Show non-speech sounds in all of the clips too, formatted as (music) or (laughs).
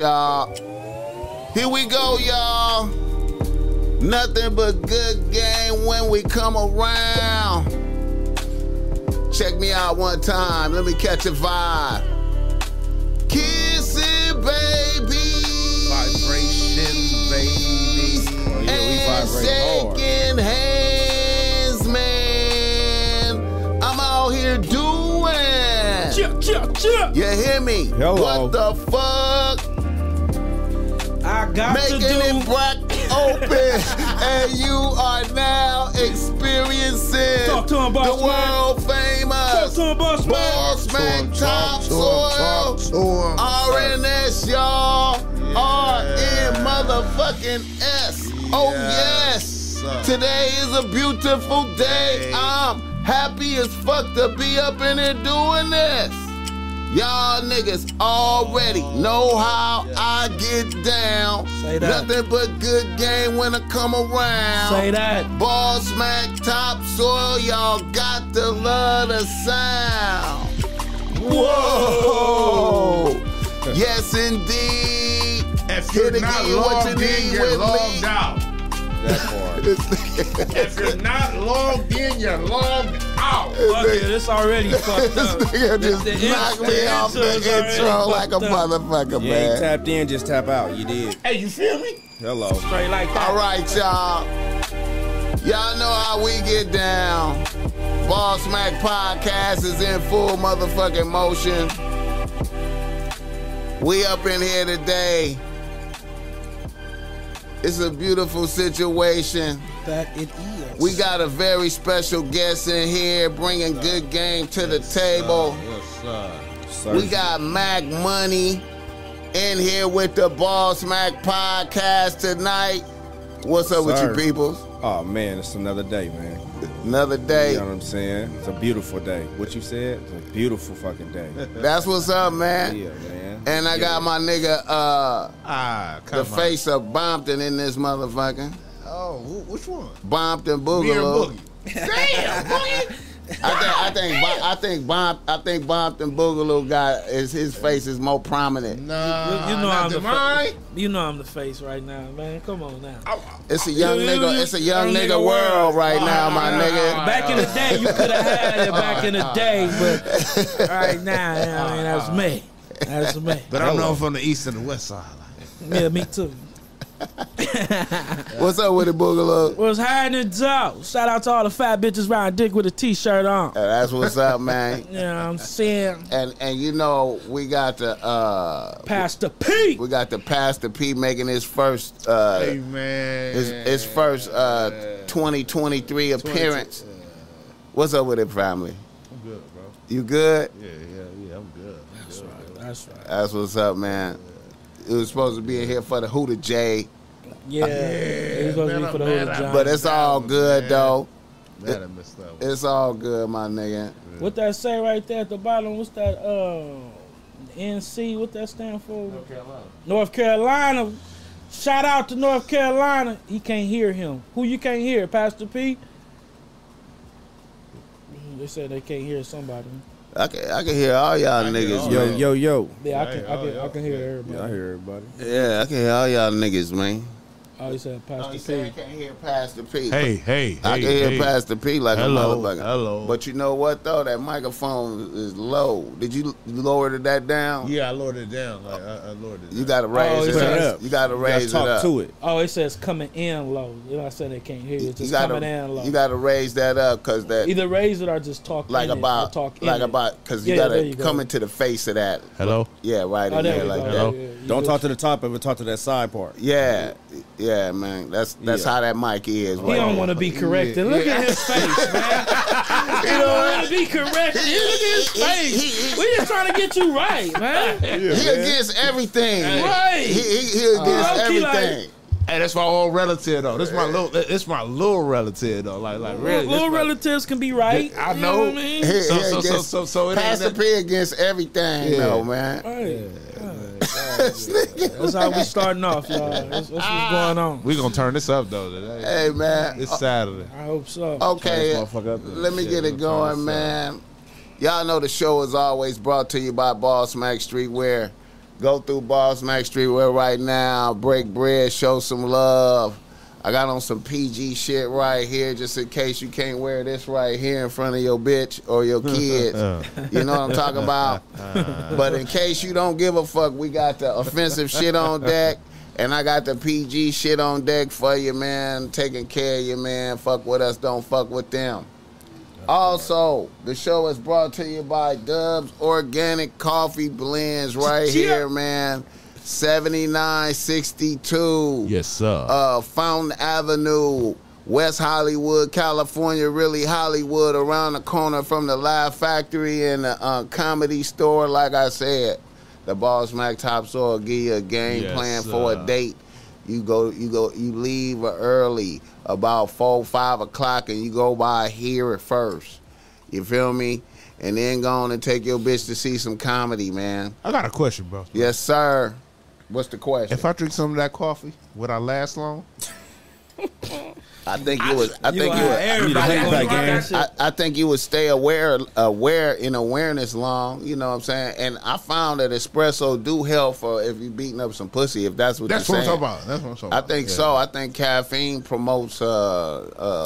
y'all. Here we go, y'all. Nothing but good game when we come around. Check me out one time. Let me catch a vibe. Kiss it, baby. Vibration, baby. Oh, yeah, and we vibrate hard. shaking hands, man. I'm out here doing. Chip, chip, chip. You hear me? Hello. What the fuck? I got Making to it do. black open. (laughs) and you are now experiencing Talk to him, boss the man. world Talk famous to him, boss man. Boss Man Talk Top to 'em, talk Soil. to 'em. RNS, y'all. Yeah. RN motherfucking S. Oh, yes. Yes, sir. Today is a beautiful day. Hey. I'm happy as fuck to be up in here doing this. Y'all niggas already know how I get down. Say that. Nothing but good game when I come around. Say that. Ball smack topsoil, y'all got to love the sound. Whoa! yes, indeed. If Hit you're again not what you logged need in, you're with logged me. out. That If you're not logged in, you're logged out. Fuck it, (laughs) it's already fucked This up. nigga just uh, The- the knocked in- me the off the intro's already intro like a fucked up. motherfucker, part. You man. ain't tapped in, just tap out. You did. Hey, you feel me? Hello. Straight like that. All right, y'all. Y'all know how we get down. Ball Smack Podcast is in full motherfucking motion. We up in here today. It's a beautiful situation. That it is. We got a very special guest in here bringing good game to the table. Yes, sir. Sir. We got Mac Money in here with the Ball Smack Podcast tonight. What's up Sir. with you peoples? Oh man, it's another day, man. Another day. You know what I'm saying? It's a beautiful day. What you said? It's a beautiful fucking (laughs) day. That's what's up, yeah, man. man. And I got my nigga uh Ah, the come on. face of Bompton in this motherfucker. Oh, wh- which one? Bompton Me and Boogaloo. (laughs) Boogie. Damn, Boogie. I think I think Bo- I think Bomp I think Bompton Boogaloo got is his face is more prominent. Nah, You- you uh, know not I'm the the fa- mine. You know I'm the face right now, man. Come on now. It's a young You- you- nigga you- it's a young young nigga nigga world world. Oh, right now, my alright, nigga. alright. Back in the day, you could have had it back in the day, but right now, you know, I mean, that's me. That's me. But I'm known from the east and the west side. Yeah, me too. What's up with it, Boogaloo? Was hiding it out. Shout out to all the fat bitches riding dick with a t-shirt on. Uh, that's what's up, man. You know what I'm saying? And and you know, we got the uh Pastor P. we got the Pastor P making his first uh Hey, man. his, his first uh, 2023 appearance. What's up with it, family? I'm good, bro. You good? Yeah, yeah, yeah. I'm good. I'm good. That's right. That's what's up, man. It was supposed to be in here for the Hooter J, Yeah. It was supposed to be for the man, whole man, John. but uh, it's all good though. Man, I missed that one. It's all good, my nigga. What that say right there at the bottom? What's that? Uh, NC. What that stand for? North Carolina. North Carolina. Shout out to North Carolina. He can't hear him. Who you can't hear? Pastor P. Mm, They said they can't hear somebody. I can I can hear all y'all I can hear niggas, all Yo, man. y'all. yo, yo. oh, Yeah, I Yeah, can. yeah, I can. yeah, I can hear yeah. Yeah, I everybody. hear everybody. Yeah, I can hear all y'all niggas, man. Oh, he said I Pastor P. can't hear Pastor P. Hey, hey, I hey, can hear hey. Pastor P like Hello, a motherfucker. hello. But you know what though? That microphone is low. Did you lower that down? Yeah, I lowered it down. Like I, I lowered it. You down. gotta raise it it, says- up. You gotta Let's raise talk it up. to it. Oh, it says coming in low. You know, I said they can't hear you. It's you just gotta, coming in low. you gotta raise that up because that Either raise it or just talk. like in it, or about talk in like it. about because you Yeah, gotta there you go. come into the face of that. Hello. Yeah, right Oh, in there there we like go. that. Hello? Yeah, yeah, you Don't good. talk to the top of it. Talk to that side part. Yeah, yeah, man. That's that's Yeah. how that mic is. He Right don't there. want to be corrected. Look at his face, man. (laughs) he don't want to be corrected. Look at his face. We just trying to get you right, (laughs) man. He against everything. Right. He, he, he against Low-key like- everything. Hey, that's my old relative though. That's my little. That's my little relative though. Like, like really. that's Little my- relatives can be right. I You know. what I He- mean? So- he so- so- against- so- so it ain't Pastor that- P against everything, Yeah. though, man. Right. That's how we starting off, y'all. That's, that's what's going on. We gonna turn this up though today. Hey, man. It's Saturday. I hope so. Okay, Turn this motherfucker up. let me Yeah, get we'll it turn going, this up. man. Y'all know the show is always brought to you by Ball Smack Streetwear. Go through Boss Max Streetwear right now. Break bread, show some love. I got on some PG shit right here, just in case you can't wear this right here in front of your bitch or your kids. you know what I'm talking about? but in case you don't give a fuck, we got the offensive shit on deck. And I got the PG shit on deck for you, man. Taking care of you, man. Fuck with us, don't fuck with them. Also, the show is brought to you by Dubs Organic Coffee Blends right Cheer. here, man. 7962 Yes, sir. uh, Fountain Avenue, West Hollywood, California, really Hollywood, around the corner from the Live Factory and the uh, Comedy Store. Like I said, the Boss Mac Topsoil give you a game Yes, plan for sir. a date. You go, you go, you leave early, about four, five o'clock, and you go by here at first. You feel me? And then go on and take your bitch to see some comedy, man. I got a question, bro. Yes, sir. What's the question? If I drink some of that coffee, would I last long? I think it was. I think are you were. everybody I need a gonna payback, drop that gang. shit. I, I think you would stay aware aware in awareness long, you know what I'm saying? And I found that espresso do help for if you beating up some pussy, if that's what That's you're what I'm saying. talking about. That's what I'm talking I about. think so. I think caffeine promotes uh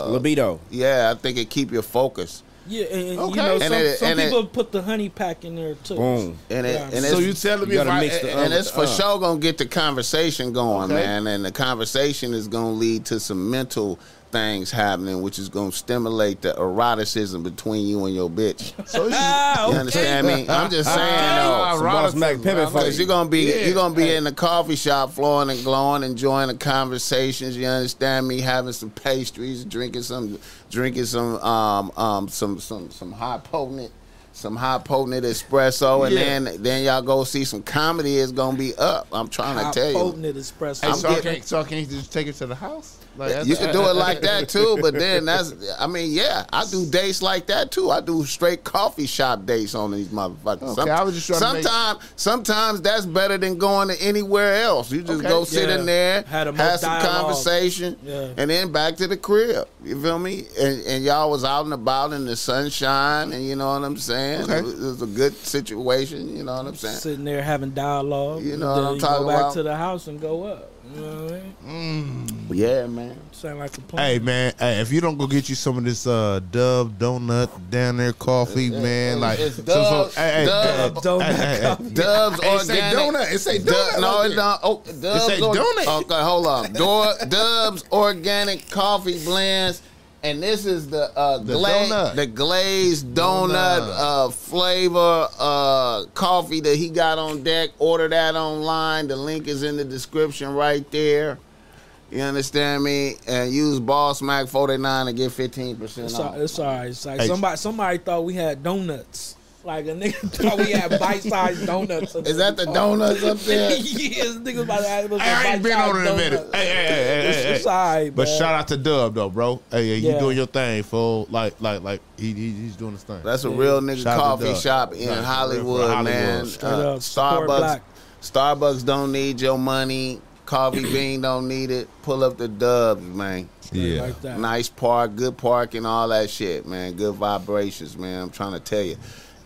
uh Libido. yeah, I think it keep your focus. Yeah, and, and, Okay. you know, And some, it- some and it- people put the honey pack in there too. Boom. And it Yeah. and so it's, you telling me you if gotta I mix the- and it's for Uh. sure gonna get the conversation going, Okay. man. And the conversation is gonna lead to some mental things happening, which is gonna stimulate the eroticism between you and your bitch. so (laughs) it's- Ah, You okay. understand me? I'm (laughs) just saying though. Ah, Some Boss eroticism, Mac I pimping like for Because you. you're gonna be Yeah. you're gonna be in the coffee shop, flowing and glowing, enjoying the conversations. You understand me? Having some pastries, drinking some, drinking some, um, um, some, some, some high potent, some high potent espresso, and Yeah. then then y'all go see some comedy. It's gonna be up. I'm trying How to tell you. potent it espresso. Hey, I'm so, I getting- can't, so I can't just take it to the house? Like, that's- You can do it like that (laughs) too, but then that's I mean, yeah, I do dates like that too. I do straight coffee shop dates on these motherfuckers. Okay, I was just trying to make- sometimes sometimes that's better than going to anywhere else. You just Okay. go sit Yeah. in there, Had the most have some dialogue. conversation, Yeah. and then back to the crib. You feel me? And and y'all was out and about in the sunshine and you know what I'm saying? Okay. It, was, it was a good situation, you know what I'm saying? sitting there having dialogue. You know what Then I'm you talking go back about. to the house and go up. You know what I mean? Yeah, man. Sound like a plan. Hey man, hey, if you don't go get you some of this uh Dove donut down there coffee, man, like it's some- Dove- hey, hey, Dove hey, donut hey, hey, hey. Dove's Hey, organic. say donut. It say Du- donut no, right it's not. Oh, Dubs say or- donut. Okay, hold on. Dor- Dubs Organic Coffee Blends. And this is the uh, The gla- donut. the glazed donut, Donut. Uh, flavor uh, coffee that he got on deck. Order that online. The link is in the description right there. You understand me? And use Boss Mac forty nine to get fifteen percent It's, off. all, it's all right. It's like Hey. somebody somebody thought we had donuts. Like a nigga (laughs) thought we had bite sized (laughs) donuts. Is that the donuts (laughs) up there? yes, niggas about to have us a Hey, I ain't been bite-sized on it in a minute. donut. Hey, hey, hey, It's, hey, hey, it's hey. all right, But man. shout out to Dub though, bro. Hey, hey, you Yeah. doing your thing, fool. Like, like, like he, he he's doing his thing. That's a real nigga Shout out to coffee Doug. shop in Nah, for real, Hollywood, for Hollywood. man. Straight Uh, up, support Starbucks, black. Starbucks don't need your money. (clears throat) Coffee Bean don't need it. Pull up the dubs, man. yeah. Like that. Nice park, good parking, all that shit, man. Good vibrations, man. I'm trying to tell you.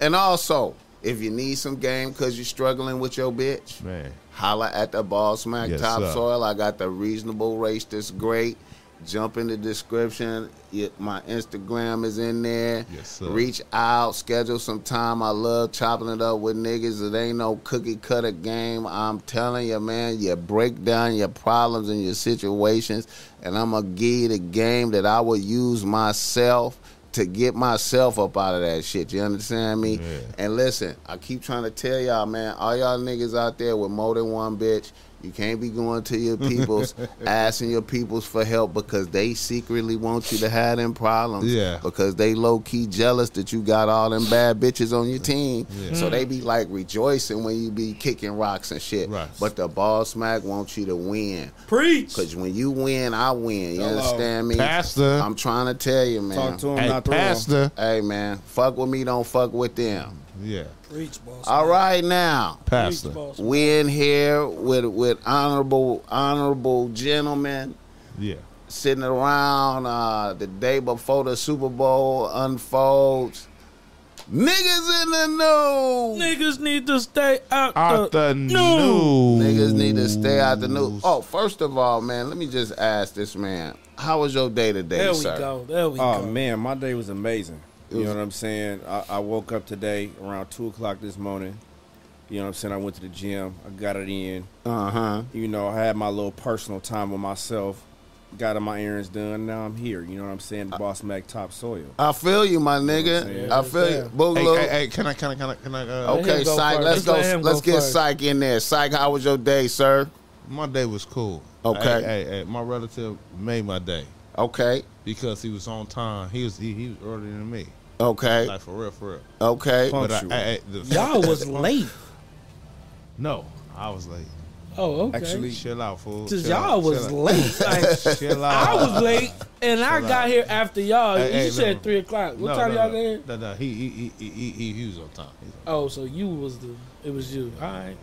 And also, if you need some game because you're struggling with your bitch, Man. holla at the Ball Smack Yes, Top sir. Soil. I got the reasonable race that's great. Jump in the description. It, my Instagram is in there. Yes, sir. Reach out, schedule some time. I love chopping it up with niggas. It ain't no cookie cutter game. I'm telling you, man, you break down your problems and your situations, and I'm going to give you the game that I would use myself to get myself up out of that shit. You understand me? Yeah. And listen, I keep trying to tell y'all, man, all y'all niggas out there with more than one bitch, you can't be going to your (laughs) peoples asking your peoples for help because they secretly want you to have them problems. Yeah. Because they low key jealous that you got all them bad bitches on your team. Yeah. So they be like rejoicing when you be kicking rocks and shit. Right. But the ball smack wants you to win. Preach. Cause when you win, I win. You understand me? Pastor. I'm trying to tell you, man. Talk to him, hey, not through him. Pastor. Hey man, fuck with me, don't fuck with them. Yeah. Preach, boss. All right now. Preach, Pastor. boss. We in here with with honorable honorable gentlemen Yeah. sitting around uh, the day before the Super Bowl unfolds. Niggas in the news. Niggas need to stay out, Out the, the news. news. Niggas need to stay out the news. Oh, first of all, man, let me just ask this man. How was your day today, There we sir? go. There we Oh go. man, my day was amazing. You was- know what I'm saying? I, I woke up today around two o'clock this morning. You know what I'm saying? I went to the gym. I got it in. Uh-huh. You know, I had my little personal time with myself. Got all my errands done. Now I'm here. You know what I'm saying? The Boss Mac Top Soil. I feel you, my nigga. I feel you. Boogaloo. Hey, hey, hey, can I, can I, can I, can I? Uh, Let Oh, Okay, him go Psych, first. let's Just let go. him Let's go get first. Psych in there. Psych, how was your day, sir? My day was cool. Okay. Hey, hey, hey, my relative made my day Okay, because he was on time. He was he, he was earlier than me. okay, Like for real, for real. okay. But I, Punctual. I, I, the, Y'all (laughs) was late. No, I was late. Oh, okay. Actually- Chill out, fool. Cause Chill y'all out, was chill late. Like, (laughs) Out. Chill out. I was late, and I got here after y'all. Hey, you hey, said no. three o'clock. What No, time no, y'all no. got here? No, no, he he he he, he, he, he was on time. He was on time. Oh, so you was the. It was you. All right.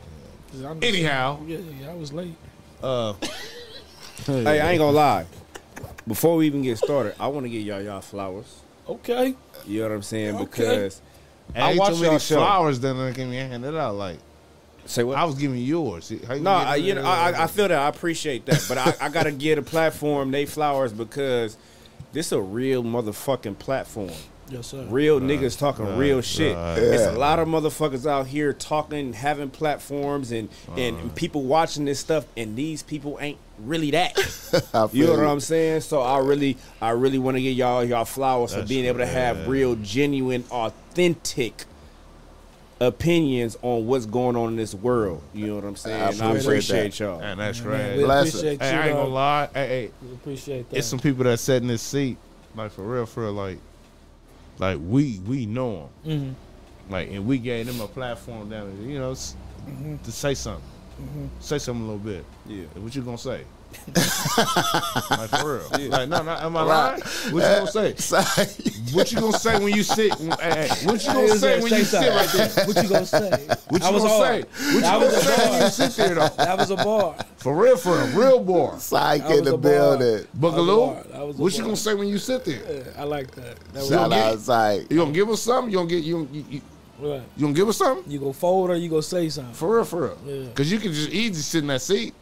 'Cause I'm- Anyhow. Yeah, yeah, I was late. Uh, Hey, I ain't gonna lie. Before we even get started, I want to get y'all y'all flowers. Okay. You know what I'm saying? Okay. Because I I ate watched too many y'all show. flowers. Then I can hand it out. Like say what? I was giving yours. How you No, giving I, you know, I, yours? I- I feel that. I appreciate that. But I, I got to give the platform they flowers because this a real motherfucking platform. Yes, sir. Real niggas talking real shit. right. It's a lot of motherfuckers out here talking, having platforms, and, and people watching this stuff, and these people ain't really that. I You feel know what I'm saying? So I really, I really want to get y'all y'all flowers for That's being able to have right. real, genuine, authentic opinions on what's going on in this world. You know what I'm saying? I And I appreciate appreciate y'all. And that's Man, right. we Hey, Bless appreciate you. I ain't dog. gonna lie. Hey, hey, We appreciate that. it's some people that sat in this seat. Like for real, for real, like, like we we know them. Mm-hmm. Like and we gave them a platform down. You know, s- Mm-hmm. to say something. Say something a little bit. Yeah. What you gonna say? like for real. Like no, no, am I lying? What you gonna say? (laughs) Psych. What you gonna say when you sit? Hey, hey, what you gonna Yeah, say when you sit something. right there? What you gonna say? (laughs) What I you was gonna say? hard. What you That gonna was a say when you bar. sit there though? That was a bar. For real, for a real boy. Psych I in was the a bar. building. I was a Bugaloo, bar. what you gonna say when you sit there? Yeah, I like that. That was Shout We'll out get- Psych. You gonna give us something? You gonna get you you, you, right. you gonna give us something? You go forward or you go say something. For real, for real. Yeah. Cause you can just easy sit in that seat.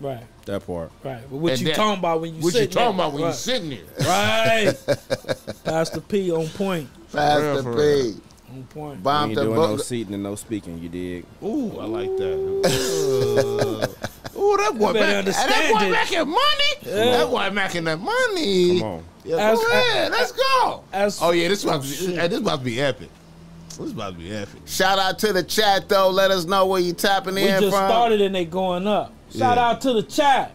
Right. That part. Right. But what And you that- talking about when you What you sitting talking there? about when you right. sitting there? Right. Pastor P on point. Pastor for P. real. On point. We Bomb ain't the doing no book. seating and no speaking. You dig? Ooh, I like that. Ooh, Ooh, that boy You better back, that understand boy it. making money. That boy making that money. Come on. Yeah, go As- ahead, let's go. as- oh yeah, this about to be, hey, this about to be epic. This about to be epic. Shout out to the chat though. Let us know where you tapping We in just from. started and they going up. Shout Yeah. out to the chat.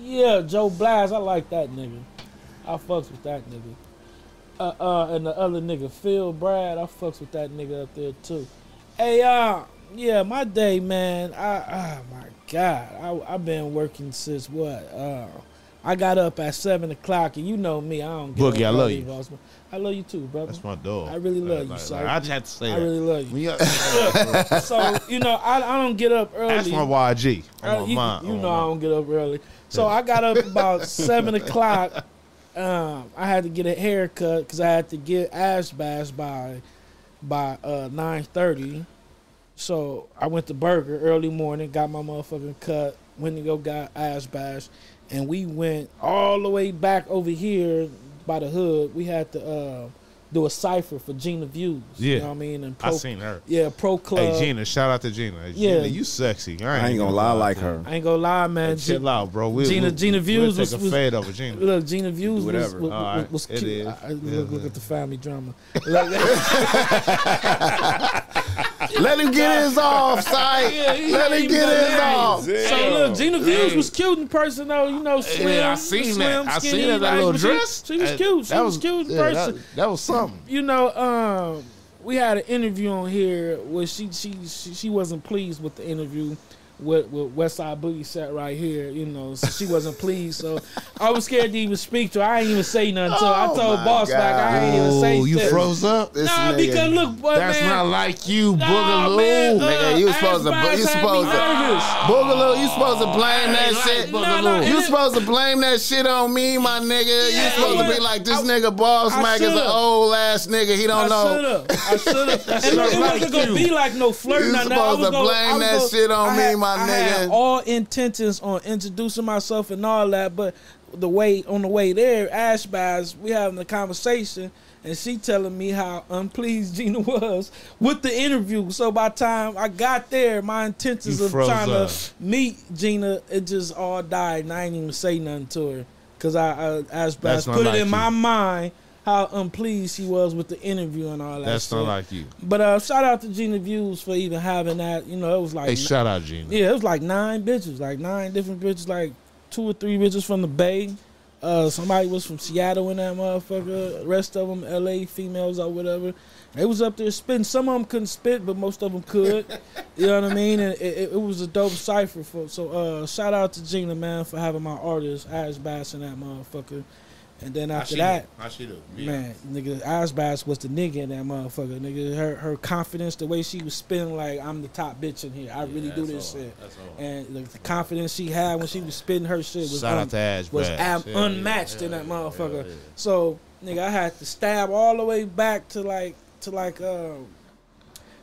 Yeah, Joe Blaz, I like that nigga. I fucks with that nigga. Uh, uh, and the other nigga, Phil Brad, I fucks with that nigga up there too. Hey, uh, yeah, my day, man. I, oh my god, I, I've been working since what? Uh, I got up at seven o'clock, and you know me, I don't. Get Boogie, up I love early, you. boss man. I love you too, brother. That's my dog. I really love Like, you, like, sir. I just had to say I that. really love you. When you- so you know, I, I don't get up early. (laughs) that's my YG. I'm Uh, on you, mine. you I'm on know I mine. don't get up early, so I got up about (laughs) seven o'clock. Um, I had to get a haircut because I had to get ass bashed by by uh, nine thirty. So I went to Burger early morning, got my motherfucking cut. Went to go got ass bashed, and we went all the way back over here by the hood. We had to uh, do a cipher for Gina Views. Yeah. you know what I mean, and I pro, seen her. yeah, pro club. Hey Gina, shout out to Gina. Hey, Yeah. Gina, you sexy. I ain't, I ain't gonna lie like her. I ain't gonna lie, man. Gi- Chill out, bro. We, Gina- we, Gina we'll Views take was- a was- fade over Gina. Look, Gina Views was, whatever. was, All right. was, was It cute. is. I- I- Yeah, look, look yeah. at the family drama. Look, Let him get (laughs) his off, Psych. (laughs) Yeah, he Let him ain't get even his got off. so look, Gina Views was cute in person though. You know, slim, Yeah, I seen slim, that. I skinny, seen that, that like, little but dress. She, she was Hey, cute. She that was, cute in yeah, that- person. That, was something. you know, um, we had an interview on here where she she she, she wasn't pleased with the interview. what, what West Side Boogie sat right here, you know, so she wasn't pleased. So I was scared to even speak to her. I ain't even say nothing. So I Oh, told my Boss like I ain't even say Oh, you shit. froze up. This Nah, nigga- because look, uh, boy, That's man. not like you, Nah, man, Boogaloo. Nigga, you supposed to- you Xbox had me supposed to- nervous. Boogaloo, you supposed to blame that I ain't like shit. Nah, nah, you it- supposed to blame that shit on me, my nigga. you Yeah, supposed I to be would- like this I- nigga boss I Mac is an should've. old ass nigga. He don't I know. should have. (laughs) I should have. It, not it like wasn't gonna you. be like no flirt. You nothing. I supposed was to gonna- blame I was that gonna- shit on I me, had- my I had nigga. all intentions on introducing myself and all that, but the way on the way there, Ash buys. We having a conversation, and she telling me how unpleased Gina (laughs) was with the interview. So by the time I got there, my intentions You of froze trying up. to meet Gina, it just all died, and I ain't even say nothing to her because I, I Ash That's Bass not put like it in you. my mind. How unpleased she was with the interview and all that. That's not shit. like you. But uh, shout out to Gina Views for even having that. You know, it was like Hey, shout out, Gina. yeah, it was like nine bitches, like nine different bitches, like two or three bitches from the Bay. Uh, somebody was from Seattle in that motherfucker. The rest of them L.A. females or whatever. They was up there spitting. Some of them couldn't spit, but most of them (laughs) could. you know what I mean? And it, it, it was a dope cipher. For, so uh, shout out to Gina man for having my artist Ash Bass in that motherfucker. And then after that, I should have. Man, nigga, Icebox was the nigga in that motherfucker. Nigga, her her confidence, the way she was spinning, like I'm the top bitch in here. I really do this shit. And the, the confidence she had when she was spitting her shit was Shout un- out to Ash was Bass. ab- uh, unmatched in that motherfucker. So nigga, I had to stab all the way back to like to like uh,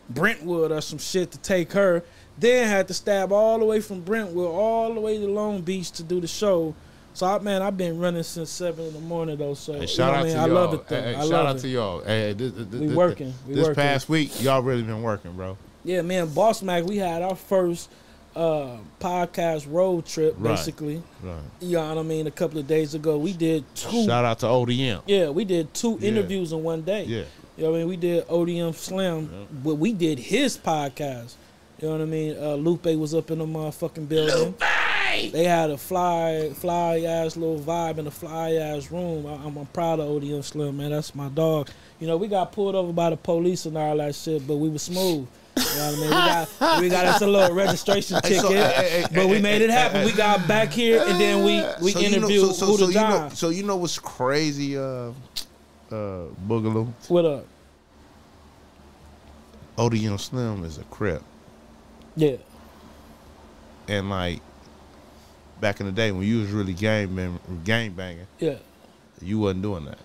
Brentwood or some shit to take her. Then had to stab all the way from Brentwood all the way to Long Beach to do the show. So I, man, I've been running since seven in the morning though. So Hey, you shout know out what to I mean? y'all. I love it though. Hey, hey, I shout love out it. to y'all. Hey, this, this, We this- working. We this working. past week, y'all really been working, bro. Yeah, me and Boss Mac, we had our first uh, podcast road trip, Right. basically. Right. You know what I mean? A couple of days ago, we did two. Shout out to ODM. yeah, we did two Yeah. interviews in one day. Yeah. You know what I mean? We did ODM Slim, but we did his podcast. You know what I mean? Uh, Lupe was up in the motherfucking building. They had a fly, fly ass little vibe in a fly ass room. I, I'm, I'm proud of ODM Slim, man. That's my dog. You know, we got pulled over by the police and all that shit, but we was smooth. You know what I mean? We got, we got us a little registration ticket, but we made it happen. we got back here and then we, we interviewed You know, so, so, so, Huda you know, Don. so you know what's crazy, uh, uh, Boogaloo? What up? ODM Slim is a crip. Yeah. And like back in the day when you was really game bang, game banging, Yeah. you wasn't doing that.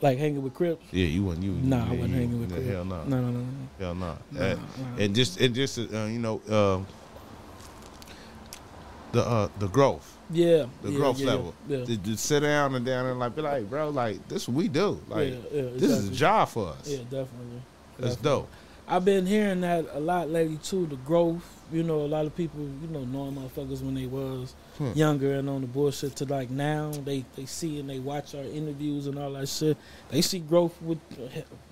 Like hanging with Crips. Yeah, you wasn't. You Nah, yeah, I wasn't you- hanging with yeah, Crip. Hell no. No, no, no, no. Hell no. No, Uh, no. And just and just uh, you know um the uh, the growth, Yeah. the yeah, growth yeah, level. Yeah. To, to sit down and down and like be like, bro, like this what we do. Like yeah, yeah, this is a exactly. job for us. Yeah, definitely. That's definitely. dope. I've been hearing that a lot lately too. The growth, you know, a lot of people, you know, knowing motherfuckers when they was Hmm. younger and on the bullshit to like now they they see and they watch our interviews and all that shit. They see growth with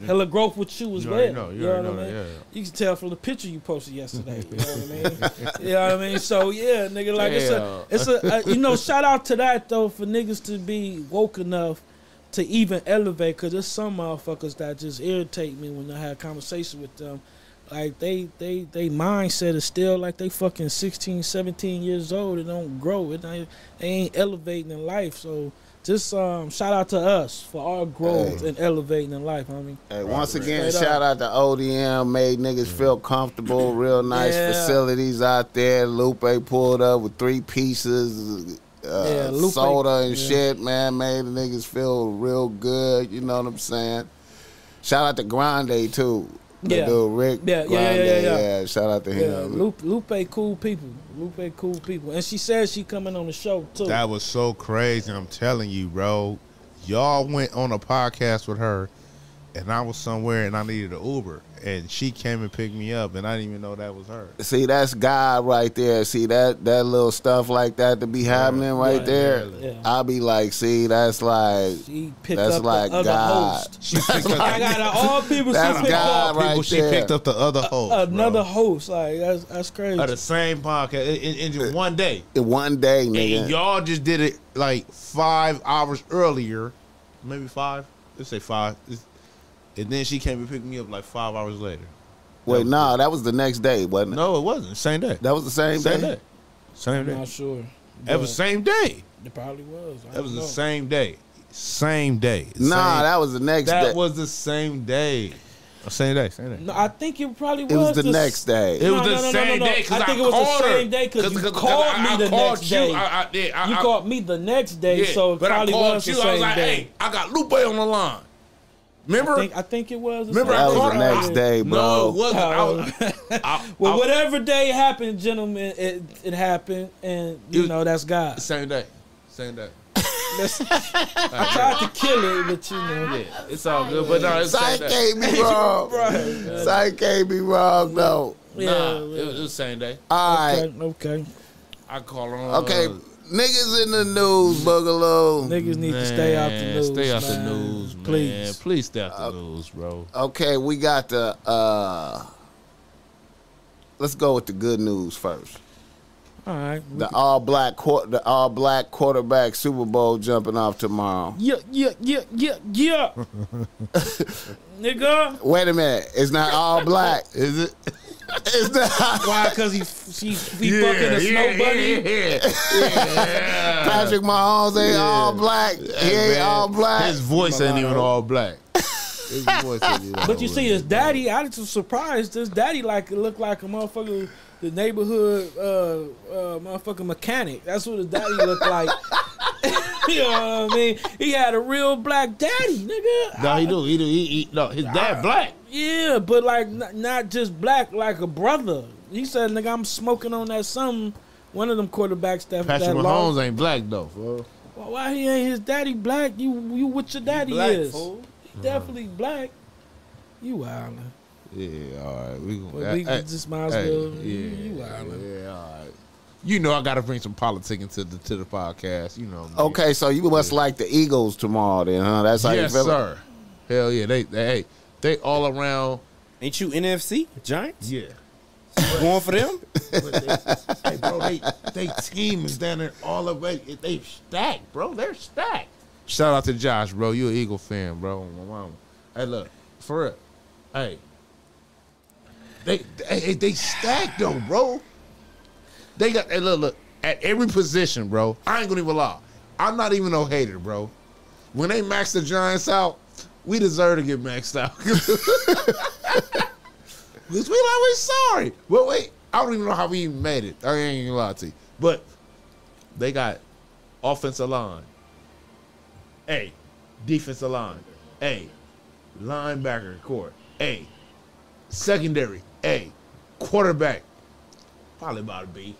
hella growth with you as You well. already know. You already know. what I mean? that, yeah. You can tell from the picture you posted yesterday. You know what I mean? you know what I mean? So yeah, nigga, like it's a, it's a, uh you know, shout out to that though for niggas to be woke enough to even elevate. Cause there's some motherfuckers that just irritate me when I have conversation with them. Like they, they, they mindset is still like they fucking 16, 17 years old. It don't grow. It ain't, they ain't elevating in life. So just um, shout out to us for our growth and elevating in life. I mean, Hey, once again, Straight shout out to ODM. Made niggas Mm-hmm. feel comfortable. Real nice Yeah. facilities out there. Lupe pulled up with three pieces. Uh, Yeah, Lupe- soda and yeah. shit, man, made the niggas feel real good. You know what I'm saying? Shout out to Grande too. The Yeah. dude Rick Yeah, yeah, yeah, Grande. yeah, yeah. Shout out to Yeah, him. Lupe, Lupe cool people. Lupe cool people, and she says she coming on the show too. That was so crazy. I'm telling you, bro. Y'all went on a podcast with her, and I was somewhere and I needed an Uber, and she came and picked me up, and I didn't even know that was (laughs) her. See, that's God right there. See that that little stuff like that to be happening right Yeah. there. Yeah. I'll be like, see, that's like she picked That's up like the other God. host. She picked up I got out (laughs) of all people. She That's picked God up right people. She there. picked up the other Uh, host, another bro, host. Like that's that's crazy. of the same podcast in, in, in just one day, in one day, nigga. and y'all just did it like five hours earlier, maybe five. Let's say five. It's- and then she came and picked me up like five hours later. Wait, nah, that was the next day, wasn't it? No, it wasn't. Same day. That was the same, Same day. day. Same I'm day. not sure. That was same day. It probably was. I That was don't know. the same day. Same day. Nah, Same- that was the next that day. was the same day. Oh, Same day. Same day. No, I think it probably was. it was the s- next day. It was No, the no, no, no, same no, no. day because I I, think it was the called her. same day 'cause you called I, me I the called next you. day. I, I, yeah, I, You I, called me the next day, yeah, so it but I probably called was you. the same I was like, day. hey, I got Lupe on the line. Remember? I think, I think it was. the Remember same that I was called the her. I- next day, no, bro. it wasn't. I, (laughs) was- (laughs) (laughs) I, Oh. Well, I- whatever day happened, gentlemen, it, it happened, and you It- know that's God. Same day. Same day. I tried to kill it, but you know, Yeah, it's all good, but no, it's same Psych day. can't be wrong. Psych can't be wrong, though. yeah, Nah, it well, was, it was same day. All right. okay, okay. I called her. on, Okay, uh, niggas in the news, Boogaloo. Niggas need to stay out the Man, news. Stay out man. the news, man. Please. Please stay out the news, bro. Okay, we got the. uh Let's go with the good news first. All right. The all black quar- the all black quarterback Super Bowl jumping off tomorrow. Yeah, yeah, yeah, yeah, yeah. (laughs) Nigga. Wait a minute, it's not all black, is it? It's not. Why? Because he, she, we fucking a snow bunny? Patrick Mahomes ain't all black. He ain't all black. His voice ain't even all black. (laughs) His voice ain't even all But you see, his daddy, I was surprised. His daddy like looked like a motherfucker, the neighborhood uh, uh, motherfucking mechanic. That's what his daddy looked like. (laughs) you know what I mean? He had a real black daddy, nigga. No, he do. He do. He, he no. His dad black. Yeah, but like not, not just black, like a brother. He said, "Nigga, I'm smoking on that something." One of them quarterbacks that Patrick that Mahomes long. ain't black though. fool. Why- Why he ain't his daddy black? You you what your daddy Black is? fool. He definitely black. You wildin'. Yeah. All right. We gonna. But we just might as well. you yeah, wildin'. yeah, all right. You know, I gotta bring some politics into the to the podcast. You know. me. Okay, so you must like the Eagles tomorrow, then, huh? That's how Yes, you feel. sir. Hell yeah. They, they hey they all around. Ain't you NFC Giants? Yeah. Going for them? (laughs) (laughs) hey, bro, they they team is down there all the way. They stacked, bro. They're stacked. Shout out to Josh, bro. You an Eagle fan, bro. My mama. Hey, look, for real. Hey, they they, they stacked though, bro. They got hey, look, look at every position, bro. I ain't gonna even lie. I'm not even no hater, bro. When they max the Giants out, we deserve to get maxed out. (laughs) Cause we like we sorry. Well, wait, I don't even know how we even made it. I ain't gonna lie to you, but they got offensive line, a defensive line, a linebacker core, a secondary, a quarterback, probably about a B.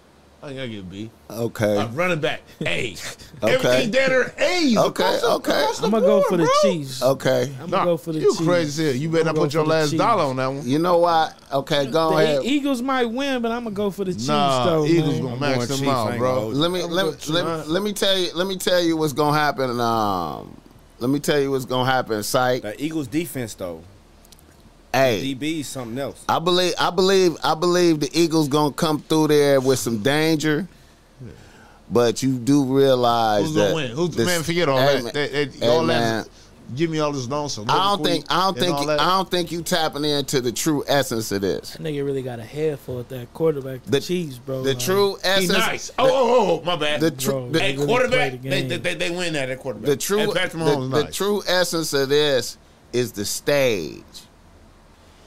I think I get a B. Okay. A running back, A. (laughs) Okay. Everything down there, A's. Okay, across the- okay. across the I'm gonna go board, for the bro. Uh, Chiefs. Okay. I'm Nah, gonna go for the you Chiefs. crazy as hell. You better I'ma not go put for your the last Chiefs. dollar on that one. You know why? Okay, go The ahead. E- Eagles might win, but I'm gonna go for the Chiefs Nah, though. Eagles man. gonna going max them Chiefs, I out, ain't bro. gonna hold you. let me let me, let, me- let me tell you let me tell you what's gonna happen. Um, let me tell you what's gonna happen. Psych. That Eagles defense though. Hey, DB is something else. I believe I believe I believe the Eagles gonna come through there with some danger. But you do realize Who's that gonna win? Who's this- man? Forget all Hey, that. man. That- that- Hey, all man. that. Give me all this nonsense. I don't think I don't And think all I that. don't think you tapping into the true essence of this. Nigga really got a head full at that quarterback, the, The- Chiefs, bro. The Like, true He essence. nice. Oh, oh, oh, my bad. The true Bro, the, hey, really play quarterback. the they, game. they, they, they win that at quarterback. the true And Patrick Mahomes the, the nice. true essence of this is the stage.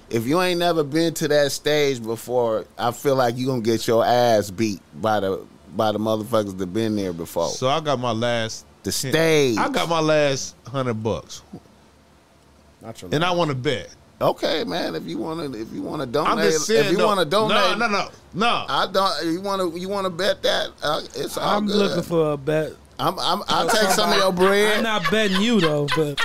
If you ain't never been to that stage before, I feel like you gonna get your ass beat by the by the motherfuckers that been there before. So I got my last. the stage. I got my last hundred bucks, Not your and I want to bet. okay, man. If you wanna, if you wanna I'm donate, just saying. if you no, wanna donate, no, no, no, no. I don't. You wanna, you wanna bet that? Uh, it's all I'm good. looking for a bet. I'm, I'm, I'll take some of your bread. I'm not betting you though, but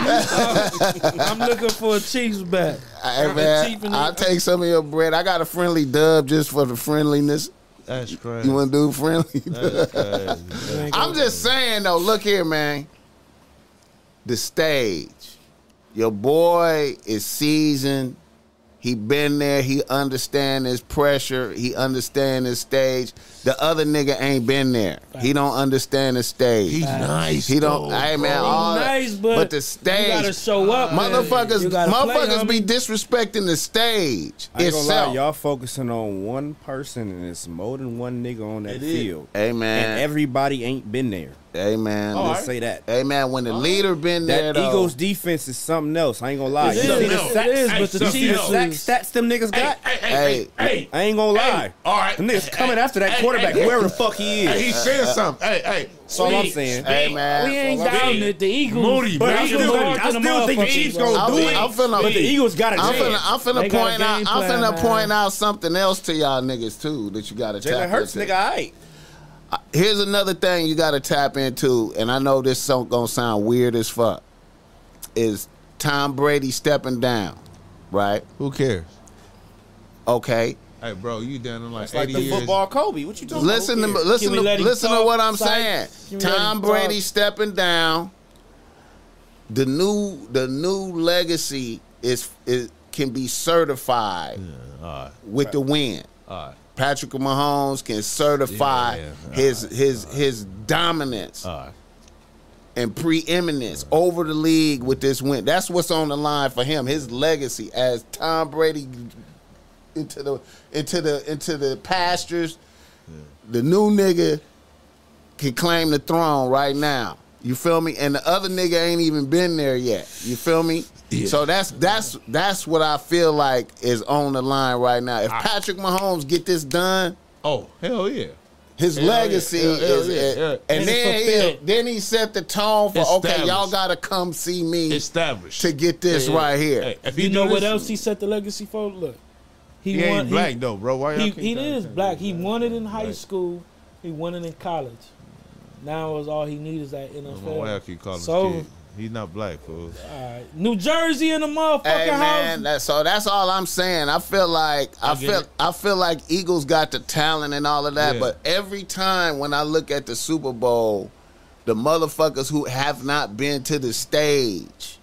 I'm looking for a Chiefs bet. Hey, I'm man, cheaping it. I'll take some of your bread. I got a friendly dub just for the friendliness. That's crazy. You want to do friendly? That's crazy. Man, (laughs) I'm just saying though. Look here, man. The stage, your boy is seasoned. He been there. He understand his pressure. He understand his stage. The other nigga ain't been there. He don't understand the stage. He's nice. He though, don't. Hey man, bro. all that- nice, but, but the you gotta stage, show up, man. motherfuckers, You gotta play, motherfuckers be homie. disrespecting the stage I ain't gonna lie, itself. y'all focusing on one person and it's more than one nigga on that It is. field. Hey And man, everybody ain't been there. hey man, All Let's right. say that. hey man. When the leader been there, That though, Eagles defense is something else. I ain't gonna lie. It You is, see the else. it sack- is, Hey, but the something Chiefs else. sack is- stats them niggas Hey, got. hey, hey, Hey. hey, hey. I ain't gonna lie. Hey, all right. Them niggas Hey, coming hey, after that hey, quarterback, hey, whoever the fuck he Hey, is. he said something. Hey, hey. That's all I'm Speak, saying. speak. Hey, man. we ain't Well, down mean, at the Eagles. Moody, but That's I still what think- larger I than still think the motherfuckers, Chiefs bro. gonna I'm, do it. I'm finna. But the Eagles got a I'm chance. finna, I'm They finna got a point out. game I'm plan, finna man. point out something else to y'all niggas too that you gotta tap Jalen Hurts, into. nigga, all right. Here's another thing you gotta tap into, and I know this song gonna sound weird as fuck. Is Tom Brady stepping down? Right? Who cares? Okay. Hey, bro, you down in like It's like 80 the years. football Kobe. What you talking Listen to about? Who cares? listen Can we to, let him listen to talk, what I'm Sy? Can saying. we let Tom him Brady talk? stepping down. The new the new legacy is is can be certified Yeah, all right, with the win. all right, Patrick Mahomes can certify Yeah, yeah. his his his dominance all right. and preeminence over the league with this win. That's what's on the line for him. His legacy as Tom Brady into the into the into the pastures. The new nigga can claim the throne right now. You feel me? And the other nigga ain't even been there yet. You feel me? Yeah. So that's that's that's what I feel like is on the line right now. If Patrick Mahomes get this done, Oh, hell yeah. his Hell legacy yeah, hell is, yeah, yeah. and And then it's he, fulfilled. then he set the tone for okay, Established. y'all gotta come see me Established. to get this Yeah, yeah. right here. Hey, if You do know what this- else he set the legacy for? Look, he, He, won. ain't he- black though, bro. Why y'all He, keep he trying to is say black. He he's won it in high Right. school. He won it in college. Now is all he needs is that I don't know Why y'all NFL. keep calling So- this kid? He's not black, fool. All right. New Jersey in the motherfucking Hey man, house. that, so that's all I'm saying. I feel like I, I get feel it. I feel like Eagles got the talent and all of that, Yeah. but every time when I look at the Super Bowl, the motherfuckers who have not been to the stage,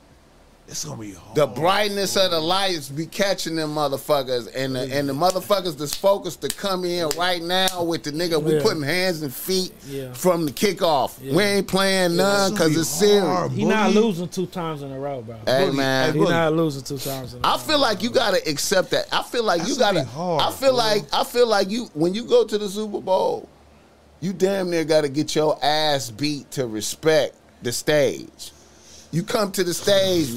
It's gonna be hard. the brightness of the lights be catching them motherfuckers, and the, and the motherfuckers that's focused to come in right now with the nigga. We Yeah. putting hands and feet Yeah. from the kickoff. Yeah. We ain't playing none because it's serious. He not losing two times in a row, bro. Hey Boogie. man, He Boogie. not losing two times in a row. I feel like you gotta accept that. I feel like you That's gonna gotta. be hard, I feel bro. like I feel like you when you go to the Super Bowl, you damn near gotta get your ass beat to respect the stage. You come to the stage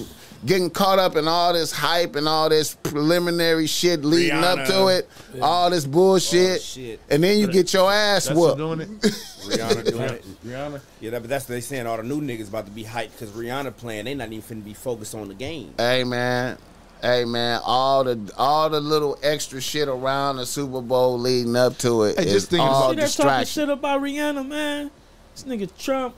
getting caught up in all this hype and all this preliminary shit leading up Rihanna. to it, all this bullshit, Oh, shit. and then you get your ass That's whooped. who doing (laughs) it. Rihanna doing it. Rihanna. Yeah, that, but that's they saying all the new niggas about to be hyped because Rihanna playing. They not even finna be focused on the game. Hey man, hey man, all the all the little extra shit around the Super Bowl leading up to it Hey, just is thinking all See that talking distraction. shit about Rihanna, man. This nigga Trump.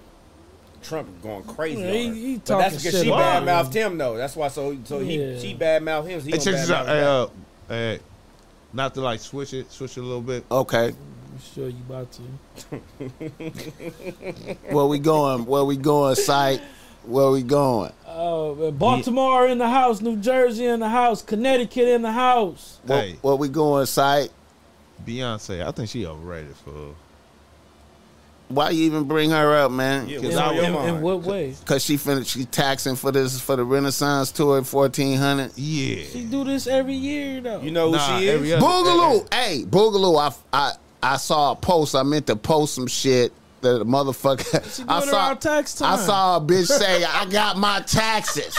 Trump going crazy. Yeah, on he- her. he but that's talking because shit she about bad her. mouthed him though. That's why. So so he Yeah. she bad mouthed him. So he Hey, gonna check this badmouth out. her Hey, back. uh, hey, not to like switch it, switch it a little bit. Okay, I'm sure you about to. where we going? Where we going? Sight? Where we going? Uh, Baltimore in the house, New Jersey in the house, Connecticut in the house. Where, Hey. where we going? Sight? Beyonce, I think she overrated, fool. Why you even bring her up, man? Yeah, In, It's all your in- in mind. what way? Cause she finished. She taxing for this for the Renaissance tour at fourteen hundred. Yeah. She do this every year though. you know who Nah, she is? every other- Boogaloo. Hey, Boogaloo. I, I I saw a post. I meant to post some shit. That the motherfucker. She doing I it saw. around tax time. I saw a (laughs) bitch say, "I got my taxes.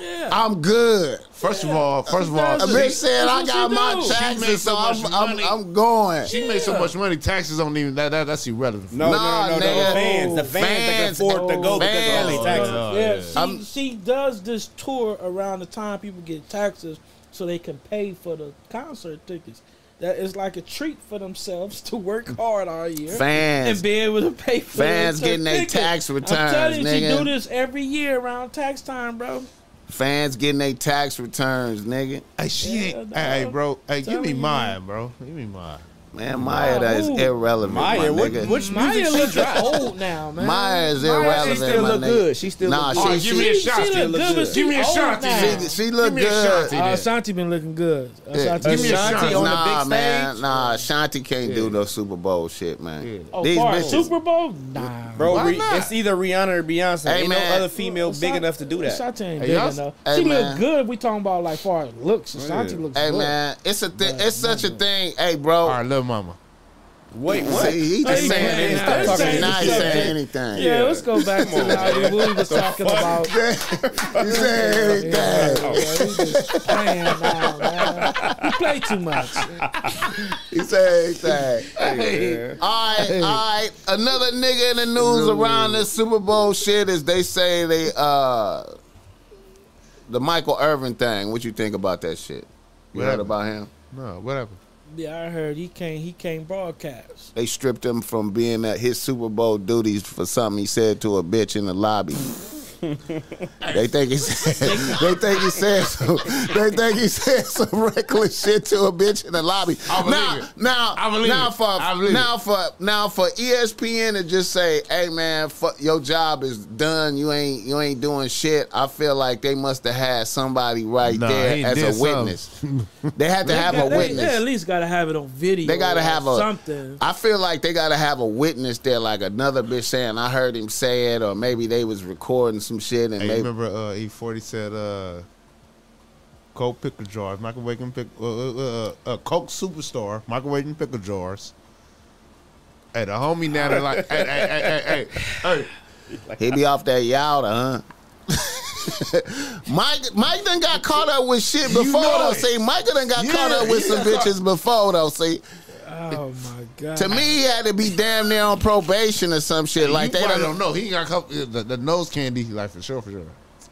Yeah. I'm good." First of all, first of all, A She- bitch said, "I that's what got she my do. She made taxes, so so I'm, much I'm money. I'm going." she made so much money, taxes don't even that, that that's irrelevant. No, Nah, no, no, no, no. nigga. The fans, the fans, Fans. that can afford to go because of all Fans. these Oh, taxes. yeah. yeah, she, I'm- she does this tour around the time people get taxes so they can pay for the concert tickets. That is like a treat for themselves (laughs) to work hard all year Fans. and be able to pay for Fans their getting they tickets. tax I'm returns, telling you, nigga. she do this every year around tax time, bro. Fans getting their tax returns, nigga. Hey, she Yeah, ain't. dog. Hey, bro. Hey, give Telling me you, mine, bro. Give me mine. Man, Maya, that is Ooh. irrelevant, my Maya, what, nigga. which Maya music looks she dropped? old now, man. Maya is Maya, irrelevant, she still my look nigga. good. She still Nah, look she- good. Alright, give me a Oh, she- shot. she Still look look good, good. but she Give me a old shot, now. T. She, she look Give me a shot, good. T. Uh, Ashanti been looking good. Ashanti Give me a been- shot. Ashanti on the big nah, stage. man. Nah, Shanti can't do Yeah. no Super Bowl shit, man. Yeah. Oh, These far, bitches. Super Bowl? Nah. Bro, Why re- not? it's either Rihanna or Beyonce. Hey, Ain't man. no other female big Ashanti- enough to do that. Ashanti ain't Hey, big y'all- enough. hey, she man. look good. We talking about like far as looks. Ashanti Yeah. looks Hey good. man, it's a thing. It's such a thing. Hey, bro. All right, little mama. Wait, what? See, he just Hey, saying man, anything. stop He talking not shit. saying anything. Yeah, let's go back to how we was talking about. He saying anything. Yeah, yeah, we just playing now, man. You play too much. He saying anything. Hey, All right, all right. Another nigga in the news around this Super Bowl shit is they say they uh the Michael Irvin thing. What you think about that shit? You What heard happened? about him? No, what happened? Yeah, I heard he can't. He can't broadcast. They stripped him from being at his Super Bowl duties for something he said to a bitch in the (laughs) lobby. they think he said. They think he said. Some, they think he said some reckless shit to a bitch in the lobby. I believe now, it. now, I believe now it. for I believe now for now for E ESPN to just say, "Hey man, fuck, your job is done. You ain't you ain't doing shit." I feel like they must have had somebody right Nah, he there as did a something. witness. they had (laughs) to have They- a they- witness. They at least gotta have it on video. They gotta or have a something. I feel like they gotta have a witness there, like another bitch saying, "I heard him say it," or maybe they was recording some shit and Hey, maybe. remember uh, E40 said uh, Coke pickle jars, microwave and pick, uh, uh, uh, uh, Coke superstar, microwave and pickle jars. Hey, the homie now that like, hey, hey, hey, hey, hey, hey. He be off that yowda, huh? (laughs) Mike, Mike done got caught up with shit before know though. it. See, Mike done got caught Yeah, up with he some got caught- bitches before though. See, Oh my god. to me, he had to be damn near on probation or some shit. Like you they probably don't. don't know. He got a couple, the, the nose candy, like for sure, for sure.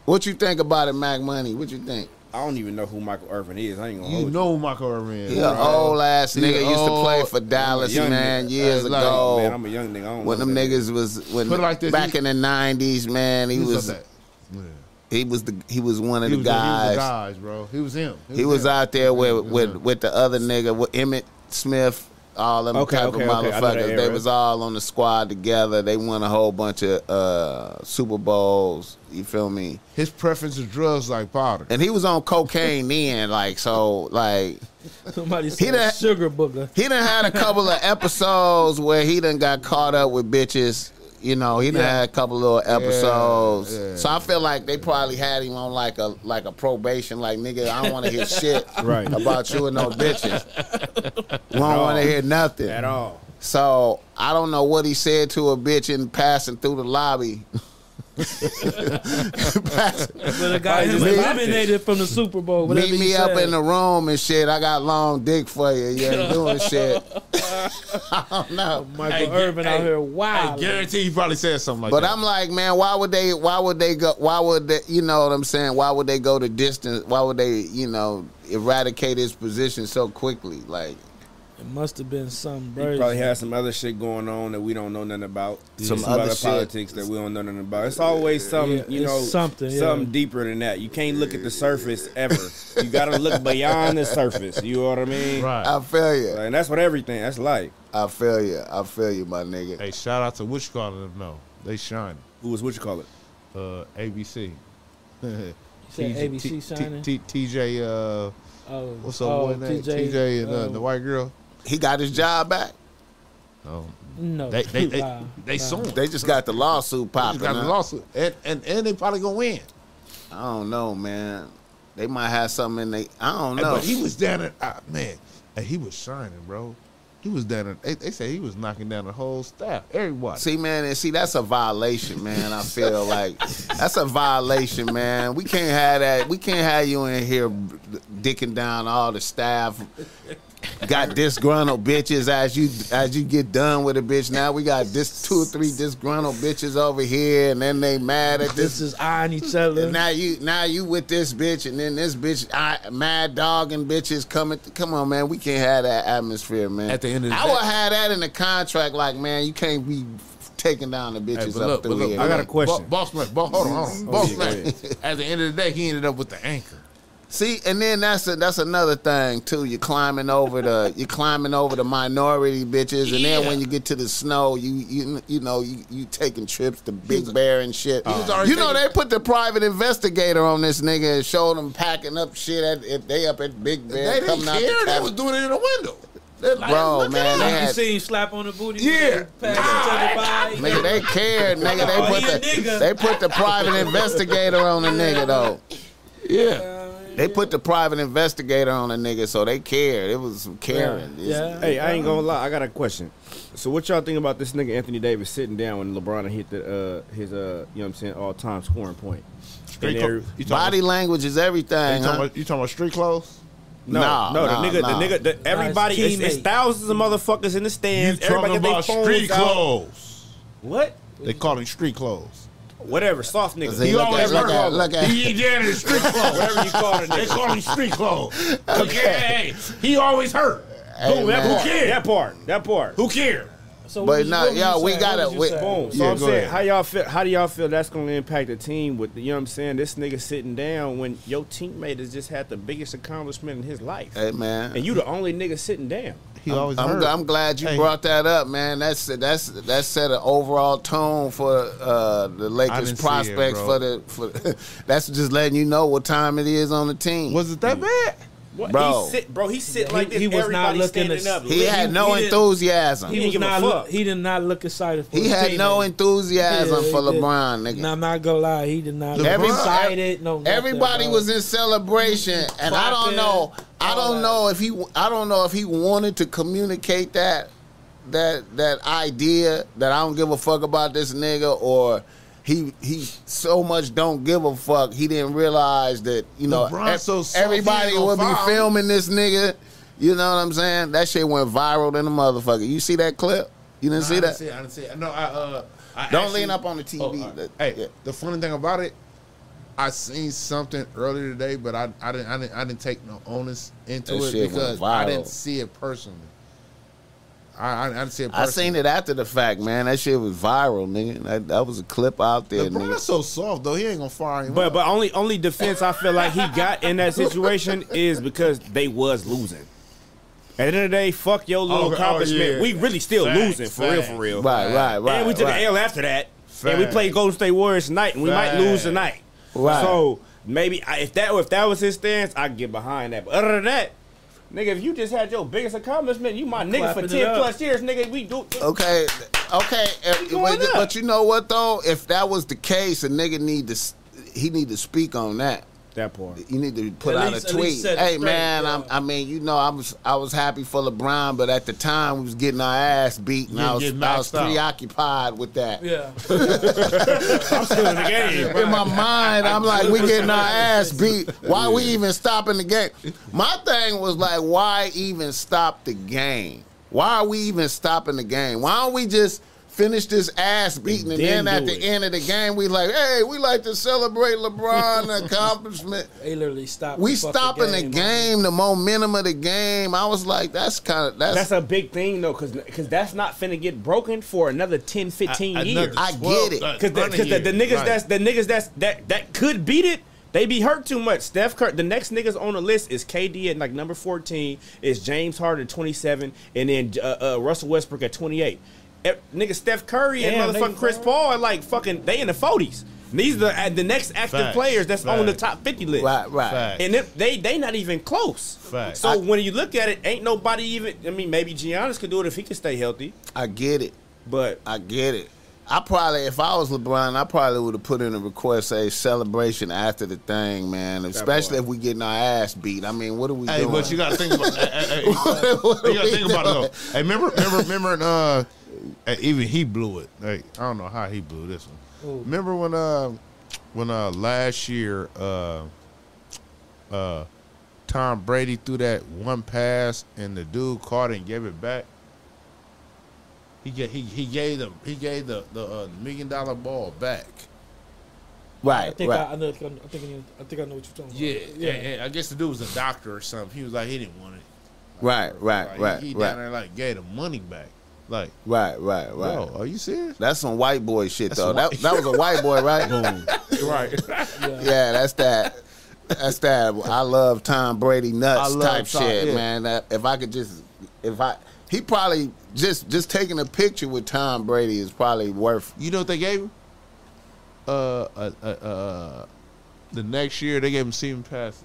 What you think about it, Mac Money? What you think? I don't even know who Michael Irvin is. I ain't gonna You hold know Michael Irvin. He an old ass He a nigga used to play old- for Dallas, young man, nigga. years Uh, ago. like, Man, I'm a young nigga. I don't when know them that niggas was when Put it like this, back he- in the nineties, man, he He was was, up there. he was the he was one Yeah. of the He was the- he was the guys. guys, bro. He was him. He was him. out there with was with, him. with the other nigga, with Emmett Smith, all them Okay, type okay, of okay. I know that motherfuckers. They era. was all on the squad together. They won a whole bunch of uh, Super Bowls. You feel me? His preference of drugs like powder. And he was on cocaine then, like so, like Somebody He done- said sugar booger. he done had a couple of episodes where he done got caught up with bitches. You know, he done had a couple little episodes. yeah. So I feel like they probably had him on like a like a probation, like nigga, I don't want to hear shit Right. about you and no bitches. We don't want to hear nothing. At all. So I don't know what he said to a bitch in passing through the lobby. (laughs) But it got him just left eliminated from the Super Bowl. whatever Meet he me up said. in the room and shit. I got long dick for you. You ain't doing shit. (laughs) I don't know. Michael Hey, Irvin out hey, here wild. guarantee He probably said something like But that. I'm like, man, why would they? Why would they go? Why would they? You know what I'm saying? Why would they go to distance? Why would they? You know, eradicate his position so quickly? Like it must have been something He crazy. probably had some other shit going on that we don't know nothing about. Some Some, other other, shit. politics that we don't know nothing about. It's always something, Yeah, you it's know, something, yeah. something deeper than that. You can't look at the surface ever. you gotta look beyond the surface. You know what I mean? right. I feel you. Like, and that's what everything. That's life. I feel you. I feel you, my nigga. Hey, shout out to which calling them though. They shining. Who was what you call it? Uh, ABC. said TJ ABC T- shining? T- T- TJ, uh, oh, what's up, oh, boy? name? TJ, TJ, and uh, oh, the white (laughs) girl. He got his job back. Um, No, they they (laughs) they, Nah, they nah. suing. They They just got the lawsuit just popping. got the huh? lawsuit, and, and and they probably gonna win. I don't know, man. They might have something in they. I don't Hey, know. But he was down at uh, man, hey, he was shining, bro. He was down. At, they, they say he was knocking down the whole staff, everybody. See, man, and see, that's a violation, man. I feel like that's a violation, man. We can't have that. We can't have you in here dicking down all the staff. Got disgruntled bitches as you as you get done with a bitch. Now we got this two or three disgruntled bitches over here, and then they mad at This this. is eyeing each other. And now you now you with this bitch, and then this bitch, I, mad dog and bitches coming. Come on, man, we can't have that atmosphere, man. At the end of the I day- would have that in the contract, like man, you can't be taking down the Hey, bitches but up look, but through look, here. I got a man. question. Bo- boss man, bo- hold on, hold on. Oh, boss yeah, go man. At the end of the day, he ended up with the anchor. See, and then that's a, that's another thing too. You're climbing over the you're climbing over the minority bitches, and then Yeah. when you get to the snow, you you you know you, you taking trips to Big Bear and shit. was already You know taking- they put the private investigator on this nigga and showed him packing up shit at if they up at Big Bear. They didn't coming out the care. They cabin. was doing it in the window. They're like, Bro, look at man, that. they had- You see him slap on the booty. Yeah. Pass each other by. Nigga, they cared, nigga. They Oh, put he a the nigga. they put the private investigator on the nigga though. Yeah. They put the private investigator on the nigga, so they cared. It was some caring. Yeah. Hey, I ain't gonna lie. I got a question. So, what y'all think about this nigga Anthony Davis sitting down when LeBron hit the uh, his uh, you know what I'm saying all time scoring point? Straight And clo- every- you talking Body language is about- everything. you huh? talking, about, you talking about street clothes? no, nah, no, nah, the nigga, nah. the nigga, the, everybody, Nah, it's it's, it's teammate. thousands of motherfuckers in the You stands. talking everybody got about their phones street out. clothes? What? They call him street clothes. Whatever, soft nigga. See, look at, always look hurt at, all look at, He yeah, in street clothes. Whatever you call it, they call him street clothes. Okay, he always hurt. Hey, Who- man. who cares? That part, that part. Who cares? So But what you- nah, what you y'all, we say? gotta- What you we- say? Boom. So Yeah, I'm go saying, ahead. how y'all feel? How do y'all feel that's going to impact the team? With the, you know what I'm saying? This nigga sitting down when your teammate has just had the biggest accomplishment in his life, hey man. and you the only nigga sitting down. He always I'm, hurt. I'm glad you Hey. brought that up, man. That's that's that set an overall tone for uh, the Lakers didn't see it, prospects bro. for the (laughs) for. that's just letting you know what time it is on the team. was it that bad? What? Bro. he sit, bro, he sit He- like this. he was not Everybody looking standing to- up. he Lit. had he- no he didn't- enthusiasm. He, He, didn't was give a not look, fuck. he did not look excited for his had teammate. no Yeah, enthusiasm he for did. LeBron, nigga. Nah, I'm not gonna lie, he did not look LeBron- excited. No, nothing, Everybody bro. was in celebration, and I don't Clapping, know. I all don't that. know if he. I don't know if he wanted to communicate that that that idea that I don't give a fuck about this nigga, or he he so much don't give a fuck. He didn't realize that you know LeBron so soft, everybody he ain't will gonna be foul. filming this nigga. You know what I'm saying? That shit went viral than a motherfucker. You see that clip? You didn't I see didn't that? See it, I didn't see it. No, I. Uh, I Don't actually- lean up on the TV. Oh, all right. That- Hey, yeah. the funny thing about it, I seen something earlier today, but I, I didn't I didn't I didn't take no onus into That shit it went because I viral. didn't see it personally. I I, I didn't see it. I Personally. seen it after the fact, man. That shit was viral, nigga. That, that was a clip out there, LeBron nigga. so soft though. He ain't gonna fire him. But up. but only only defense I feel like he got in that situation is because they was losing. At the end of the day, fuck your little Oh, oh, accomplishment. yeah. We really still Facts, losing for real, for facts. real. Right, right, right. and we took right. the L after that. And we Facts. played Golden State Warriors tonight, and we might lose tonight. Right. So maybe I- if that if that was his stance, I would get behind that. But other than that, nigga, if you just had your biggest accomplishment, you my nigga Clapping for it ten up. plus years, nigga. We do. Okay, okay. If, going but, up. but you know what though? If that was the case, a nigga need to s- he need to speak on that. That (laughs) part. You need to put At out least- a at least tweet. set it Hey straight, man, yeah. I'm, I mean, you know, I was I was happy for LeBron, but at the time we was getting our ass beat, and I You was, getting I was knocked out. preoccupied with that. Yeah. (laughs) in my mind, I'm like, we getting our ass beat. Why we even stopping the game? My thing was like, why even stop the game? Why are we even stopping the game? Why don't we just finish this ass beating and then, then at do the it. end of the game we like, hey, we like to celebrate LeBron accomplishment. They literally stopped. We the fucking stopping the game, the momentum of the game. I was like, that's kind of That's a big thing though, cause, 'cause that's not finna get broken for another 10, 15 Another years. I get 12, it. uh, Cause, the, 20 cause the, the years, niggas right. that's the niggas that's that that could beat it, they be hurt too much. Steph Curry, the next niggas on the list is KD at like number fourteen, is James Harden at twenty seven, and then uh, uh, Russell Westbrook at twenty eight. Nigga Steph Curry and Damn, they motherfucking Chris far. Paul are like fucking they in the forties. These are the, uh, the next active Facts, players that's on the facts. top fifty list. right, right. Fact. And if they they not even close. Facts. So when you look at it, ain't nobody even. I mean, maybe Giannis could do it if he could stay healthy. I get it. But I get it. I probably, if I was LeBron, I probably would have put in a request, a celebration after the thing, man. Especially boy. if we getting our ass beat. I mean, what are we Hey, doing? but you gotta think about. hey, hey, (laughs) hey, What you are we gotta think about doing? it though. Hey, remember, remember, remember, in, uh, hey, even he blew it. Like I don't know how he blew this one. Remember when, uh, when uh, last year, uh, uh, Tom Brady threw that one pass and the dude caught it and gave it back. He gave he, he gave the he gave the the uh, million dollar ball back. I right, think right. I, I, know, I think I know- I think I know what you're talking Yeah, about. yeah. I guess the dude was a doctor or something. He was like he didn't want it. right, right, Like, right, he, he down right, there like gave the money back. Like, right, right, right. bro, are you serious? That's some white boy shit, though. (laughs) (laughs) some That, that was a white boy, right? right. Yeah, that's that. That's that. I love Tom Brady nuts I love type Tom- shit, yeah. man. That, if I could just, if I, he probably just just taking a picture with Tom Brady is probably worth. You know what they gave him? Uh, uh, uh, uh, the next year they gave him seven passes.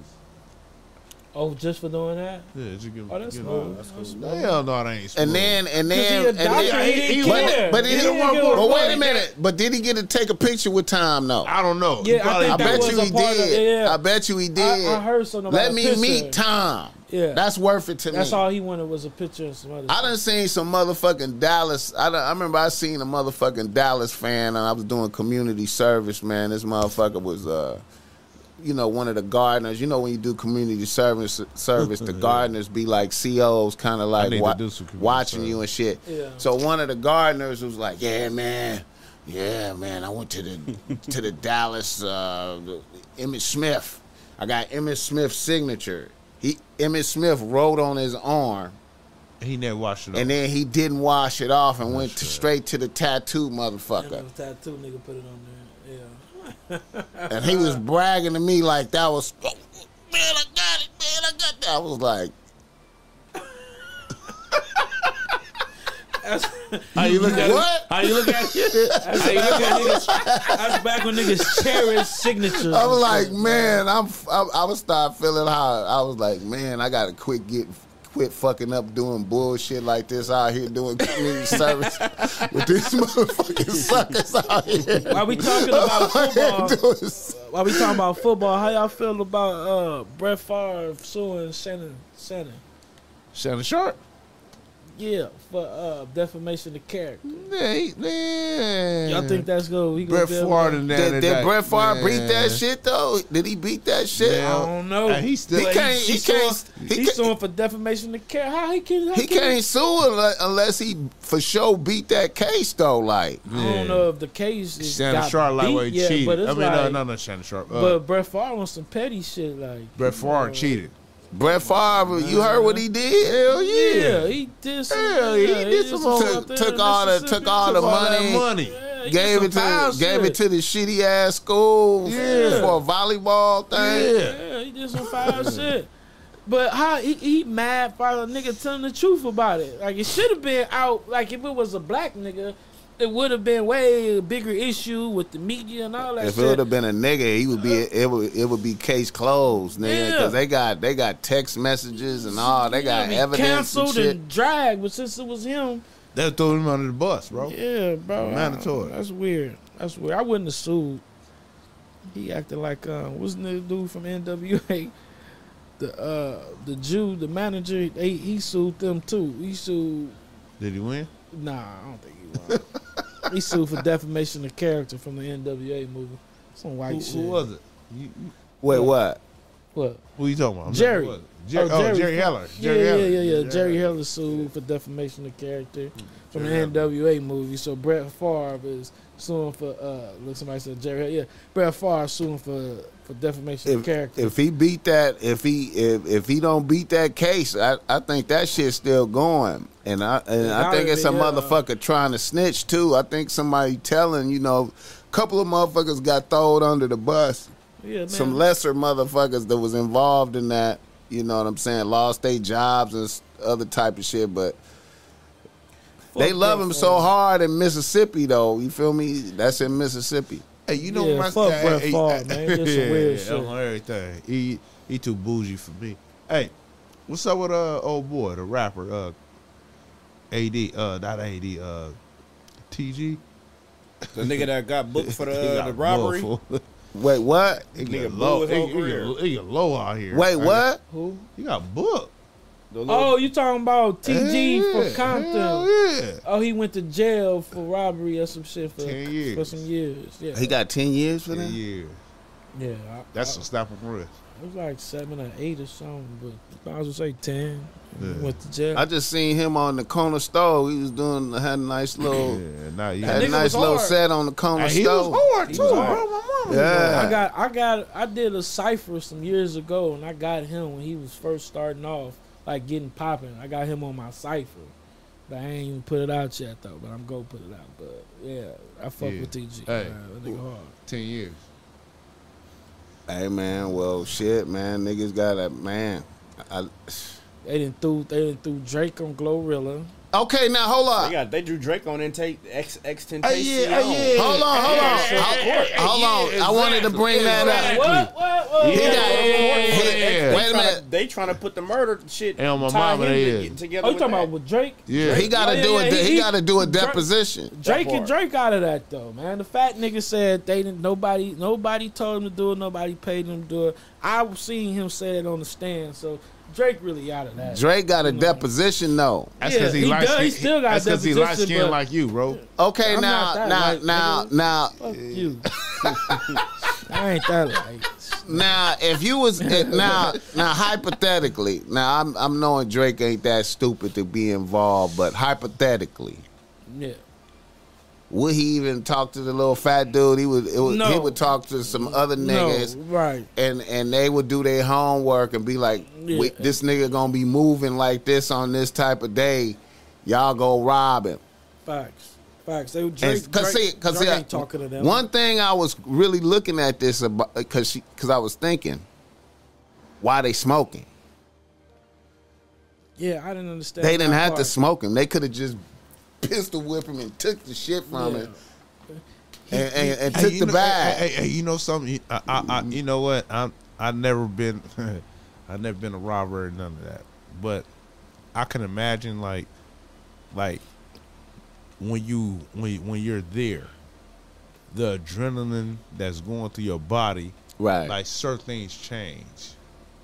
Oh, just for doing that? Yeah, just give him. Oh, that's give him- cool. That's Hell no, that ain't. And smooth. then and he then a and doctor, then, he didn't but, care. but, then He he- didn't give a but wait a fuck. minute. But did he get to take a picture with Tom? though? I don't know. Yeah, I I think that bet was you a he part of it, did. yeah. I bet you he did. I, I heard something about Let a me picture. meet Tom. Yeah. That's worth it to me. That's all he wanted was a picture of somebody. Mm. I done seen some motherfucking Dallas. I, done, I remember I seen a motherfucking Dallas fan, and I was doing community service. Man, this motherfucker was, uh, you know, one of the gardeners. You know, when you do community service, service, (laughs) the gardeners be like COs, kind of like need to wa- do some community watching service. you and shit. Yeah. So one of the gardeners was like, "Yeah, man, yeah, man, I went to (laughs) the to the Dallas uh, the- Emmett Smith. I got Emmett Smith's signature. He Emmett Smith wrote on his arm." he never washed it. And then he didn't wash it off and went to, straight to the tattoo motherfucker. tattoo nigga put it on there. Yeah. And he was bragging to me like that was, "Oh, man, I got it, man, I got that. I was like, How you look at What? It? How you look at it? (laughs) That's, how you look at niggas, (laughs) that's back when niggas cherished signatures. I was like, man, I'm, I, I was start feeling how I was like, man, I gotta quit getting. Quit fucking up doing bullshit like this out here doing community service with these motherfucking suckers out (laughs) here. (laughs) While we talking about football, Doing while we talking about football, how y'all feel about uh, Brett Favre suing Shannon Shannon? Shannon Sharp. Yeah, for uh, defamation of character. Yeah, he, yeah. Y'all think that's good? We gonna Brett be able- Favre and Did, did Brett Favre beat that shit though? Did he beat that shit? Yeah. I don't know. And he still. He can't. She He can't. suing- He He's can't. suing for defamation of character. How he can? How He can- can't sue unle- unless he for sure beat that case though. Like I don't know if the case is Shannon got Sharp like beat well, he yet, cheated. but it's I mean, like, no, no, no, Shannon Sharp. Uh, But Brett Favre on some petty shit, like Brett Favre cheated. Brett Favre, you heard what he did? Hell yeah, he did some. Hell, he did some stuff took- out there took in all the- Mississippi. took all the All that Money. money. Yeah, he Gave did it some to foul gave shit. it to the shitty ass school Yeah. for a volleyball thing. Yeah. Yeah, he did some (laughs) foul shit. But how he, he mad for a nigga telling the truth about it? Like it should have been out. Like if it was a black nigga, it would have been way a bigger issue with the media and all that If it shit. would have been a nigga, he would be it would it would be case closed, nigga. Yeah. Cause they got they got text messages and all. oh, They got Yeah, he evidence and canceled shit. and dragged, but since it was him, They threw him under the bus, bro. yeah, bro, Mandatory. That's weird. That's weird. I wouldn't have sued. He acted like um, what's the nigga dude from NWA? (laughs) The uh, the Jew, the manager, they, he sued them too. He sued Did he win? Nah, I don't think he won. (laughs) he sued for defamation of character from the NWA movie. Some white Who, shit. who was it? You, you- Wait, what? What? who you talking about? Jerry. Who was it? Jerry, Oh, oh, Jerry Jerry, Heller. Yeah, Jerry Heller. yeah, yeah, yeah. Jerry Heller sued for defamation of character from the NWA movie. So Brett Favre is suing for. Uh, look, somebody said Jerry. Heller. Yeah, Brett Favre suing for for defamation of if, character. if he beat that, if he if, if he don't beat that case, I, I think that shit's still going. And I and I gotta think it's a be, yeah. motherfucker trying to snitch too. I think somebody telling you know, a couple of motherfuckers got thrown under the bus. yeah, man. Some lesser motherfuckers that was involved in that. You know what I'm saying? Lost their jobs and s- other type of shit, but. They Fuck love Brett him so Favre. hard in Mississippi, though. You feel me? That's in Mississippi. Hey, you know Yeah, my fuck hey, Brett hey, Favre, hey, man. Just some (laughs) yeah, weird yeah, shit. on everything. He he too bougie for me. Hey, what's up with uh old boy, the rapper, uh AD, uh not AD, uh TG? The nigga that got booked (laughs) for He the, got the robbery. low for- Wait, what? He Nigga got blew low. his He, whole he career. got- he got low out here. Wait, Hey, what? Who? He got booked. The little- Oh, you talking about TG Hell yeah, from Compton? hell yeah. Oh, he went to jail for robbery or some shit for 10 for years. some years. Yeah, He got 10 years for Yeah, that? yeah. yeah. I- That's some slap on wrist. It was like seven or eight or something, but I was say ten. Yeah. Went to jail. I just seen him on the corner stove. He was doing had a nice little Yeah, nah, you had a nigga nice was little hard. set on the corner Hey, he stove. was hard too, was bro. hard. My mama. Yeah. I got, I got, I did a cipher some years ago, and I got him when he was first starting off, like getting popping. I got him on my cipher, but I ain't even put it out yet though. But I'm gonna put it out. But yeah, I fuck Yeah. with TG. Hey. man. That nigga hard. Ten years. Hey man, well shit, man, niggas got a man. I, They didn't threw they didn't threw Drake on Glorilla. okay, now hold They on, got they drew Drake on and take X X ten. Hey, Oh, yeah, hey, yeah. hold on, hold on, Yeah, Hold- yeah, hold on. yeah, I wanted to exactly, bring that exactly. up. What? What? What? He got- got yeah, yeah. Wait Wait a a minute. minute. They trying to put the murder shit And on my tie mama, him they to- is. together. Oh, you with talking that. about with Drake? Yeah, He got to Yeah, do yeah, a yeah, he, he- got to do a Drake- deposition. Drake and part. Drake out of that though, man. The fat nigga said they didn't nobody nobody told him to do it, nobody paid him to do it. I seen him say that on the stand, so Drake really out of that. Drake got a deposition though. that's Yeah, because he he, light does. He skin. still got That's because he light deposition, skinned but- like you, bro. Okay, I'm now not that now light, now nigga. now Fuck (laughs) you. I ain't that like now if you was (laughs) if- now now hypothetically now I'm I'm knowing Drake ain't that stupid to be involved, but hypothetically. yeah. Would he even talk to the little fat dude? He would. It would He No. would talk to some other niggas, No, right. and and they would do their homework and be like, Yeah. "Wait, "This nigga gonna be moving like this on this type of day. Y'all go rob him." Facts. Facts. They Drake, And- Cause Drake, see, cause Drake see, ain't talking to them. One thing I was really looking at this about because she because I was thinking, why they smoking? yeah, I didn't understand. They didn't that have to part. smoke him. They could have just pistol whipped him and took the shit from Yeah. him and, and, and Hey, took you the know, bag. Hey, hey, hey, you know something? I, I, I, you know what? I'm I never been, (laughs) I never been a robber or none of that. But I can imagine like, like when you when you- when you're there, the adrenaline that's going through your body, right, like certain things change.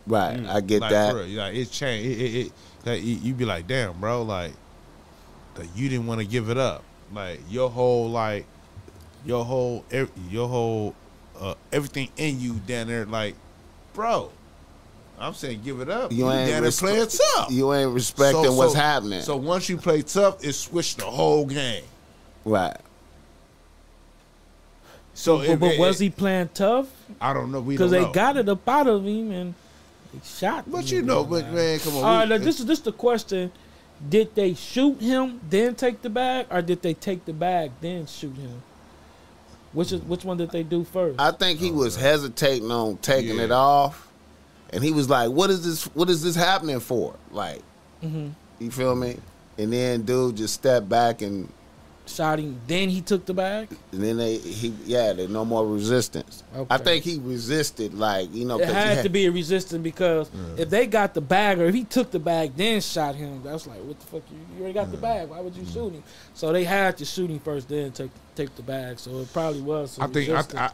right. I get like, that. for real, like it changed. It, it, it like, you, you be like, damn, bro, like that you didn't want to give it up. Like your whole like your whole ev- your whole uh, everything in you down there, like, bro. I'm saying give it up. You You, ain't down there respe- playing tough. You ain't respecting So- what's so- happening. So once you play tough, it switched the whole game. right. So But, but was he playing tough? I don't know. We Because don't they know. got it up out of him and they shot. But him, you know, but man, come on. All right, we- now this is this the question: Did they shoot him then take the bag, or did they take the bag then shoot him? Which is which one did they do first? I think he was hesitating on taking Oh, Yeah. it off, and he was like, "What is this? What is this happening for?" Like, Mm-hmm. you feel me? And then dude just stepped back, and, Shot him, then he took the bag. and then they he yeah, there's no more resistance. I Okay. think he resisted, like you know, It 'cause he had had- (laughs) to be a resistance because if they got the bag or if he took the bag then shot him, that's like what the fuck you, you already got the bag. Why would you shoot him? So they had to shoot him first, then take take the bag. So it probably was. some I think I, I, resistance.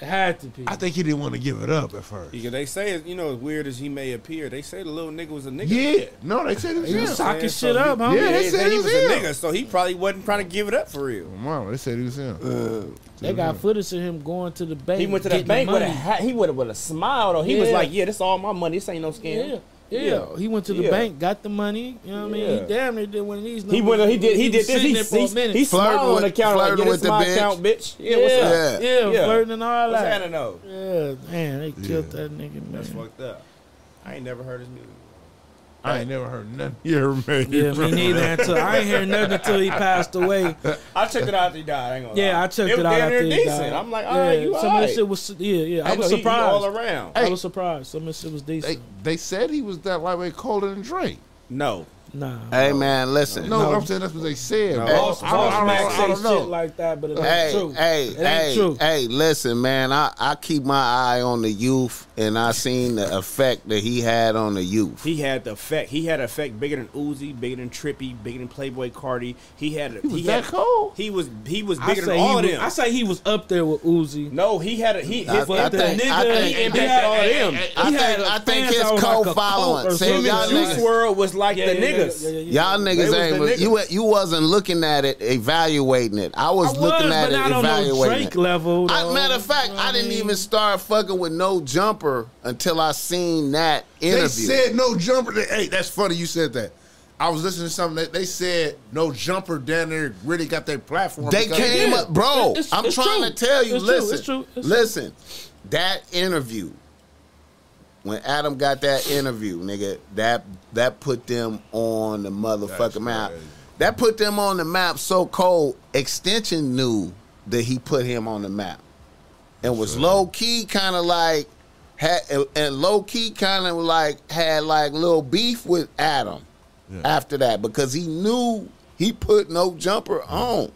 it had to be. I think he didn't want to give it up at first. Because they say, you know, as weird as he may appear, they say the little nigga was a nigga. Yeah, no, they said it was he was him. socking Man, shit so up, he- homie. Yeah, Yeah, they they said say it he was was him. a nigga, so he probably wasn't trying to give it up for real. Mama, they said it was him. They got footage of him going to the bank. He went to the getting bank with a money. hat. He would have with a smile though. He was Yeah. like, "Yeah, this all my money. This ain't no Yeah. scam." yeah. he went to the Yeah. bank, got the money. You know what I mean? Yeah. He damn near did one of these. He numbers. went. He did. He did was this. sitting He, there for a he, minute. he smiled Flirting on with- the counter like, flirting "Yeah, this with the my bitch." account, bitch." Yeah, yeah, what's up? yeah, Yeah. flirting and all What's that. happening though? Yeah, man, they killed that nigga. That's Man. fucked up. I ain't never heard his music. I ain't never heard nothing. You (laughs) ever made Yeah, me neither. Until, I ain't hear nothing until he (laughs) passed away. I checked it out after he died. I ain't gonna Yeah, lie. I it checked it, was out damn near after he decent. died. I'm like, yeah, all right, you all some of right. the shit was yeah, yeah. I, Hey, was no, he- he surprised. all around. I was surprised. Some of the shit was They, decent. they said he was that lightweight colder than Drake. No, nah, Hey man, listen. No, I'm saying that's what they said. bro. Boss, I, don't- boss I don't- man I don't say know. shit like that, but it ain't Hey, true. hey, it ain't hey, true. hey! Listen, man, I, I keep my eye on the youth, and I seen the effect that he had on the youth. he had the effect. He had an effect bigger than Uzi, bigger than Trippy, bigger than Playboy Cardi. He had. A, he was had, that cold? He was. He was I bigger say, than he all of was, them. I say he was up there with Uzi. no, he had a he. I- His, I I, But the think- nigga, I he think- impacted I- all I- them. I- I He think- had I think fans his that was like a co-following. cult or See, y'all something. Yeah, niggas- Juice World was like yeah, the yeah, niggas. yeah, yeah, yeah. Y'all niggas was ain't the re- niggas. you wa- you wasn't looking at it, evaluating it. I was, I was, looking at but it, I don't know evaluating Drake it. level. I, though. matter of fact, You know I what didn't mean? even start fucking with no jumper until I seen that interview. They said no jumper. They- hey, that's funny you said that. I was listening to something that they said no jumper down there really got their platform. They because- came Yeah. up, bro. It's- I'm it's trying true. to tell you. It's true, listen, it's true, it's listen. That interview, when Adam got that interview, nigga, that that put them on the motherfucking That's map. crazy. That put them on the map so cold. Extension knew that he put him on the map, and was low key kind of like had and, low key kind of like had like little beef with Adam Yeah. after that because he knew he put no jumper on.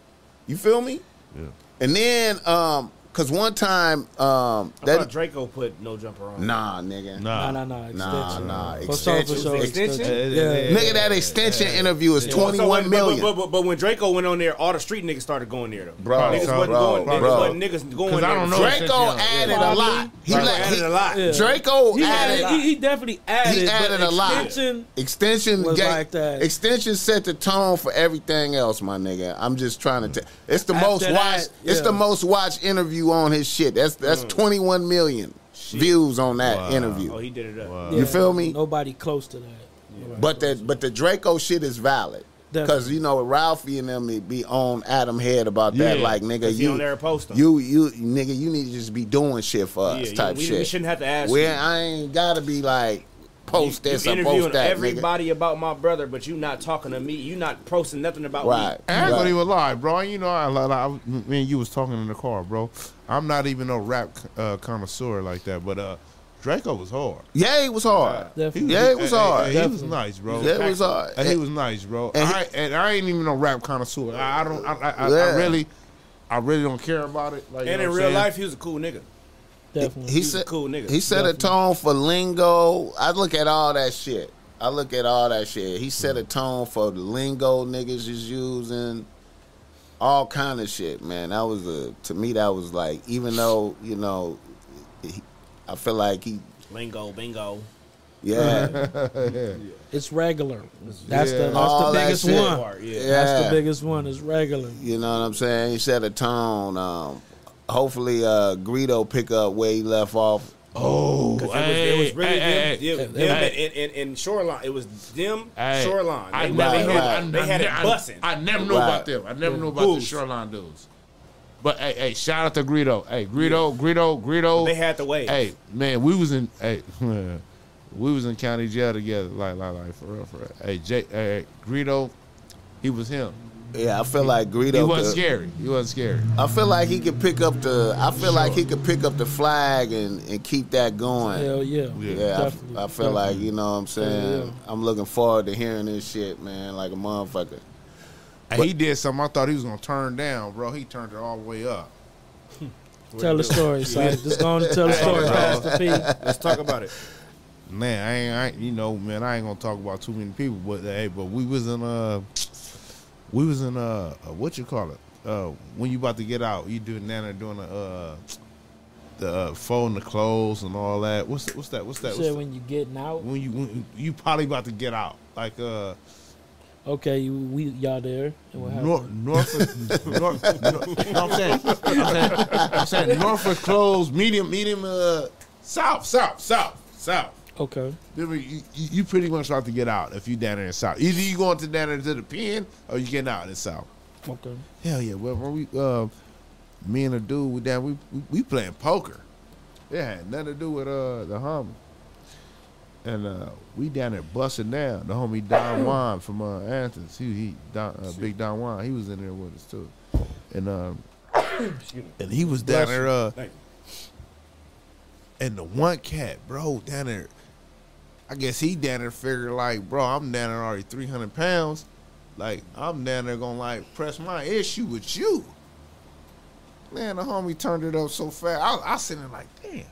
You feel me? Yeah. And then um cuz one time um I thought that Draco put no jumper on. nah nigga. Nah. Nah, nah, Nah, nah. extension. nah, For sure, for extension. sure. Extension? Yeah. Nigga that extension interview is Well, so 21 when- but- million. But, but, but when Draco went on there, all the street niggas started going there though. Bro, niggas bro, wasn't going. bro, Niggas bro. wasn't niggas going. 'Cause I there. don't know Draco shit. Draco Yeah. added a Probably. lot. He, Draco let- added he- a lot. Yeah. Draco He, added added, he, he definitely added. he but added a lot. extension- Extension was gave- like that. Extension set the tone for everything else, my nigga. I'm just trying to. T- it's the After most that, watched. It's yeah. the most watched interview on his shit. That's that's 21 million views on that Wow. interview. Oh, he did it up. Wow. You feel me? Nobody close to that. but that but the Draco shit is valid. Because Definitely. you know Ralphie and them be on Adam head about that, Yeah, like nigga, 'cause he you on there posting. you you nigga, you need to just be doing shit for Yeah, us you- type we, shit. we shouldn't have to ask. Where you. I ain't gotta be like post You- this you or interviewing post that. nigga. everybody about my brother, but you not talking to me. You not posting nothing about Right. me. I ain't right. gonna even lie, bro. You know, I, like, I, me and you was talking in the car, bro. I'm not even no rap uh, connoisseur like that, but uh, Draco was hard. Yeah, it was hard. Definitely. Yeah, it was Hey, hey, hard. hey, he was nice, bro. Yeah, it was hard. And he was nice, bro. and And he- I, and I ain't even no rap connoisseur. I, I don't. I, I, I, Yeah. I really, I really don't care about it. Like, you And know in what I'm real saying? life, he was a cool nigga. Definitely. He was a set, cool nigga. He set a tone for lingo. I look at all that shit. I look at all that shit. He set a tone for the lingo niggas is using. All kind of shit, man. That was a to me. That was like, even though you know, he, I feel like he, Lingo, bingo. yeah, it's regular. That's Yeah. the that's All the that biggest shit. one. Part, yeah. yeah. That's the biggest one. Is regular. You know what I'm saying? He set a tone. Um, hopefully, uh, Greedo pick up where he left off. Oh, It was, hey, it was really hey, hey, them, them, hey, them hey. and, and, and Shoreline. It was them, Hey, Shoreline. They, I they, right, never knew. right. I, had, they I, had it I- bussing. I never knew Right. about them. I never knew about the Who's? shoreline dudes. But hey, hey, shout out to Greedo. Hey, Greedo, Greedo, Greedo. they had the way. Hey, man, we was in hey, (laughs) we was in county jail together. Like, like, like for real, for real. Hey, Jay, hey, Greedo, he was him. Yeah, I feel like Greedo. He wasn't could- scary. He wasn't scary. I feel like he could pick up the. I feel like he could pick up the flag and, and keep that going. Hell yeah. Yeah. yeah, I f- Definitely, I, feel like you know what I'm saying. Yeah. I'm looking forward to hearing this shit, man. Like a motherfucker. And he did something I thought he was gonna turn down, bro. He turned it all the way up. Tell the story, son. Just go on and (laughs) tell the story, Pastor P. Let's talk about it. Man, I ain't, I ain't- you know, man, I ain't gonna talk about too many people, but hey, but we was in uh, we was in uh, uh, what you call it? Uh, when you about to get out, you doing down there doing the uh, the uh, folding the clothes and all that. What's what's that? What's that? What's Said that? when you getting out. When you when you probably about to get out, like uh, Okay, you, we y'all there. And what Nor- happened? Norfolk, Norfolk, Nor- you know what I'm saying, I'm saying, I'm saying Norfolk clothes, medium, medium, uh, south, south, south, south. Okay. Then we- You, you you pretty much about to get out if you down there in South. Either you going to down there to the pen or you getting out in South. Okay. Hell yeah, well, when we uh, me and a dude we down we we, we playing poker. It had nothing to do with uh the homie. And uh, we down there busting down. The homie Don Juan from uh, Athens, he, he Don, uh, Big Don Juan, he was in there with us too. And um, and he was down Bless there. Uh, Thank you. and the one cat, bro, down there. I guess he down there figured like, bro, I'm down there already 300 pounds. Like, I'm down there gonna like press my issue with you. Man, the homie turned it up so fast. I, I sitting there like, damn.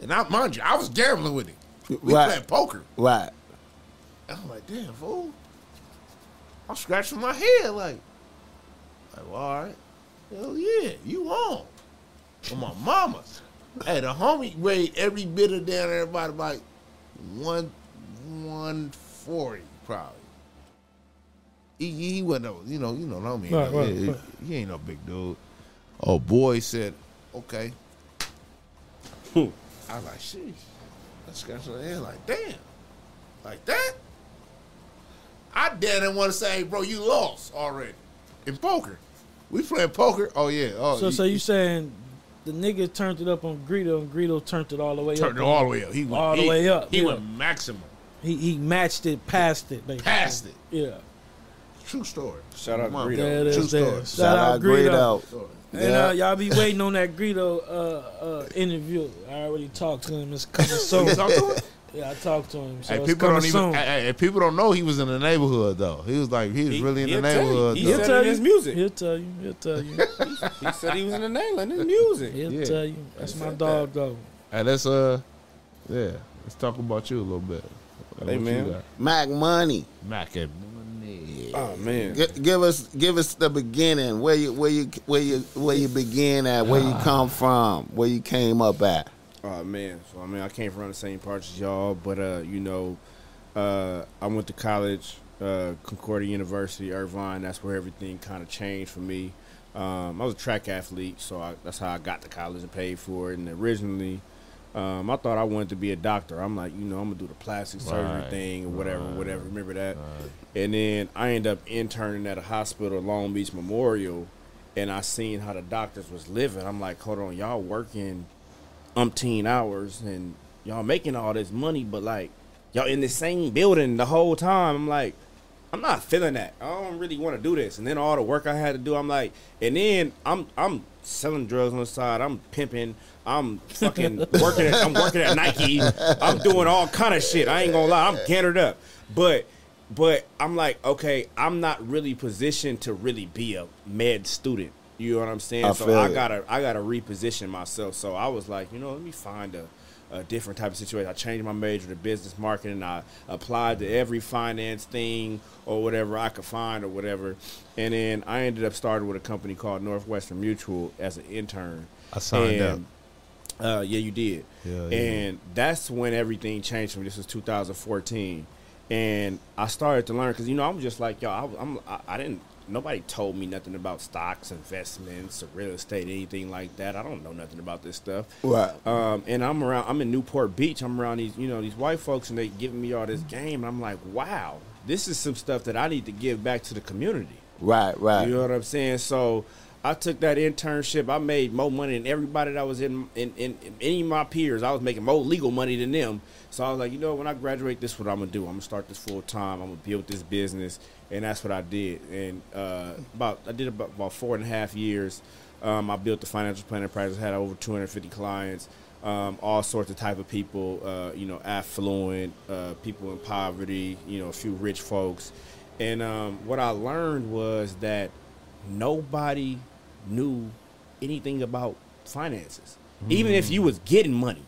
And I, mind you, I was gambling with him. We Right. playing poker. Right. And I'm like, damn, fool. I'm scratching my head like, like, well, all right. Hell yeah, you on. With my mama's. hey, the homie weighed every bit of down there about, about one, 140 probably. He, he wasn't, no, you know, you know, the homie. ain't Right, no- right, he- right. He ain't no big dude. Oh, boy said, okay. I was like, sheesh. I scratched my head like, damn. Like that? I didn't want to say, bro, you lost already in poker. We playing poker. Oh yeah. Oh, So, so you saying the nigga turned it up on Greedo, and Greedo turned it all the way turned it up. all the way up. He went All the he- way up, He yeah. went maximum He he matched it, past it, basically. past it. Yeah. True story. Shout out Come on. Greedo. There it True is. story. there. Shout, out Greedo. Story. And uh, y'all be waiting on that Greedo uh, uh, interview. I already talked to him. It's (laughs) coming soon. yeah, I talked to him. So Hey, it's people coming don't even. soon. Hey, hey, hey, people don't know he was in the neighborhood though. He was like he was He- really in the he'll tell you. neighborhood. He though. He'll said tell in you. his music. He'll tell you. He'll (laughs) tell you. He said he was in the Nayland. His music. He'll Yeah. tell you. That's my dog, though. Hey, let's uh, yeah, let's talk about you a little bit. Hey, man. Mac Money. Mac and Oh man. G- give us give us the beginning. Where you where you where you where you begin at? Where Ah. you come from? Where you came up at? Oh man, so I mean, I came from the same parts as y'all, but uh, you know, uh, I went to college, uh, Concordia University, Irvine. That's where everything kind of changed for me. Um, I was a track athlete, so I, that's how I got to college and paid for it. And originally, um, I thought I wanted to be a doctor. I'm like, you know, I'm gonna do the plastic surgery Right, thing or whatever, right, whatever. Remember that? And then I end up interning at a hospital, Long Beach Memorial, and I seen how the doctors was living. I'm like, hold on, y'all working umpteen hours and y'all making all this money, but like y'all in the same building the whole time. I'm like, I'm not feeling that. I don't really want to do this. And then all the work I had to do, I'm like, and then I'm I'm selling drugs on the side. I'm pimping. I'm (laughs) fucking working. At, I'm working at Nike. I'm doing all kind of shit. I ain't gonna lie. I'm cantered up, but but I'm like, okay, I'm not really positioned to really be a med student. You know what I'm saying? I so feel I you. got gotta I gotta reposition myself. So I was like, you know, let me find a, a different type of situation. I changed my major to business marketing. I applied to every finance thing or whatever I could find or whatever. And then I ended up starting with a company called Northwestern Mutual as an intern. I signed And, Uh, yeah, you did. Yeah, yeah. and that's when everything changed for me. This was 2014, and I started to learn because you know I'm just like y'all. I, I'm I, I didn't nobody told me nothing about stocks, investments, or real estate, anything like that. I don't know nothing about this stuff. Right. Um, and I'm around. I'm in Newport Beach. I'm around these you know these white folks, and they giving me all this game, and I'm like, wow, this is some stuff that I need to give back to the community. Right, right. You know what I'm saying? So I took that internship. I made more money than everybody that was in in, in, in any of my peers. I was making more legal money than them. So I was like, you know, when I graduate, this is what I'm gonna do. I'm gonna start this full time. I'm gonna build this business, and that's what I did. And uh, about I did about, about four and a half years. Um, I built the financial planning practice. Had over 250 clients um, all sorts of type of people, uh, you know, affluent, uh, people in poverty, you know, a few rich folks. And um, what I learned was that nobody knew anything about finances, even if you was getting money.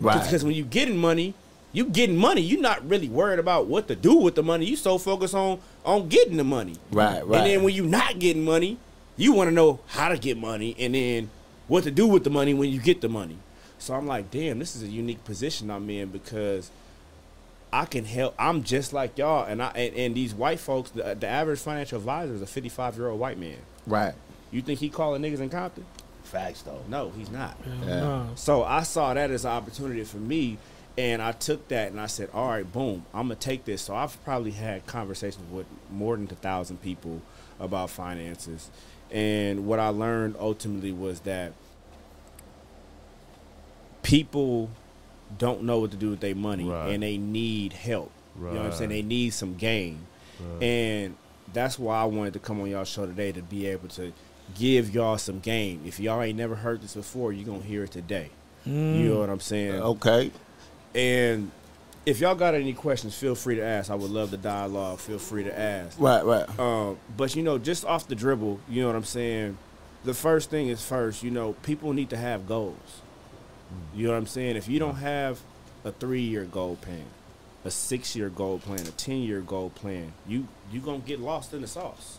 Right. Because when you getting money, you getting money. You're not really worried about what to do with the money. You so focused on on getting the money. Right, right. And then when you're not getting money, you want to know how to get money and then what to do with the money when you get the money. So I'm like, damn, this is a unique position I'm in because I can help. I'm just like y'all, and I and, and these white folks. The, the average financial advisor is a 55 year old white man. Right. You think he calling niggas in Compton? Facts though. No, he's not. Yeah. No. So I saw that as an opportunity for me, and I took that and I said, "All right, boom, I'm gonna take this." So I've probably had conversations with more than a thousand people about finances, and what I learned ultimately was that people don't know what to do with their money, Right. and they need help. You know what I'm saying? Right. They need some game, and that's why I wanted to come on y'all show today to be able to give y'all some game. If y'all ain't never heard this before, you're gonna hear it today. You know what I'm Mm. saying? Okay. And if y'all got any questions, feel free to ask. I would love the dialogue. Feel free to ask. Right, right. Um, but you know, just off the dribble, you know what I'm saying. The first thing is first. You know, people need to have goals. You know what I'm saying. If you don't have a three year goal plan, a six year goal plan, a ten year goal plan, you you gonna get lost in the sauce.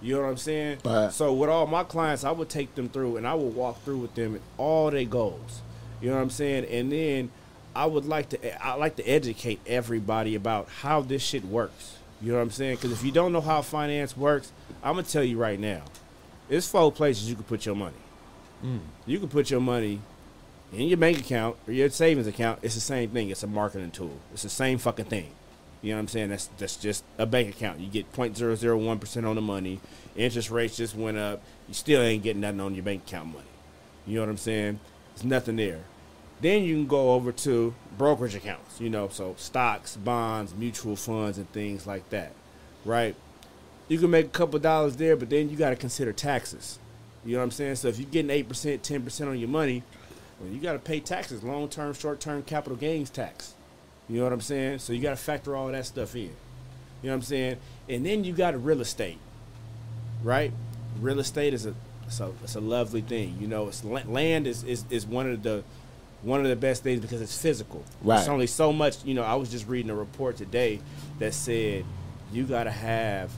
You know what I'm saying? Right. So with all my clients, I would take them through and I would walk through with them all their goals. You know what I'm saying? And then I would like to I like to educate everybody about how this shit works. You know what I'm saying? Because if you don't know how finance works, I'm gonna tell you right now, there's four places you can put your money. You can put your money in your bank account or your savings account. It's the same thing. It's a marketing tool. It's the same fucking thing. You know what I'm saying? That's that's just a bank account. You get 0.001 percent on the money. Interest rates just went up. You still ain't getting nothing on your bank account money. You know what I'm saying? There's nothing there. Then you can go over to brokerage accounts. You know, so stocks, bonds, mutual funds, and things like that. Right? you can make a couple dollars there, but then you got to consider taxes. You know what I'm saying? So if you're getting eight percent, ten percent on your money, well, you got to pay taxes, long term, short term, capital gains tax. You know what I'm saying? So you got to factor all that stuff in. You know what I'm saying? And then you got real estate, right? Real estate is a it's a, it's a lovely thing. You know, it's la- land is, is is one of the one of the best things because it's physical. Right. It's only so much. You know, I was just reading a report today that said you got to have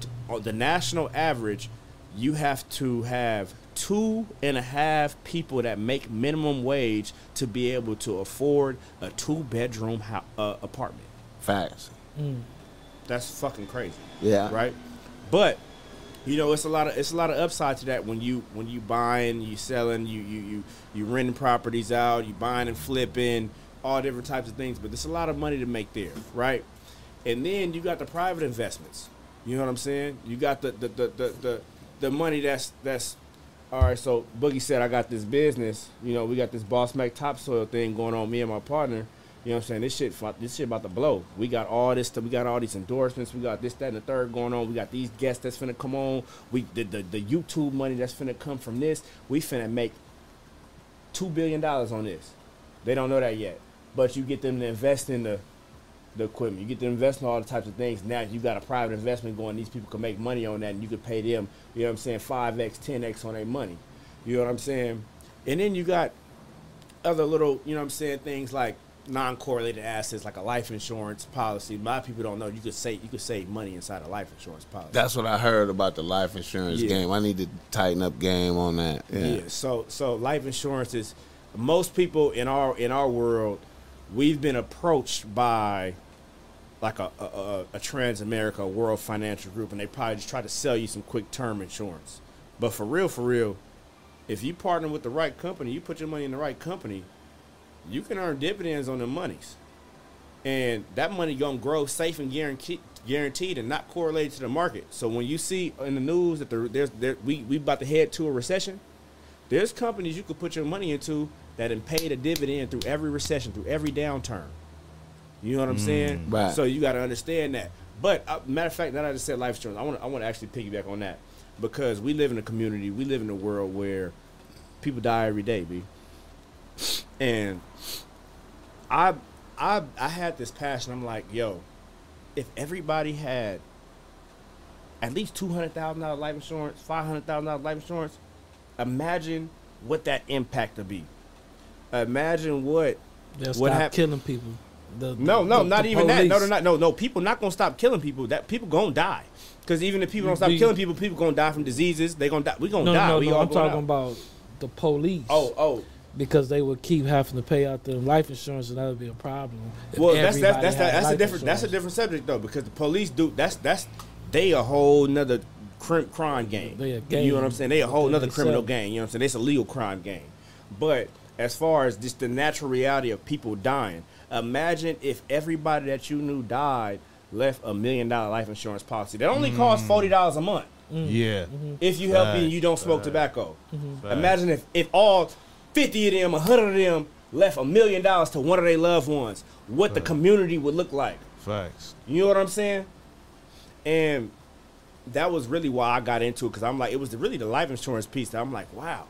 t- on the national average. You have to have two and a half people that make minimum wage to be able to afford a two bedroom ho- uh, apartment. Facts. That's fucking crazy Yeah. right? But you know, it's a lot of it's a lot of upside to that when you when you buying, you selling, you you you you renting properties out, you buying and flipping, all different types of things. But there's a lot of money to make there, right? And then you got the private investments. You know what I'm saying? You got the the the the the, the money that's that's all right, so Boogie said I got this business. You know, we got this Boss Mac topsoil thing going on. Me and my partner. You know what I'm saying? This shit, fu- this shit about to blow. We got all this stuff. We got all these endorsements. We got this, that, and the third going on. We got these guests that's finna come on. We the the, the YouTube money that's finna come from this. We finna make two billion dollars on this. They don't know that yet, but you get them to invest in the the equipment. You get to invest in all the types of things. Now you got a private investment going. These people can make money on that, and you can pay them. You know what I'm saying? Five x, ten x on their money. You know what I'm saying? And then you got other little, you know what I'm saying, things like non-correlated assets, like a life insurance policy. A lot of people don't know you could save you could save money inside a life insurance policy. That's what I heard about the life insurance Yeah. game. I need to tighten up game on that. Yeah. Yeah. So so life insurance is most people in our in our world, we've been approached by like a a, a, a Transamerica, a World Financial Group, and they probably just try to sell you some quick term insurance. But for real, for real, if you partner with the right company, you put your money in the right company, you can earn dividends on the monies, and that money gonna grow safe and guaranteed. Guaranteed and not correlated to the market. So when you see in the news that there, there's there, we we about to head to a recession, there's companies you could put your money into that have paid a dividend through every recession, through every downturn. You know what I'm saying? right. So you got to understand that. But uh, matter of fact, now that I just said life insurance, I want I want to actually piggyback on that because we live in a community, we live in a world where people die every day, b. And I I I had this passion. I'm like, yo, if everybody had at least two hundred thousand dollars life insurance, five hundred thousand dollars life insurance, imagine what that impact would be. Imagine what They'll What stop hap- killing people. The- the- no, no, the- not the even that. No, police. no, not, no, no. People not gonna stop killing people. That people gonna die. Because even if people don't stop We- killing people, people gonna die from diseases. They gonna die. We gonna No, die. no, no, we no, all I'm gonna talking die. about the police. Oh, oh. because they would keep having to pay out their life insurance, and that would be a problem. if Well, that's that's everybody that's had that's a life different that's a insurance. different subject though because the police do that's that's they a whole nother crim, crime game. They You a know what gang. I'm saying? They a whole They nother criminal themselves. gang. You know what I'm saying? It's a legal crime gang. But as far as just the natural reality of people dying, imagine if everybody that you knew died left a million dollar life insurance policy that only costs forty dollars a month Mm-hmm. Yeah. if you healthy and you don't smoke Facts. tobacco. Facts. Imagine if, if all 50 of them, 100 of them left a million dollars to one of their loved ones, what the community would look like. Facts. You know what I'm saying? And that was really why I got into it because I'm like, it was really the life insurance piece that I'm like, wow,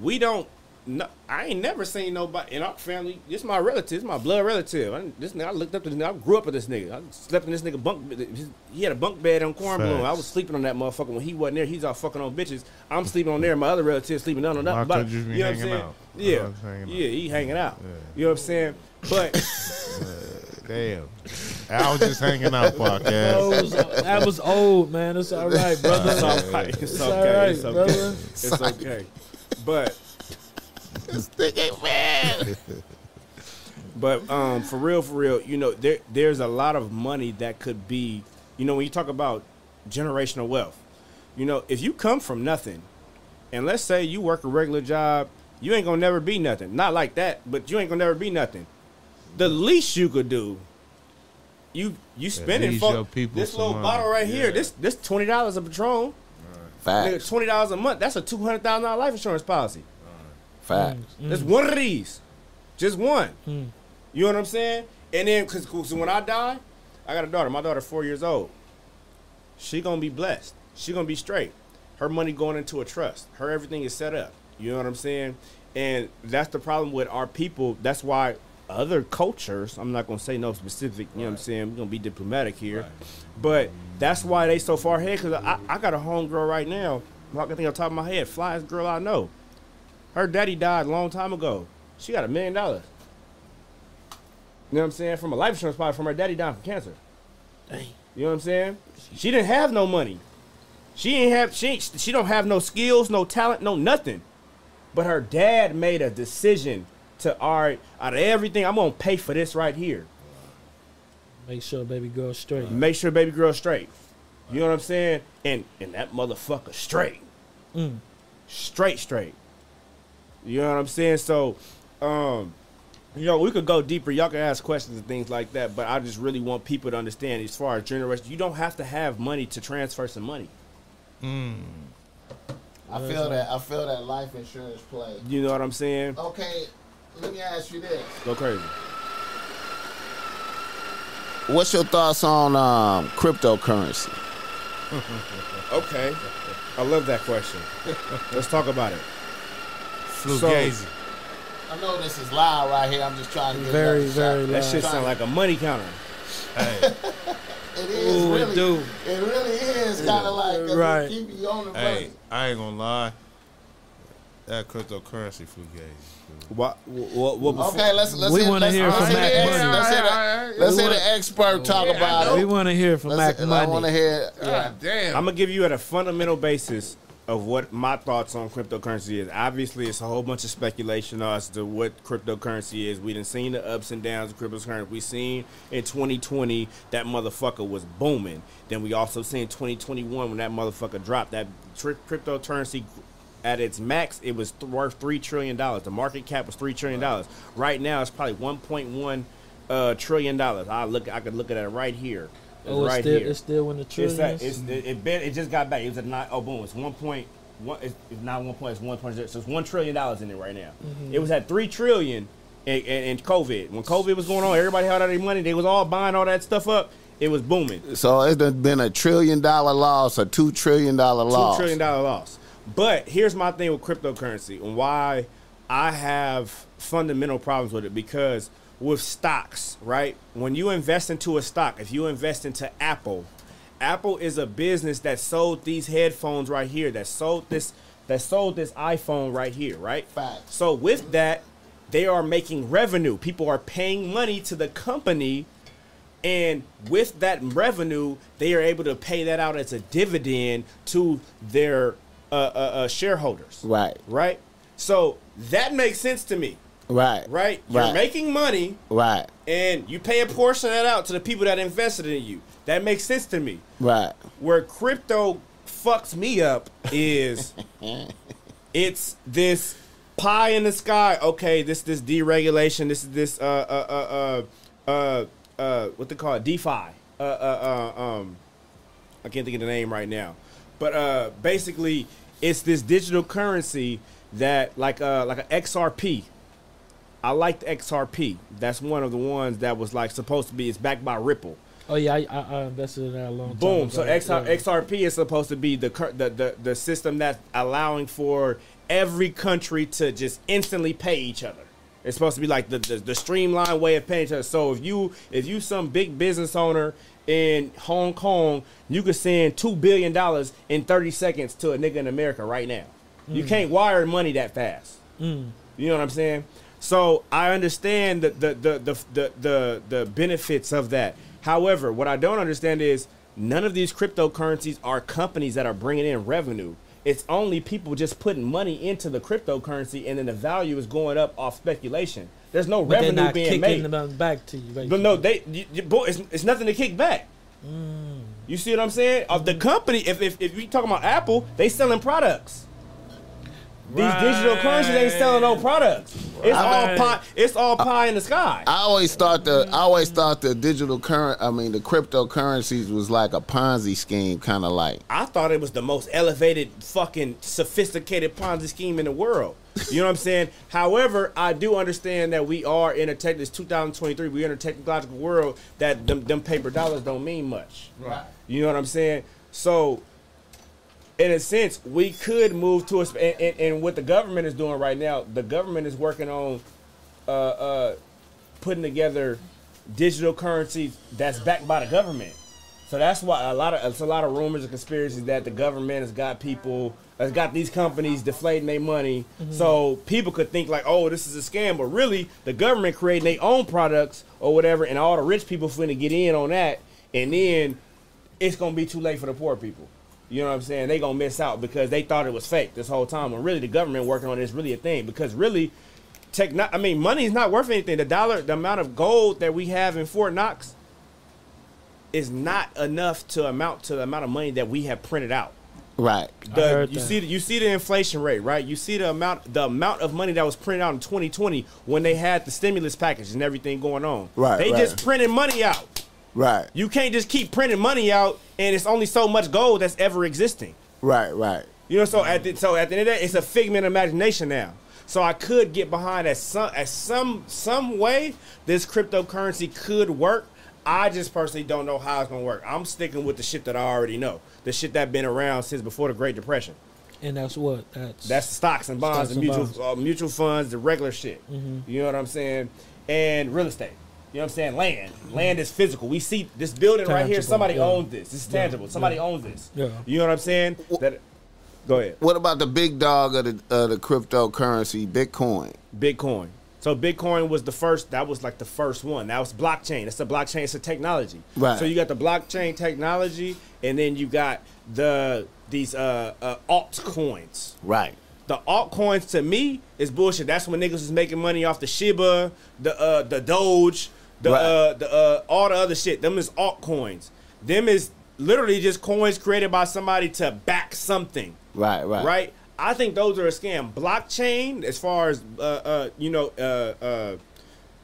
we don't. No, I ain't never seen nobody in our family. This my relative, this my blood relative. I, this nigga, I looked up to this nigga. I grew up with this nigga. I slept in this nigga bunk. bed. His- He had a bunk bed on Corn Bloom. I Facts. was sleeping on that motherfucker when he wasn't there. He's all fucking on bitches. I'm sleeping on there. My other relatives sleeping on My nothing. about it. country's be You know what I'm hanging saying? out. Yeah, Motherfuckers hanging out. yeah, he hanging out. Yeah. You know what I'm saying? But Damn. I was just (laughs) hanging out Oh, podcast. it was- that was old, man. It's all right, brother. it's all right. It's, It's okay. all right, it's okay. brother. It's okay. But But um, for real, for real, you know, there there's a lot of money that could be, you know, when you talk about generational wealth, you know, if you come from nothing, and let's say you work a regular job, you ain't gonna never be nothing. Not like that, but you ain't gonna never be nothing. The least you could do, you you spending least your for people this some little money. bottle right here. Yeah. This this twenty dollars a patron, nigga, Facts. twenty dollars a month. That's a two hundred thousand dollar life insurance policy. Facts. That's one of these. Just one. You know what I'm saying? And then, because when I die, I got a daughter. My daughter, four years old. She gonna be blessed. She gonna be straight. Her money going into a trust. Her everything is set up. You know what I'm saying? And that's the problem with our people. That's why other cultures. I'm not gonna say no specific. You know what I'm saying? We're gonna be diplomatic here, but that's why they so far ahead. Cause I, I got a homegirl right now. I can think on top of my head. Flyest girl I know. Her daddy died a long time ago. She got a million dollars. You know what I'm saying? From a life insurance policy from her daddy dying from cancer. You know what I'm saying? She didn't have no money. She ain't have she ain't- she don't have no skills, no talent, no nothing. But her dad made a decision to all right, out of everything, I'm gonna pay for this right here. Make sure baby girl straight. Make sure baby girl straight. You know what I'm saying? And and that motherfucker straight. Mm. Straight, straight. You know what I'm saying? So, um, you know, we could go deeper. Y'all can ask questions and things like that, but I just really want people to understand as far as generation, you don't have to have money to transfer some money. I feel that. I feel that life insurance play. You know what I'm saying? Okay, let me ask you this. Go crazy. What's your thoughts on um, cryptocurrency? Okay. I love that question. Let's talk about it. Flu So- gazy. I know this is loud right here. I'm just trying to get Very, another very shot. That loud. shit sound like a money counter. Hey, (laughs) It is Ooh, it really. do. It really is kind of like 'cause it Right. keep you on the hey, money. I ain't gonna lie. That cryptocurrency flu gazy. What? What? what before, Okay, let's let's We hear, wanna let's, hear let's from hear the Mac ex- Money. let's hear the- let's hear the expert talk about We it. want to hear from Let's- Mac I want to Money. hear. God damn. I'm gonna give you at a fundamental basis of what my thoughts on cryptocurrency is. Obviously, it's a whole bunch of speculation as to what cryptocurrency is. We done seen the ups and downs of cryptocurrency. We seen in 2020 that motherfucker was booming. Then we also seen 2021 when that motherfucker dropped. That tri- cryptocurrency at its max, it was th- worth three trillion dollars. The market cap was three trillion dollars. Right now, it's probably 1.1 uh, trillion dollars. I look, I could look at it right here. Oh, it's right still, here. it's still in the It's trillions. that it's it, it, been, it just got back. It was at nine, oh boom, it's one point one. It's, it's not one point. It's one point zero. So it's one trillion dollars in it right now. It was at three trillion in, in, in COVID. When COVID was going on, everybody had all their money. They was all buying all that stuff up. It was booming. So it's done been a trillion dollar loss, a two trillion dollar loss. Two trillion dollar loss. But here's my thing with cryptocurrency and why I have fundamental problems with it because with stocks, right? When you invest into a stock, if you invest into Apple, Apple is a business that sold these headphones right here, that sold this that sold this iPhone right here, right? Facts. So with that, they are making revenue. People are paying money to the company and with that revenue, they are able to pay that out as a dividend to their uh, uh, uh, shareholders. Right, Right. So that makes sense to me. right, Right. You're right, making money right, and you pay a portion of that out to the people that invested in you. That makes sense to me. right. Where crypto fucks me up is it's this pie in the sky. Okay, this this deregulation. This is this uh uh uh uh uh, uh what they call it? DeFi. Uh uh uh um, I can't think of the name right now, but uh basically it's this digital currency that like uh like a XRP. I liked XRP. That's one of the ones that was like supposed to be. It's backed by Ripple. Oh yeah, I, I, I invested in that a long time. Boom. ago. So uh, XR, Yeah. XRP is supposed to be the, cur- the the the system that's allowing for every country to just instantly pay each other. It's supposed to be like the, the, the streamlined way of paying each other. So if you if you some big business owner in Hong Kong, you could send two billion dollars in thirty seconds to a nigga in America right now. You can't wire money that fast. You know what I'm saying? So I understand the the the the the the, the benefits of that. However, what I don't understand is none of these cryptocurrencies are companies that are bringing in revenue. It's only people just putting money into the cryptocurrency, and then the value is going up off speculation. There's no But they're revenue not being kicking made. them back to you. But no, they you, you, boy, it's, it's nothing to kick back. You see what I'm saying? Of the company, if if if you talking about Apple, they selling products. These digital currencies ain't selling no products. It's all Right. pie. It's all pie in the sky. I always thought the I always thought the digital current. I mean, the cryptocurrencies was like a Ponzi scheme, kind of like. I thought it was the most elevated, fucking sophisticated Ponzi scheme in the world. You know what I'm saying? (laughs) However, I do understand that we are in a tech. It's 2023. We're in a technological world that them, them paper dollars don't mean much. Right. You know what I'm saying? So, in a sense, we could move to a. sp- And, and, and what the government is doing right now, the government is working on uh, uh, putting together digital currency that's backed by the government. So that's why a lot of it's a lot of rumors and conspiracies that the government has got people has got these companies deflating their money, so people could think like, oh, this is a scam, but really the government creating their own products or whatever, and all the rich people finna get in on that, and then it's gonna be too late for the poor people. You know what I'm saying? They gonna miss out because they thought it was fake this whole time, when really the government working on it is really a thing because really techno- I mean, money is not worth anything. The dollar, the amount of gold that we have in Fort Knox is not enough to amount to the amount of money that we have printed out. Right. The- heard you that. see, the- you see the inflation rate, right? You see the amount, the amount of money that was printed out in 2020 when they had the stimulus package and everything going on. Right, They right. just printed money out. Right. You can't just keep printing money out, and it's only so much gold that's ever existing. Right. Right. You know, so at the, so at the end of that, it's a figment of imagination now. So I could get behind that some at some some way this cryptocurrency could work. I just personally don't know how it's gonna work. I'm sticking with the shit that I already know, the shit that been around since before the Great Depression. And that's what? That's, That's stocks and bonds Stocks and and mutual bonds. Mm-hmm. Uh, mutual funds, the regular shit. You know what I'm saying? And real estate. You know what I'm saying? Land. Land is physical. We see this building right here. Tangible, Somebody yeah. owns this. This is tangible. Somebody owns this. Yeah. You know what I'm saying? That. Go ahead. What about the big dog of the of the cryptocurrency, Bitcoin? Bitcoin. So Bitcoin was the first. That was like the first one. That was blockchain. It's a blockchain. It's a technology. Right. So you got the blockchain technology, and then you got the these uh, uh altcoins. Right. The altcoins to me is bullshit. That's when niggas is making money off the Shiba, the uh, the Doge, the Right. uh, the uh, all the other shit. Them is altcoins. Them is literally just coins created by somebody to back something Right. Right. right? I think those are a scam. Blockchain, as far as uh, uh, you know, uh, uh,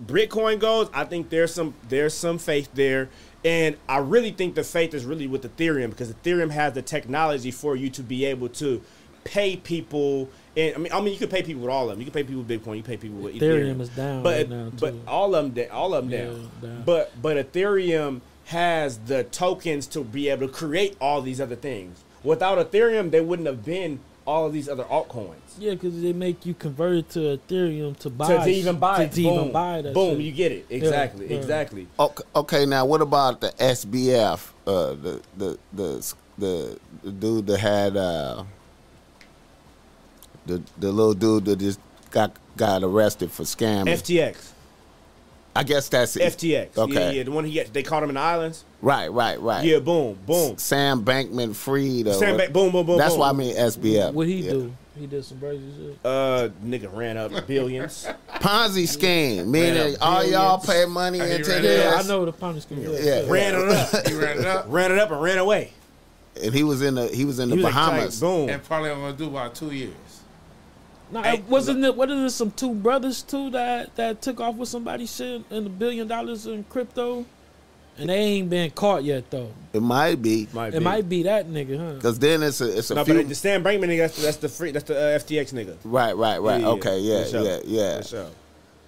Bitcoin goes, I think there's some there's some faith there, and I really think the faith is really with Ethereum because Ethereum has the technology for you to be able to pay people. And I mean, I mean, you could pay people with all of them. You can pay people with Bitcoin. You can pay people with Ethereum. Ethereum is down but right now, but too. all of them, da- all of them Yeah, down. down. But but Ethereum has the tokens to be able to create all these other things. Without Ethereum, they wouldn't have been all of these other altcoins. Yeah, because they make you convert it to Ethereum to buy. To, to even buy to, it, to boom, even buy that boom, shit. you get it exactly, yeah. exactly. Okay, okay, now what about the SBF, uh, the, the the the the dude that had uh, the the little dude that just got got arrested for scamming? FTX, I guess that's it. FTX. Okay, Yeah, yeah, the one he got, they caught him in the islands. right, right, right. Yeah, boom, boom. Sam Bankman Fried. or Sam what- Ba- boom, boom, boom, That's boom. why I mean SBF. What he Yeah. do? He did some crazy shit. Uh, nigga (laughs) ran up billions. Ponzi scheme, meaning all y'all pay money He into ran Yeah, this. I know the punished can do. Yeah. ran it up, You ran it (laughs) up. ran it up, and ran away. And he was in the he was in the He was like, Bahamas. boom. And probably I'm gonna do about two years. Nah, Hey, wasn't it? Wasn't it some two brothers too that that took off with somebody shit and a billion dollars in crypto, and they ain't been caught yet though. it might be It might be that nigga, huh? because then it's a it's a No, few. but the Sam Bankman nigga, that's the that's the, free, that's the uh, FTX nigga. right, right, right. okay, yeah, for sure, yeah, yeah, for sure.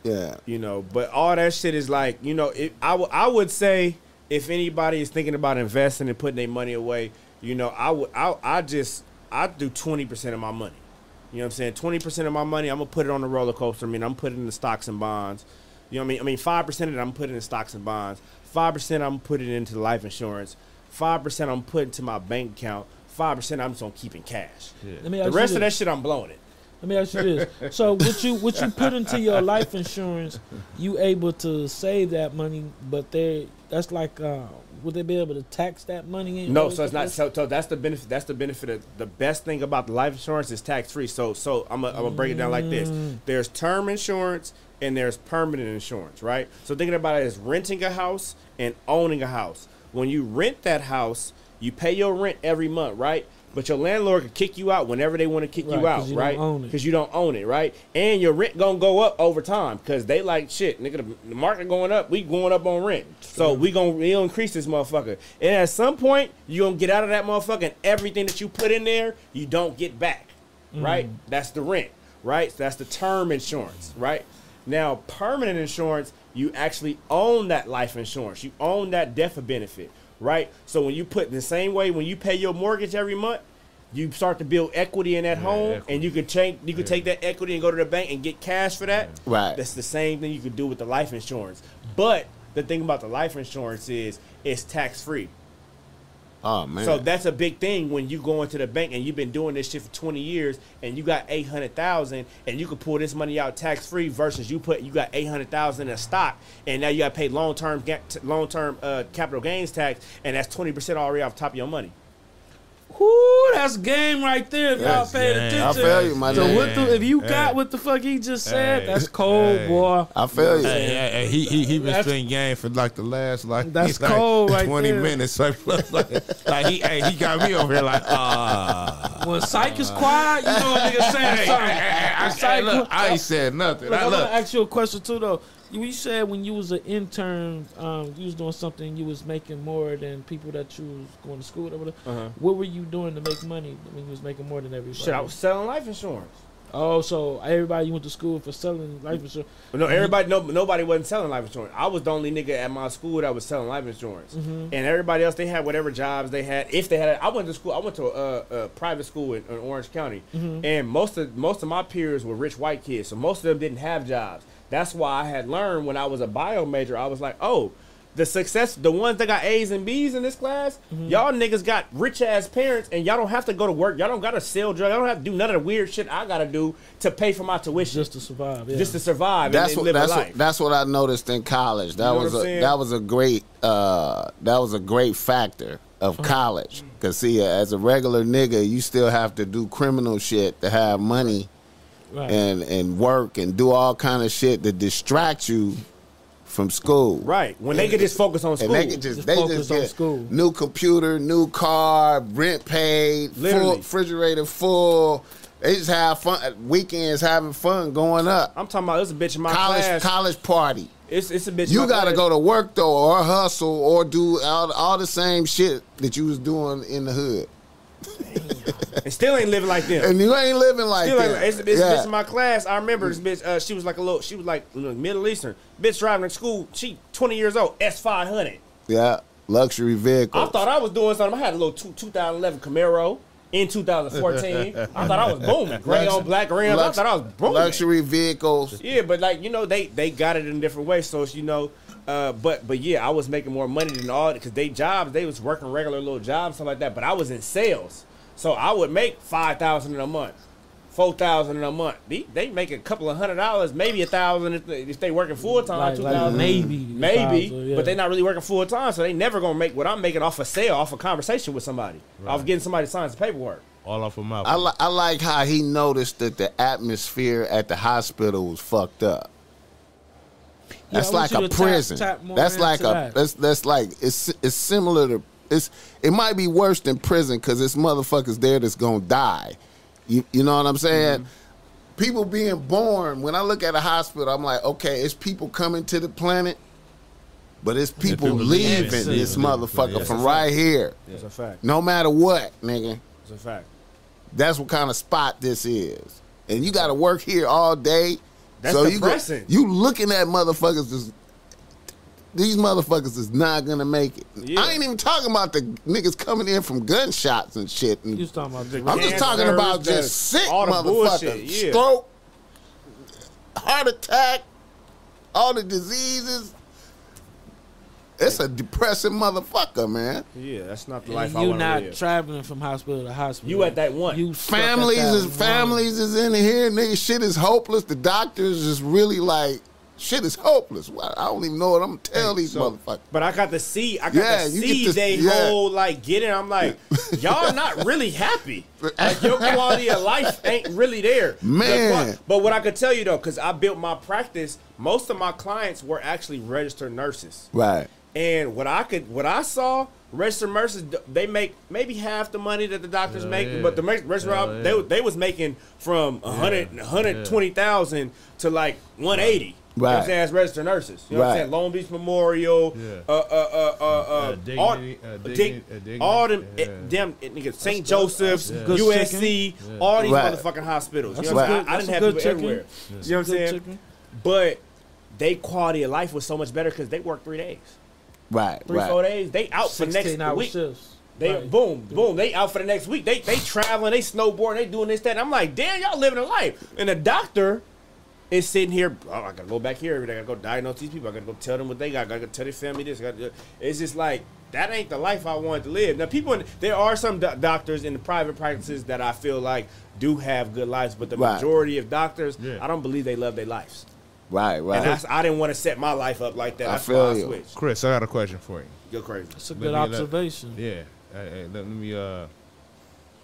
yeah. You know, but all that shit is like, you know, it, I would I would say if anybody is thinking about investing and putting their money away, you know, I would I I just I do twenty percent of my money. You know what I'm saying? Twenty percent of my money, I'm gonna put it on the roller coaster. I mean, I'm putting it in the stocks and bonds. You know what I mean? I mean, five percent of it, I'm putting in stocks and bonds. Five percent, I'm putting it into life insurance. Five percent, I'm putting to my bank account. Five percent, I'm just gonna keep in cash. Let me The rest ask you of this. that shit, I'm blowing it. Let me ask you this: (laughs) So, what you what you put into your life insurance, you able to save that money, but they that's like, uh, would they be able to tax that money? In No, so it's not. So, so that's the benefit. That's the benefit of the best thing about the life insurance is tax free. So, so I'm gonna I'm gonna break it down like this. There's term insurance and there's permanent insurance, right? So thinking about it as renting a house and owning a house. When you rent that house, you pay your rent every month, right? But your landlord can kick you out whenever they want to kick Right, you 'cause out, you don't right? own it. you don't own it, right? And your rent gonna go up over time because they like shit, nigga. The, the market going up, we going up on rent, so we gonna we gonna increase this motherfucker. And at some point, you gonna get out of that motherfucker, and everything that you put in there, you don't get back, Mm. right? That's the rent, right? that's the term insurance, right? Now, permanent insurance, you actually own that life insurance, you own that death benefit. right? So when you put the same way when you pay your mortgage every month, you start to build equity in that home, equity. and you could change, you could take that equity and go to the bank and get cash for that. Right. That's the same thing you could do with the life insurance. But the thing about the life insurance is it's tax free. Oh man. So that's a big thing when you go into the bank and you've been doing this shit for 20 years and you got 800,000 and you can pull this money out tax free versus you put you got 800,000 in stock and now you got to pay long term long term uh, capital gains tax and that's 20% already off the top of your money. Whew, that's game right there. If Yes, y'all paid man. attention. I feel you, my So nigga. what the, if you Hey. got what the fuck he just said, Hey. that's cold, Hey. boy. I feel you. Hey, hey, hey, he he he been That's- spitting game for like the last like That's like cold right twenty there. minutes like, (laughs) like, like, he hey, he got me over (laughs) here like ah. When psych is quiet, you know a nigga saying Hey, something. oh, hey, I, It's like- look, I ain't said nothing. Look, I I want look, to ask you a question too, though. You, you said when you was an intern, um, you was doing something you was making more than people that you was going to school with. or whatever. Uh-huh. What were you doing to make money when you was making more than everybody? Shit, I was selling life insurance. Oh, so everybody you went to school for selling life insurance. But no, everybody, no, nobody wasn't selling life insurance. I was the only nigga at my school that was selling life insurance, and everybody else they had whatever jobs they had. If they had, I went to school. I went to a, a private school in, in Orange County, and most of most of my peers were rich white kids, so most of them didn't have jobs. That's why I had learned when I was a bio major, I was like, oh. The success, the ones that got A's and B's in this class, y'all niggas got rich ass parents, and y'all don't have to go to work. Y'all don't gotta sell drugs. Y'all don't have to do none of the weird shit I gotta do to pay for my tuition, Just to survive, yeah. just to survive. that's what and then live that's a what, life. that's what I noticed in college. That know was what I'm a saying? that was a great uh, that was a great factor of college. Cause see, as a regular nigga, you still have to do criminal shit to have money right. and and work and do all kind of shit to distract you from school. Right. When they could just focus on And school. they can just, Just they focus just on get school. new computer, new car, rent paid, full Literally. refrigerator full. They just have fun weekends, having fun, going up. I'm talking about it's a bitch in my college class. college party. it's it's a bitch. in You my gotta class. go to work though, or hustle, or do all, all the same shit that you was doing in the hood, and still ain't living like them. and you ain't living like Still ain't that. like, it's a bitch, Yeah. bitch in my class. I remember this bitch. Uh, she was like a little. She was like you know, Middle Eastern bitch driving to school. She 20 years old. S 500. yeah, luxury vehicle. I thought I was doing something. I had a little two, 2011 Camaro in 2014. I thought I was booming. Gray on black rims. I Lux- thought I was booming. luxury vehicles. Yeah, but like you know, they they got it in a different way. So it's, you know, uh, but but yeah, I was making more money than all because they jobs they was working regular little jobs stuff like that. But I was in sales, so I would make five thousand in a month, four thousand in a month. They, they make a couple of hundred dollars, maybe a thousand if they, if they working full time. Like- two like thousand maybe maybe, 2,000, yeah. but they not really working full time, so they never gonna make what I'm making off a sale, off a conversation with somebody, off getting somebody to sign some paperwork. all off of my. I, li- I like how he noticed that the atmosphere at the hospital was fucked up. Yeah, That's I want like you a to tap- prison. tap more that's like a into that. that's that's like it's it's similar to it's it might be worse than prison because it's motherfuckers there that's gonna die. You you know what I'm saying? Mm-hmm. People being born. When I look at a hospital, I'm like, okay, it's people coming to the planet, but it's people, people leaving leaving. this Yeah. motherfucker Yeah. from right here. It's a fact. No matter what, nigga. It's a fact. That's what kind of spot this is. And you got to work here all day. That's you go- depressing. you looking at motherfuckers is these motherfuckers is not gonna make it. Yeah. I ain't even talking about the niggas coming in from gunshots and shit. and- you was talking about I'm just Cancers, talking about the- just sick all the motherfuckers. bullshit, yeah. Stroke, heart attack, all the diseases. It's a depressing motherfucker, man. Yeah, that's not the And life I you want to not live. traveling from hospital to hospital. You at that one. You stuck at families that is one. families is in here. Nigga, shit is hopeless. The doctors is really like, shit is hopeless. Why- I don't even know what I'm gonna tell these motherfuckers. But I got to see, I got Yeah, to you get see to- they yeah. whole like get it. (laughs) I'm like, y'all not really happy. Like your quality of life ain't really there, Man. The qu- but what I could tell you though, because I built my practice, most of my clients were actually registered nurses, Right. and what I could, what I saw. Registered nurses, d- they make maybe half the money that the doctors Hell make, yeah. but the mer- registered Hell they yeah. they was making from a hundred, Yeah. hundred twenty thousand to like one eighty. You know what Right. I'm saying? As registered nurses, you know what Right. I'm saying? Long Beach Memorial, Yeah. uh, uh, uh, uh, uh, dignity- all, uh, dig- dignity- uh, dignity, all them, eh, yeah. it, them it, nigga, St. Joseph's, that's good USC, all these Right. motherfucking hospitals. That's you know what good- I'm saying? I, I that's didn't a have good people chicken. everywhere. You know what I'm Good saying? chicken. But they quality of life was so much better because they worked three days. Right, three, right. four days. They out Oh, for next 16 hour week. shifts. They Right. boom, boom. They out for the next week. They they traveling. They snowboarding. They doing this that. I'm like, damn, y'all living a life. And the doctor is sitting here. Oh, I gotta go back here. I gotta go diagnose these people. I gotta go tell them what they got. I gotta go tell their family this. I gotta do- It's just like that ain't the life I wanted to live. Now, people, in, there are some do- doctors in the private practices that I feel like do have good lives, but the Right. majority of doctors, Yeah. I don't believe they love their lives. Right, right. And that's, I didn't want to set my life up like that. I That's feel why I you. switched. Chris, I got a question for you. You're crazy. That's a Let good me let- observation. Yeah. Hey, hey, let me uh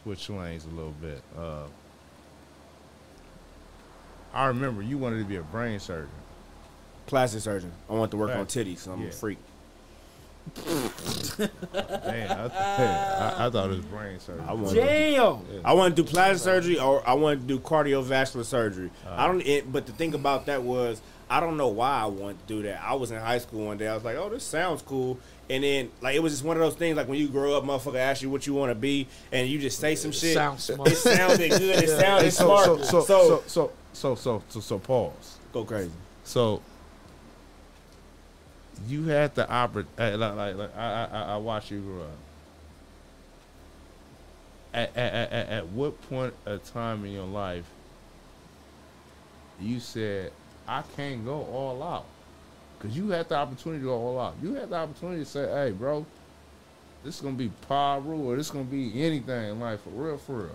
switch lanes a little bit. Uh I remember you wanted to be a brain surgeon. Plastic surgeon. I want to work on Right. titties. I'm Yeah. a freak. Man, I, I, I thought it was brain surgeon. I want. Damn. I want to do plastic surgery or I want to do cardiovascular surgery. I don't. It, but the thing about that was I don't know why I wanted to do that. I was in high school one day. I was like, oh, this sounds cool. And then like it was just one of those things like when you grow up, motherfucker ask you what you want to be, and you just say some shit. Sounds it smart. sounded good. (laughs) It Yeah. sounded so, smart. so, so, so, so, so, so, so, so, pause. go crazy. So you had the opportunity. Like, like, like, I, I, I- I watched you grow up. At, at, at, at- at what point of time in your life you said I can't go all out? Cause you had the opportunity to go all out. You had the opportunity to say, "Hey, bro, this is gonna be Paru or this is gonna be anything in life for real, for real."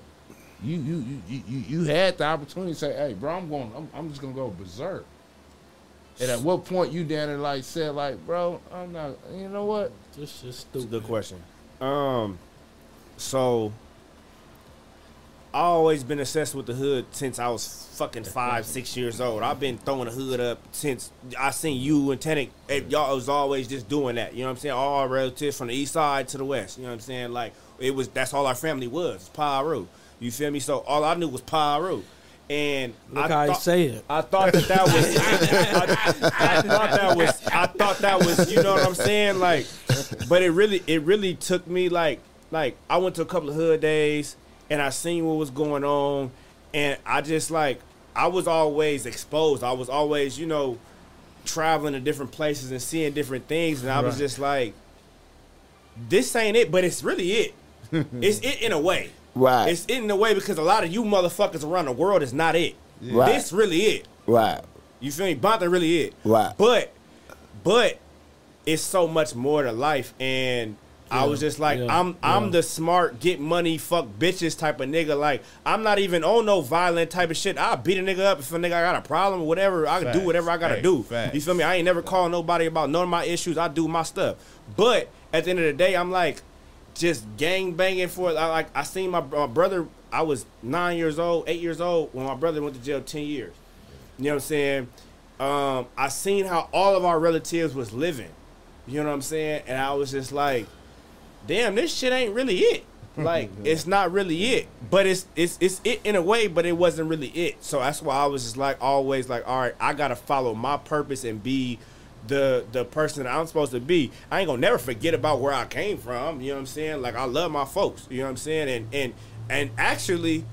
You you you you, you you had the opportunity to say, "Hey, bro, I'm going. I'm, I'm just gonna go berserk." And at what point you down there like said like, bro, I'm not. You know what? This is That's a stupid. good question. Um, so I always been obsessed with the hood since I was fucking (laughs) five, six years old. I've been throwing the hood up since I seen you and Tenic. eh, Y'all was always just doing that. You know what I'm saying? All our relatives from the east side to the west. You know what I'm saying? Like it was. That's all our family was. Pyro. You feel me? So all I knew was Pyro. And Look I how he thought- say it. I thought that that was. I, I thought that was. I thought that was. You know what I'm saying? Like, but it really, it really took me like, like I went to a couple of hood days and I seen what was going on, and I just like I was always exposed. I was always, you know, traveling to different places and seeing different things, and I was Right. just like, this ain't it, but it's really it. it's it in a way. Right. It's it in a way because a lot of you motherfuckers around the world is not it. Right. This really it. right. You feel me? Bonta really it. Right. But but it's so much more to life and I was just like yeah, I'm I'm the smart get money fuck bitches type of nigga like I'm not even on no violent type of shit. I'll beat a nigga up if a nigga got a problem or whatever. I can do Facts. whatever I got to Hey, do. facts. You feel me? I ain't never call nobody about none of my issues. I do my stuff. But at the end of the day, I'm like just gang banging for it. I like I seen my, my brother I was 9 years old, 8 years old when my brother went to jail 10 years. You know what I'm saying? Um, I seen how all of our relatives was living. You know what I'm saying? And I was just like, damn, this shit ain't really it. Like, it's not really it. But it's it's it's it in a way, but it wasn't really it. So that's why I was just like always like, all right, I gotta follow my purpose and be the the person that I'm supposed to be. I ain't gonna never forget about where I came from. You know what I'm saying? Like I love my folks. You know what I'm saying? And and and actually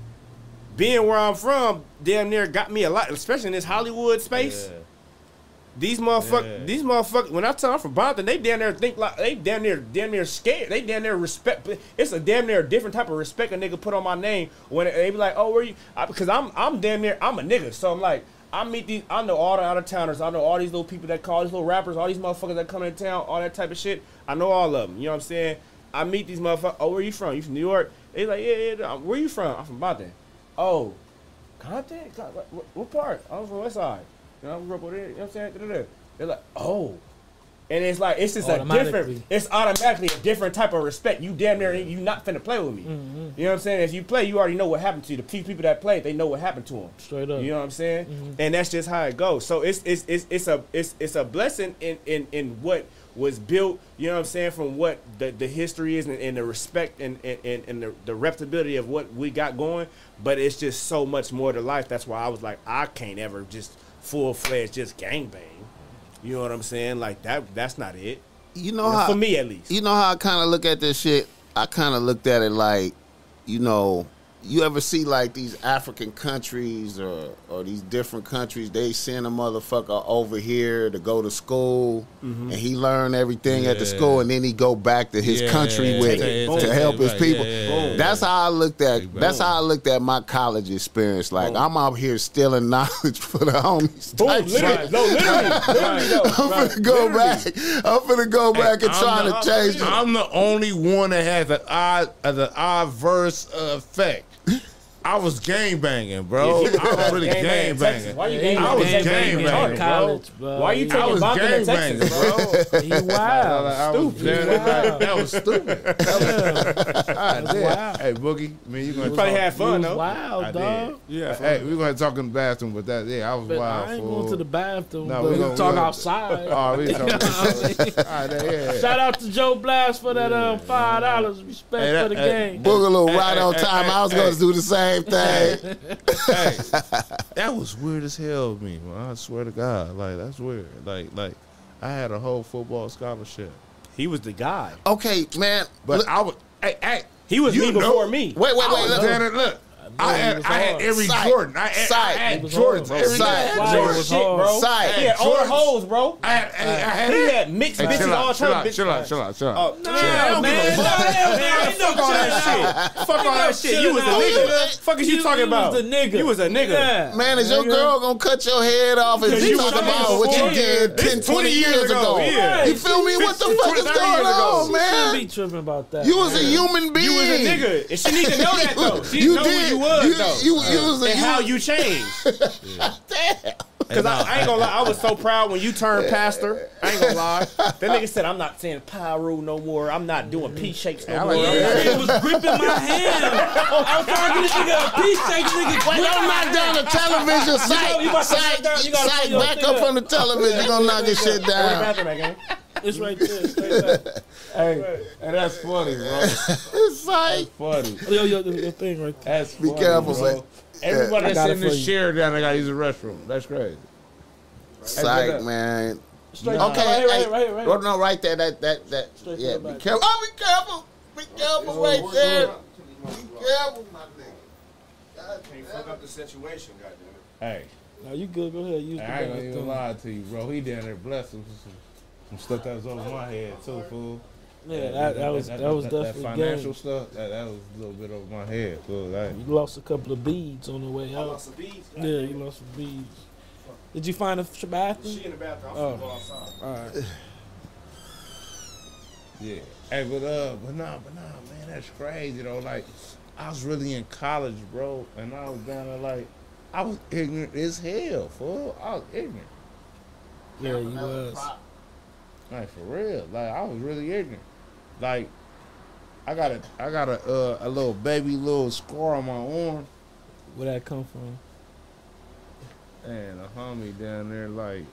being where I'm from, damn near got me a lot, especially in this Hollywood space. These motherfuckers, Yeah. these motherfuckers. When I tell them I'm from Bonton, they damn near think like they damn near, damn near scared. They damn near respect. It's a damn near different type of respect a nigga put on my name when they be like, "Oh, where you?" I, because I'm, I'm damn near, I'm a nigga. So I'm like, I meet these, I know all the out of towners. I know all these little people that call these little rappers, all these motherfuckers that come into town, all that type of shit. I know all of them. You know what I'm saying? I meet these motherfuckers. Oh, where you from? You from New York? They like, yeah, yeah. yeah. Where you from? I'm from Bonton. Oh, Compton? God, what, what- what part? I'm from West Side. You know, I grew up over there. You know what I'm saying? Da-da-da. They're like, oh. And it's like, it's just a different, Automatically. it's automatically a different type of respect. You damn near, you not finna play with me. Mm-hmm. You know what I'm saying? If you play, you already know what happened to you. The few people that played, they know what happened to them. Straight up. Mm-hmm. You know what I'm saying? And that's just how it goes. So it's it's it's, it's a it's it's a blessing in, in in what was built, you know what I'm saying, from what the, the history is and, and the respect and, and, and, and the, the reputability of what we got going. But it's just so much more to life. That's why I was like, I can't ever just full fledged just gangbang. You know what I'm saying? Like that that's not it. You know how For me at least. you know how I kind of look at this shit. I kind of looked at it like, you know, you ever see like these African countries or or these different countries? They send a motherfucker over here to go to school, and he learn everything at the Mm-hmm. Yeah. school, and then he go back to his Yeah, country yeah, with yeah, it yeah, to yeah, help his right, people. yeah, yeah, yeah. That's how I lolooked at. Boom. That's how I looked at my college experience. Like I'm out here stealing (laughs) knowledge for the homies. Boom, type literally, shit. no, literally, literally, though. I'm Right. finna go back. I'm finna go back and I'm try the- to change it. I'm the only one that has an odd, has an adverse effect. I was game banging, bro. I was really game banging. Why you Yeah, game I was banging? gang in banging, college, Why bro. are you I taking was bumping in gang Texas, bro? He wild. I was there, that, that was stupid. That was, wild. Hey, Boogie, man, you gonna Probably talk- had fun He was though. I wild, did. dog. Yeah, hey, we gonna talk in the bathroom, but that, yeah, I was But wild. I ain't fool. going to the bathroom. No, but we we gonna- we talk gonna- outside. (laughs) Oh, we talking. All right, yeah, yeah. Shout out to Joe Blast for that uh, five dollars. Respect Hey, that- for the hey, game. Boogaloo Hey, right hey, on hey, time. hey, I was hey. gonna do the same thing. (laughs) hey, that was weird as hell to me. Man. I swear to God, like that's weird. Like, like I had a whole football scholarship, He was the guy. okay, man. but look- I was. Hey, hey, He was You me know- before me. wait, wait, wait. look, Look. Tanner, look. I had, was I had hard. every Sight. Jordan. I had, I Sight. had It was Jordan. hard, Every bro. Sight. day I had Wild Jordan. Jordan. as Shit, hell. bro. Sight. He had all the Jordan. hoes, bro. I had, hey, I had, He had mixed Hey, bitches all chill out, chill out, type of chill out, bitches. chill out, chill Oh, out. nah, I don't give man. a fuck. Nah, Man, ain't fuck all that shit. Fuck all that shit. You was a Nah, nigga. you- Fuck is you talking about? You was a nigga. You was a nigga. Yeah. Man, is your oh, Nigga. girl gonna cut your head off if Because you you talk was about a what you boy. did Yeah. 10, 20 years ago? Yeah. You feel me? What the fuck is 20 years going ago. on, She shouldn't man? be tripping about that. You was a human being. You was a nigga, and she need to know that though. She know who you was though, You, you was a and how you- you changed. Damn. Because I, I ain't gonna lie, I was so proud when you turned pastor. I ain't gonna lie. That nigga said, "I'm not saying pyro no more. I'm not doing pea shakes no more." Yeah, he was gripping my hand. I was trying to get this nigga a piece, take this nigga. Well, grip don't my knock hand. down the television. you about Sight, to sight, knock down- you gotta sight. put your Back thing up up. from the television. You gonna knock this shit down. Bathroom again. It's right there. Straight back. Hey, hey, that's Oh, funny, bro. (laughs) Sight. Funny. Oh, Yo, yo, yo, your thing right there. That's Be funny, careful, bro. man. Everybody Yeah. I got that's it in for this you. chair down, I gotta use the restroom. That's crazy. Sight, man. Straight Okay, Right here, right hey, here, right here, right no, here. no, right there, that, that, that. Straight yeah, to the be back. careful. Oh, be careful. Be careful right there. Be careful, my nigga. Can't fuck up the situation, goddamn it. Hey, No, you good. Go ahead. Use the I ain't gonna bathroom. even lie to you, bro. He down there blessed him with some, some stuff that was over my head too, fool. Yeah, that, that was that was that definitely financial game. stuff. That, that was a little bit over my head, fool. Like, You lost a couple of beads on the way I out. lost some beads. Yeah, you lost some beads. Did you find a f- bathroom? She in the bathroom. I'm Oh. finna go outside. All right. Yeah. Hey, but uh, but nah, but nah, man, that's crazy though. Like, I was really in college, bro, and I was down there like, I was ignorant as hell, fool. I was ignorant, Yeah, you was. like for real. Like, I was really ignorant. Like, I got a, I got a, uh, a little baby, little scar on my arm, Where that come from? and a homie down there like,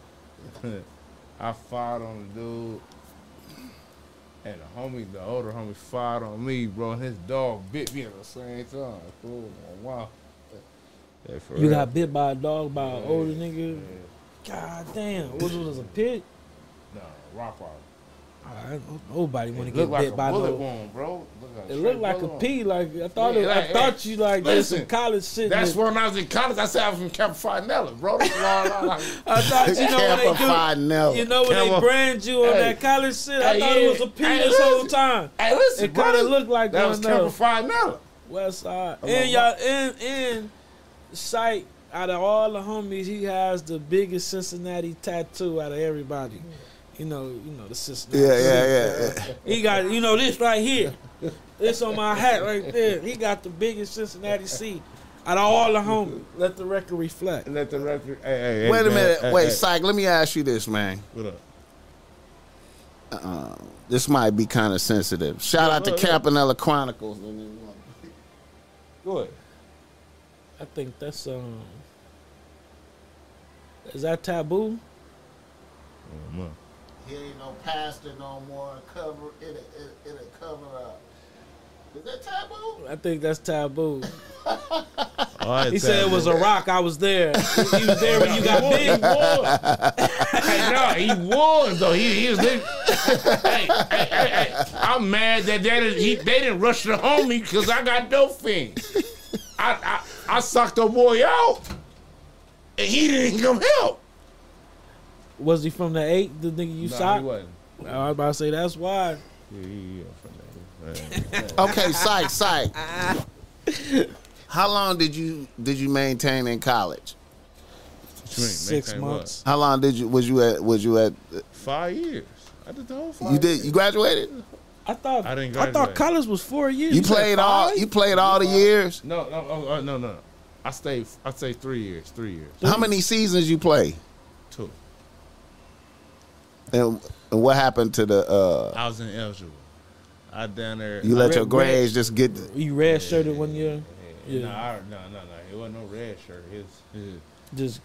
(laughs) I fired on the dude. And the homie, the older homie, fired on me, bro. And his dog bit me at the same time. Fool, wow. Yeah, for You real. got bit by a dog by an Yeah, older nigga. Yeah. God damn, was was a pit? No, rock rock. I don't, nobody want to It get looked like a bit by bullet no. wound, bro. Look like It straight looked like a bullet pee. Like I thought, Yeah, it, like, I thought you like did some listen, college shit. wound. That's with- when I was in college. I said I was from Campanella, bro. That's where I- I- (laughs) I- I thought you know when they do. Campanella. You know when they Camel. brand you on Hey. that college shit. I Hey, thought it was yeah. a pee Hey, this whole listen. time. Hey, listen, It kind of looked looked like that one was though. Campanella. West Side. I'm And on y'all and and Sight out of all the homies, he has the biggest Cincinnati tattoo out of everybody. You know, you know the Cincinnati. Yeah, yeah, yeah. He got you know this right here. It's on my hat right there. He got the biggest Cincinnati C out of all the homies. Let the record reflect. Let the record. Hey, hey, hey, (laughs) Wait a man. minute. Hey, Wait, hey. Psych, let me ask you this, man. What up? Uh, this might be kind of sensitive. Shout out to Campanella Chronicles. Go ahead. I think that's um. Is that taboo? Oh, man. He ain't no pastor no more. Cover it. It it cover up. Is that taboo? I think that's taboo. All right, He said it was a rock. I was there. He he was there when you got (laughs) big. (laughs) Hey, no, he was though. He, he was. Hey, hey, hey, hey, I'm mad that they didn't, he, they didn't rush the homie because I got dope fiends. I, I, I sucked the boy out, and he didn't come help. Was he from the eight? The nigga you Nah, shot? he wasn't. I was about to say that's why. Yeah, he, he from that. Okay, psych, psych. How long did you did you maintain in college? What you mean, Six maintain what? months. How long did you was you at was you at Five years. I did the whole five. you did years. you graduated? I thought I I, didn't thought graduate. college was four years. You said played all five? you played all the years? No, no, oh, oh, no, no. I stayed. I stayed three years. Three years. How many seasons you play? Two. And, and what happened to the uh I was in Elgin. I down there. you let your Red- grades just get You red shirted one year, Yeah. Yeah. Nah, I, no, no, no. It wasn't no red shirt. His, his just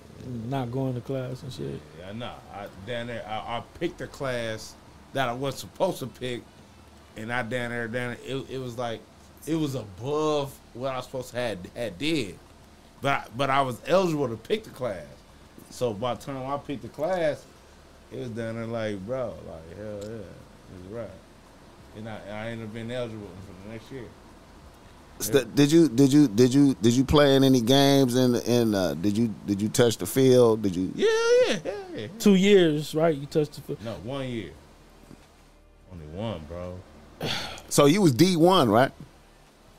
not going to class and shit. yeah, nah. I down there. I, I picked a class that I wasn't supposed to pick, and I down there, down there. It, it was like, it was above what I was supposed to had had did, but I, but I was eligible to pick the class. So by the time I picked the class, it was down there like, bro, like hell yeah, it's right. And I, I ended up being eligible for the next year. st- did you did you did you did you play in any games and and uh, did you did you touch the field? Did you Yeah, yeah, yeah, yeah. Two years, right? You touched the. foot. No, one year. Only one, bro. So you was D one, right?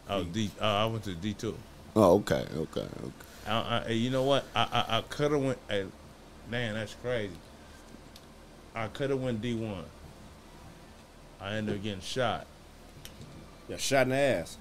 I was D. Uh, I went to D two. Oh, okay, okay, okay. I, I, you know what? I I, I could have went. Hey, man, that's crazy. I could have went D one. I ended up getting shot. Yeah, shot in the ass.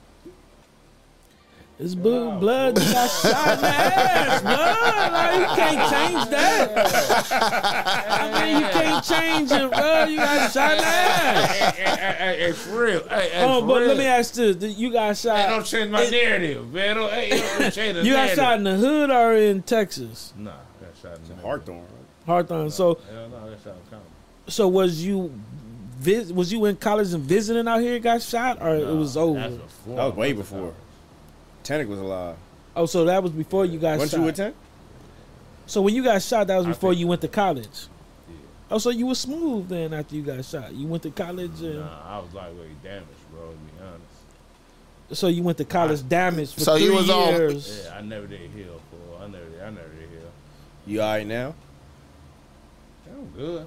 It's boo Oh, blood. You got shot in the (laughs) ass, blood. Like, you can't change that. I mean, you can't change it, bro. You got shot in the ass. hey, hey, hey, hey, hey, for real. Hey, hey, Oh, for but real. let me ask this: Did- You got Hey, don't shot. change my narrative, man. Don't, hey, don't change (laughs) the You got narrative. shot in the hood or in Texas, Nah, I got shot in the Hawthorne. right? Hawthorne? So, Hell no, I got shot in Compton. so was you? Vis- was you in college and visiting out here? Got shot, or it was That's over? before. That was way before. Tannic was alive. Oh, so that was before you got Wasn't shot. you with Tannic? so when you got shot, that was I before think- you went to college. Oh, so you were smooth then after you got shot. You went to college, and Nah, I was lightweight damaged, bro. To be honest. so you went to college damaged for So three you was on- years. Yeah, I never did heal, fool. I never did. I never did heal. You all right now? I'm good.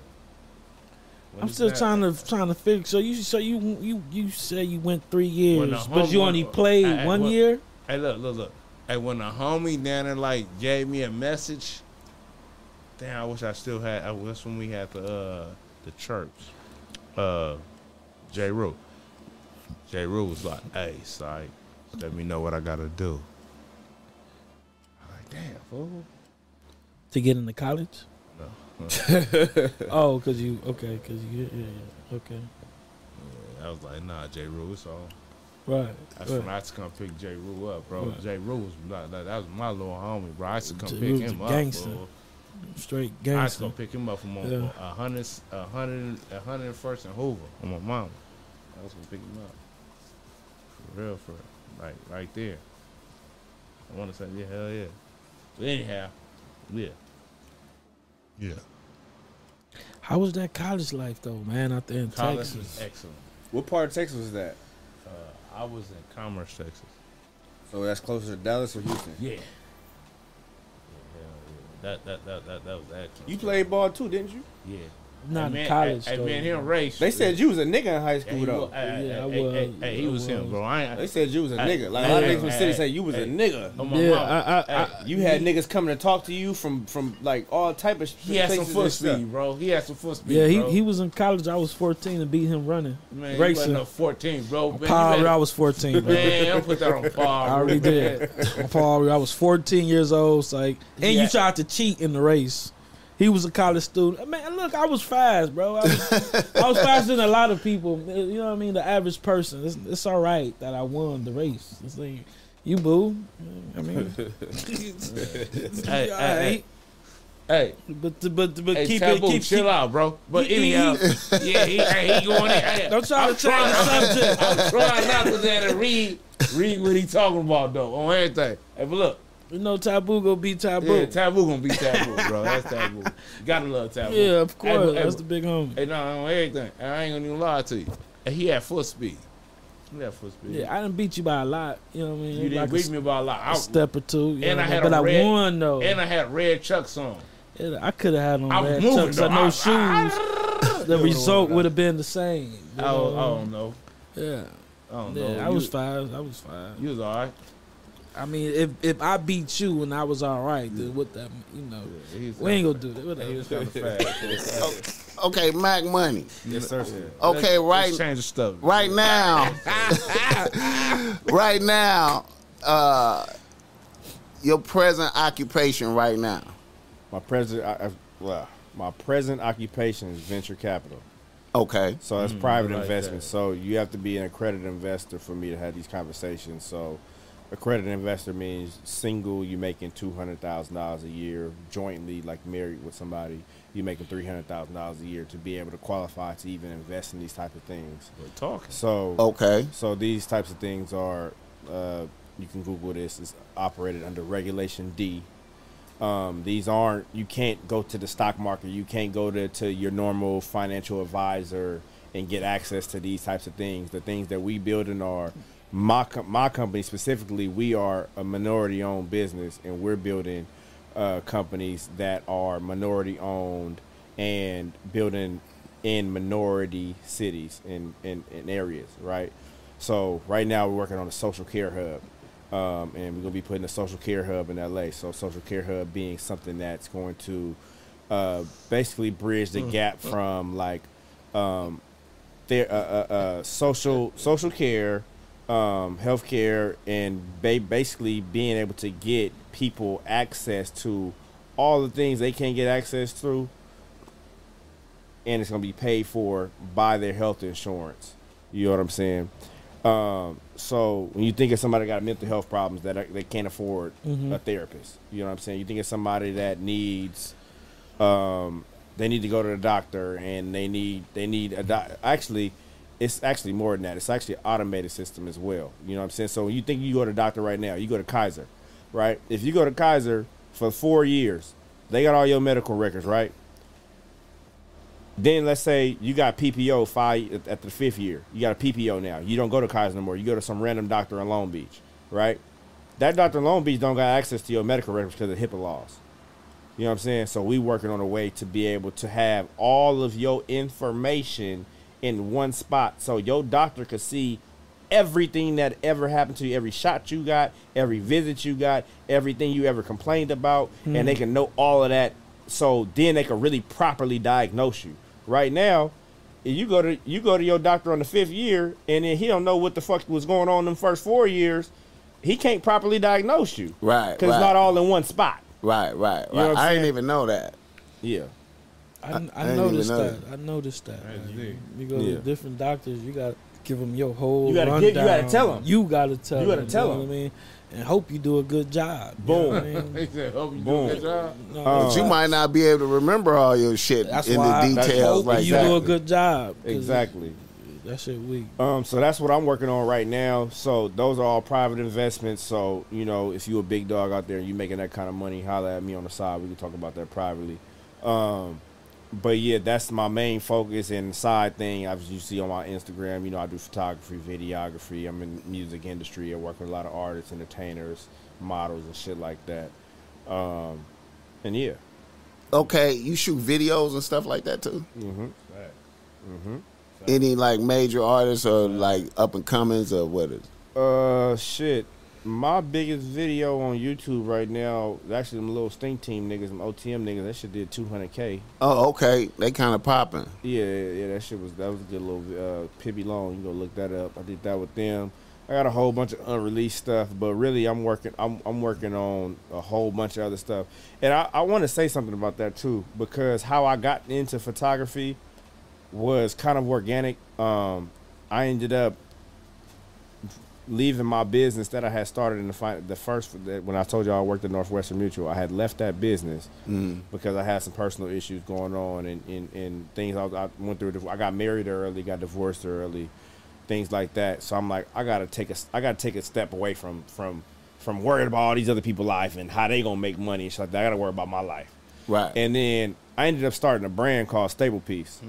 When I'm it's still not- trying to trying to figure. So you so you you you say you went three When the years, but you homework- only played I- I- one what- year. Hey, look, look, look. Hey, when a homie down there like gave me a message, damn, I wish I still had. I wish when we had the uh, the church, uh, J. Rule. J. Rule was like, "Hey, sorry, let me know what I gotta do." I'm like, damn, fool. to get into college? No. (laughs) oh, because you okay? Because you yeah, yeah, yeah okay I was like, "Nah, J. Rule, it's on." right. That's right. when I used to come pick J. Rule up, bro. Right. J. Rule was like, that, that was my little homie, bro. I used to come J. pick Rule's him a up. gangster. fool. Straight I used to gangster. come pick him up from on Yeah. a hundred, a hundred, a hundred and first and Hoover on my mama. I was gonna pick him up. For real, for real. Like right there. I wanna say, yeah, hell yeah. But anyhow, yeah. Yeah. How was that college life though, man? Out there in College Texas. was excellent. What part of Texas was that? Uh, I was in Commerce, Texas. So Oh, that's closer to Dallas or Houston. Yeah. yeah, hell yeah. That, that that that that was excellent. You played ball too, didn't you? Yeah. Not Hey, man, in college Hey, hey, though. man, him race. They said you was a nigga in high Yeah, school he though. was, hey, Yeah, I hey, hey, was. hey, he I was him, was. bro. I ain't, They said you was a Hey, nigga. Like a lot of hey, niggas from the hey, city hey, say you was hey. a nigga. Oh, my yeah, mama. I, I, I, You had niggas coming to talk to you from from like all type of. He had some places foot and stuff. speed, bro. He had some foot speed. yeah. He, bro. he was in college. I was 14 and beat him running. man, he racing. wasn't no 14, bro. Man, you Power, I better- was 14. Bro. (laughs) man, don't put that on (laughs) Paul. I already (laughs) did. (laughs) Paul, I was 14 years old. It's like, and Yeah. you tried to cheat in the race. He was a college student. Man, look, I was fast, bro. I (laughs) was, I was faster than a lot of people. You know what I mean? The average person. It's, it's all right that I won the race. It's like, you boo. I mean, (laughs) (laughs) Hey, all right. hey, hey, But but but, but hey, keep taboo, it keep chill keep, out, bro. But He- he- anyhow, yeah, he, hey, he going in. Hey, Don't try I'm to change the trying- (laughs) subject. I'm trying not to let it read, read what he talking about though on everything. Hey, but look, You know, taboo go be taboo. yeah, Yeah, taboo gonna be taboo, bro. That's taboo. You gotta love taboo. of Hey, but- course. hey, That's but- the big homie. Hey, no, on everything. I ain't gonna even lie to you. And He had foot speed. Yeah, full speed. Yeah, I didn't beat you by a lot. You know what I mean? you didn't like a beat s- me by a lot. I, a step or two. you And know I what had mean? a but red- I won though. and I had red chucks on. Yeah, I could have had on I was red moving, chucks or though. no I- shoes. the result would have been the same. you I, know? don't- I don't know. yeah, Oh, I don't yeah. know. I was You- five. I was five. You was all right. I mean, if if I beat you and I was all right, then what that you know, Yeah, he was we ain't gonna do that. He was Whatever. kind of fast. Okay, Mac Money. yes, sir. Okay, right Change the stuff. right now, right now, uh, your present occupation right now. My present, I, I, well, my present occupation is venture capital. Okay. So that's private I like investment. that. So you have to be an accredited investor for me to have these conversations. So accredited investor means single, you making two hundred thousand dollars a year. Jointly, like married with somebody, you making three hundred thousand dollars a year to be able to qualify to even invest in these type of things. We're (laughs) talking. So Okay. so these types of things are, uh, you can Google this. It's operated under Regulation D. Um, these aren't. You can't go to the stock market. You can't go to to your normal financial advisor and get access to these types of things. The things that we building are my co- my company specifically. We are a minority owned business, and we're building uh, companies that are minority owned and building in minority cities and, and, and areas, right? So right now we're working on a social care hub. Um, and we're gonna be putting a social care hub in LA. So social care hub being something that's going to uh, basically bridge the gap from like um, there uh, uh, uh, social social care, um, health care, and ba- basically being able to get people access to all the things they can't get access through and it's going to be paid for by their health insurance. You know what I'm saying? Um, so when you think of somebody that got mental health problems that are, they can't afford a therapist, you know what I'm saying? You think of somebody that needs, um, they need to go to the doctor and they need they need a doc. Actually, it's actually more than that. It's actually an automated system as well. You know what I'm saying? So when you think you go to the doctor right now, you go to Kaiser, right? If you go to Kaiser for four years, they got all your medical records, right? Then let's say you got PPO five at- at the fifth year. You got a PPO now. You don't go to Kaiser no more. You go to some random doctor in Long Beach, right? That doctor in Long Beach don't got access to your medical records because of HIPAA laws. You know what I'm saying? So we working on a way to be able to have all of your information in one spot, so your doctor could see everything that ever happened to you, every shot you got, every visit you got, everything you ever complained about, and they can know all of that. So then they can really properly diagnose you. Right now, if you go to you go to your doctor on the fifth year, and then he don't know what the fuck was going on in the first four years. He can't properly diagnose you, Right, Because right. it's not all in one spot. Right, right, right. You know what I'm I didn't saying? even know that. Yeah. I, I, I didn't even noticed know that. I noticed that. man. You go Yeah. to different doctors, you gotta give them your whole. You gotta rundown. give- you gotta tell 'em. You gotta tell. You gotta 'em, tell know 'em. what I mean, and hope you do a good job. you Boom. know what I (laughs) mean? He said, "Hope you Boom. do a good job." No, Uh, But you might not be able to remember all your shit that's in why the I- details hope like you do a that. good job. 'cause Exactly. That shit weak. Um, so that's what I'm working on right now. So those are all private investments. So you know, if you a big dog out there and you making that kind of money, holla at me on the side. We can talk about that privately. Um, but yeah, that's my main focus and side thing. As you see on my Instagram, you know, I do photography, videography. I'm in music industry. I work with a lot of artists, entertainers, models, and shit like that. Um, and yeah, Okay, you shoot videos and stuff like that too. mm-hmm. Right. Any like major artists or like up and comings or what is? Uh, shit. My biggest video on YouTube right now, actually, them little Stink Team niggas, them OTM niggas, that shit did 200K. Oh, okay, they kind of popping. Yeah, yeah, yeah, that shit was, that was a good little, vi- uh, Pibby Long. You go look that up. I did that with them. I got a whole bunch of unreleased stuff, but really, I'm working, I'm, I'm working on a whole bunch of other stuff. And I, I want to say something about that too, because how I got into photography was kind of organic. Um, I ended up leaving my business that I had started in the fin- the first that when I told you I worked at Northwestern Mutual, I had left that business because I had some personal issues going on and and, and things I, was- I went through. I got married early, got divorced early, things like that. So I'm like, I gotta take a s- I gotta take a step away from from from worrying about all these other people's life and how they gonna make money and shit like that. I gotta worry about my life. Right. And then I ended up starting a brand called Stable Piece.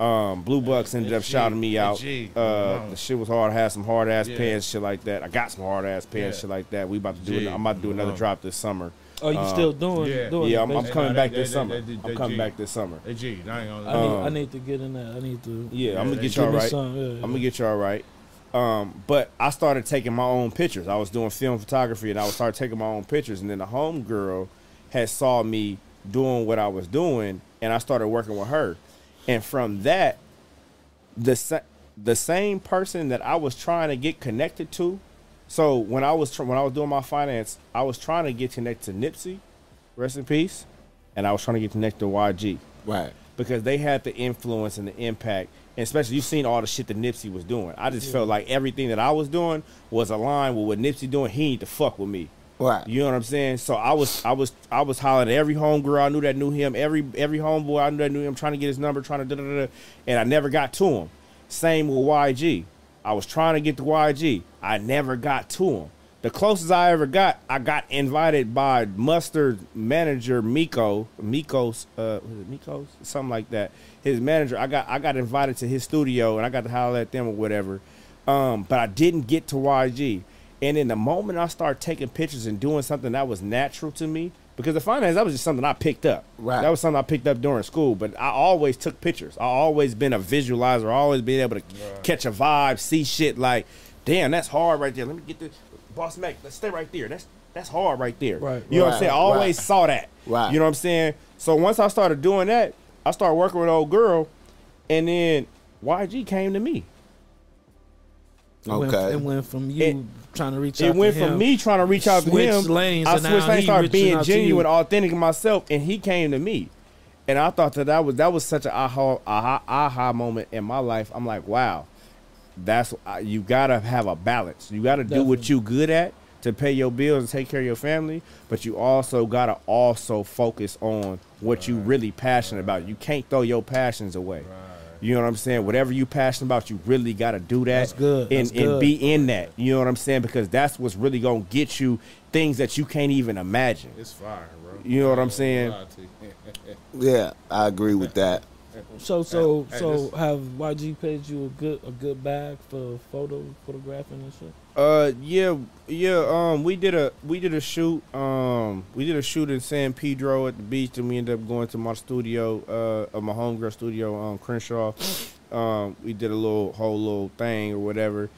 Um, Blue Bucks ended up Mm-hmm. G, shouting me that out. G. Uh, Wow. the shit was hard. I had some hard ass Yeah. pants, shit like that. I got some hard ass pants, Yeah. shit like that. We about to do. G. Uh-huh. it. I'm about to do another Wow. drop this summer. Oh, you Uh, still doing? yeah. doing yeah, it, I'm, I'm basically. coming They- back they- this they- summer. they- they- I'm coming G. back this summer. Hey, G, I ain't gonna I lie. need, I um, need to get in there. I need to. Yeah, I'm gonna get they- give y'all me right. some, yeah, yeah. I'm gonna get y'all right. Um, but I started taking my own pictures. I was doing film photography, and I would start taking my own pictures. And then the homegirl had saw me doing what I was doing, and I started working with her. And from that, the sa- the same person that I was trying to get connected to. So when I was tr- when I was doing my finance, I was trying to get connected to Nipsey, rest in peace, and I was trying to get connected to YG Right. because they had the influence and the impact. And especially you've seen all the shit that Nipsey was doing. I just felt like everything that I was doing was aligned with what Nipsey doing. He need to fuck with me. Right. You know what I'm saying? So I was I was I was hollering at every homegirl I knew that knew him, every every homeboy I knew that knew him, trying to get his number, trying to da da da, and I never got to him. Same with YG. I was trying to get to YG. I never got to him. The closest I ever got, I got invited by Mustard manager Miko, Miko's, uh, was it Miko's, something like that. His manager, I got, I got invited to his studio, and I got to holler at them or whatever. Um, but I didn't get to YG. And in the moment I started taking pictures and doing something that was natural to me, because the finance that was just something I picked up. Right. That was something I picked up during school. But I always took pictures. I always been a visualizer. I always been able to catch a vibe, see shit like, damn, that's hard right there. Let me get this, boss Mac. Let's stay right there. That's that's hard right there. Right. You know what I'm Right, saying? I always right. saw that. Right. You know what I'm saying? So once I started doing that, I started working with old girl, and then YG came to me. It went, Okay. it went from you trying to reach. out It to went him. from me trying to reach out to Switched him. lanes, I and switched now lanes, he started reaching being out to genuine, you. authentic to myself, and he came to me. And I thought that that was that was such an aha aha, aha moment in my life. I'm like, wow, that's I- you gotta have a balance. You gotta do what you good at to pay your bills and take care of your family, but you also gotta also focus on what you really passionate about. You can't throw your passions away. You know what I'm saying? Whatever you passionate about, you really gotta do that That's good. and That's and good. be in that. You know what I'm saying? Because that's what's really gonna get you things that you can't even imagine. It's fire, bro. You know what I'm saying? Lie to you. Yeah, I agree with that. So so Hey, so this- have YG paid you a good a good bag for photo photographing and shit? Uh, yeah, yeah. Um, we did a we did a shoot. Um, we did a shoot in San Pedro at the beach, and we ended up going to my studio, uh, of my homegirl studio, um, Crenshaw. Um, we did a little whole little thing or whatever.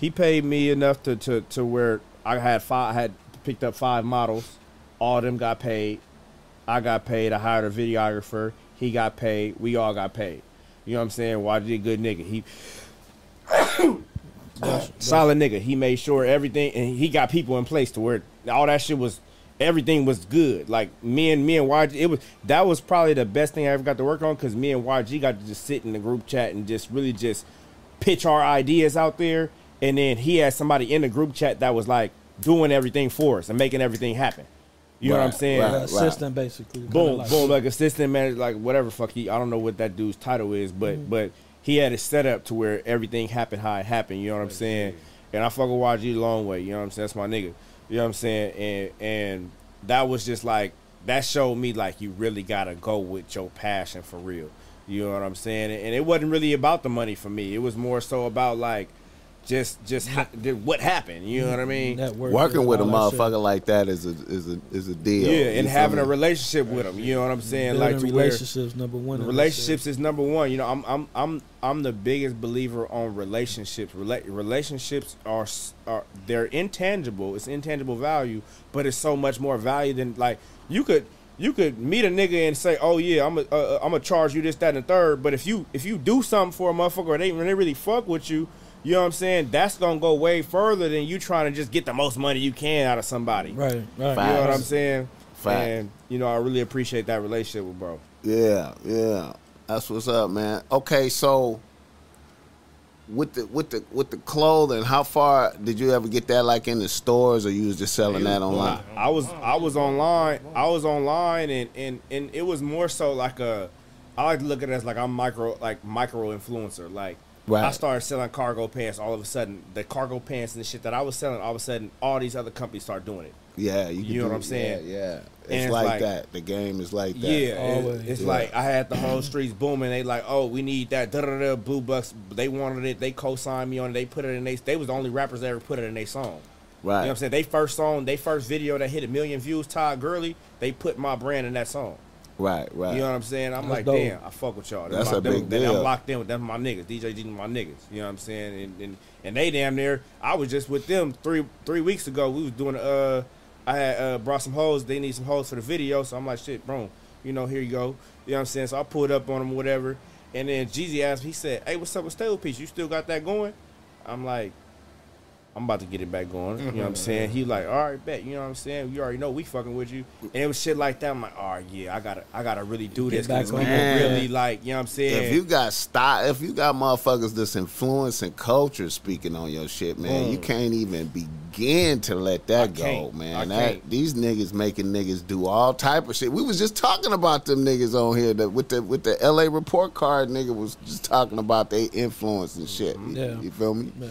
He paid me enough to to to where I had five I had picked up five models. All of them got paid. I got paid. I hired a videographer. He got paid. We all got paid. You know what I'm saying? YG, a good nigga. He (coughs) solid nigga. He made sure everything, and he got people in place to where all that shit was, everything was good. Like me and me and YG, it was that was probably the best thing I ever got to work on because me and YG got to just sit in the group chat and just really just pitch our ideas out there. And then he had somebody in the group chat that was like doing everything for us and making everything happen. You know what I'm Right, saying? right. An assistant basically. kinda boom, like- boom, like assistant manager, like whatever fuck he. I don't know what that dude's title is, but but he had it set up to where everything happened how it happened. You know what I'm saying? And I fuck with YG long way. You know what I'm saying? That's my nigga. You know what I'm saying? And and that was just like that showed me like you really gotta go with your passion for real. You know what I'm saying? And it wasn't really about the money for me. It was more so about like just just ha- what happened. You know what I mean? Network, Working with a all that shit. motherfucker like that is a is a is a deal. Yeah, You and feel having me? a relationship with them. You know what I'm saying? Building Like to where relationships number one. in that relationships is number one. You know, I'm I'm I'm I'm the biggest believer on relationships. Rela- relationships are s- are they're intangible. It's intangible value, but it's so much more value than like you could you could meet a nigga and say, oh yeah, I'm a, uh, I'm gonna charge you this that and the third. But if you if you do something for a motherfucker, or they when they really fuck with you. You know what I'm saying? That's gonna go way further than you trying to just get the most money you can out of somebody. shit. Right, right. Fact. You know what Facts. I'm saying? Facts. And you know, I really appreciate that relationship with bro. Yeah, yeah. That's what's up, man. Okay, so with the with the with the clothing, how far did you ever get that like in the stores or you was just selling that online? I was I was online. I was online, and and and it was more so like a. I like to look at it as like I'm micro like micro influencer. Like I Right. started selling cargo pants. All of a sudden, the cargo pants and the shit that I was selling, all of a sudden, all these other companies start doing it. Yeah, you, can You know do- what I'm saying? Yeah, yeah. it's it's like, like- that. The game is like that. Yeah, it- Always. it's Yeah. like I had the whole streets booming. They like, oh, we need that. Da da da. Blue Bucks. They wanted it. They co-signed me on. it. They put it in. They they was the only rappers that ever put it in their song. right. You know what I'm saying? They first song, they first video that hit a million views. Todd Gurley. They put my brand in that song. right, right. You know what I'm saying? I'm That's like, dope. damn, I fuck with y'all. Them That's my- a them- big that deal. I'm locked in with them. My niggas, DJ D, my niggas. You know what I'm saying? And, and and they damn near. I was just with them three three weeks ago. We was doing uh, I had uh, brought some hoes. They need some hoes for the video, so I'm like, shit, bro. You know, here you go. You know what I'm saying? So I pulled up on them, whatever. And then Jeezy asked, me, he said, "Hey, what's up with Stable Piece? You still got that going?" I'm like, I'm about to get it back going. You know what I'm saying? He like, all right, bet. You know what I'm saying? You already know we fucking with you. And it was shit like that. I'm like, all right, yeah, I gotta, I gotta really do Get this back because on people it. really like, you know what I'm saying? If you got style, if you got motherfuckers that's influencing culture speaking on your shit, man, you can't even begin to let that go, can't. Mm. I man. That, can't. these niggas making niggas do all type of shit. We was just talking about them niggas on here that with the with the LA report card nigga was just talking about they influence and shit. Mm-hmm. You- Yeah. You feel me? Man.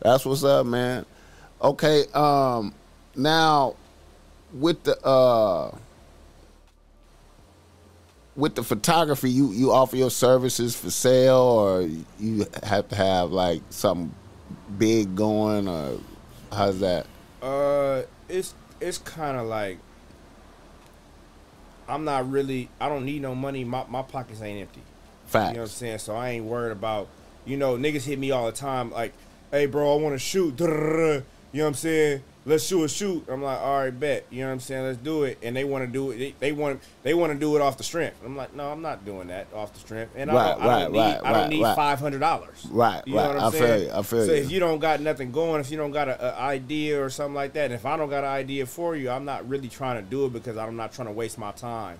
That's what's up, man. Okay, um now with the uh with the photography, you you offer your services for sale, or you have to have like something big going, or how's that? Uh, it's it's kind of like I'm not really. I don't need no money. My my pockets ain't empty. You know what I'm Facts. saying? So I ain't worried about, you know, niggas hit me all the time like, hey, bro, I want to shoot. (laughs) duh, duh, duh, duh." You know what I'm saying? Let's shoot a shoot. I'm like, all right, bet. You know what I'm saying? Let's do it. And they want to do it. They, they want they want to do it off the strength. I'm like, no, I'm not doing that off the strength. And I don't, Right, I don't need, right, right, I don't right, need right. five hundred dollars. Right, right. I feel you, I feel so you. if you don't got nothing going, if you don't got an idea or something like that, and if I don't got an idea for you, I'm not really trying to do it because I'm not trying to waste my time.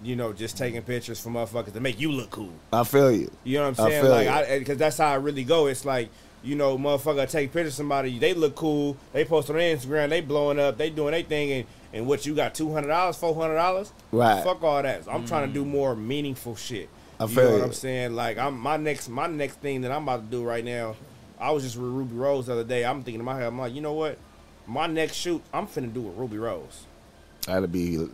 You know, just taking pictures for motherfuckers to make you look cool. I feel you. You know what I I'm saying? feel like, you. I because that's how I really go. It's like, you know, motherfucker, I take pictures of somebody, they look cool, they post on their Instagram, they blowing up, they doing their thing, and, and what you got, $200, $400? Right. Fuck all that. I'm trying to do more meaningful shit. I you feel know what you. I'm saying? Like, I'm my next my next thing that I'm about to do right now, I was just with Ruby Rose the other day. I'm thinking in my head, I'm like, you know what? My next shoot, I'm finna do with Ruby Rose. That'd be (laughs) I'm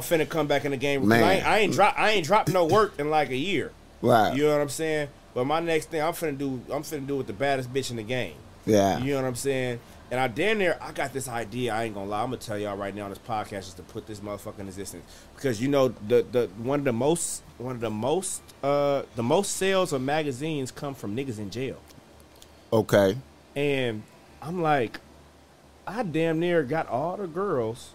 finna come back in the game. 'cause Man. I ain't, I ain't drop I ain't dropped no work in like a year. right. You know what I'm saying? But my next thing I'm finna do, I'm finna do with the baddest bitch in the game. yeah. You know what I'm saying? And I damn near, I got this idea. I ain't gonna lie. I'm gonna tell y'all right now on this podcast is to put this motherfucker in existence because you know the the one of the most one of the most uh the most sales of magazines come from niggas in jail. okay. And I'm like, I damn near got all the girls.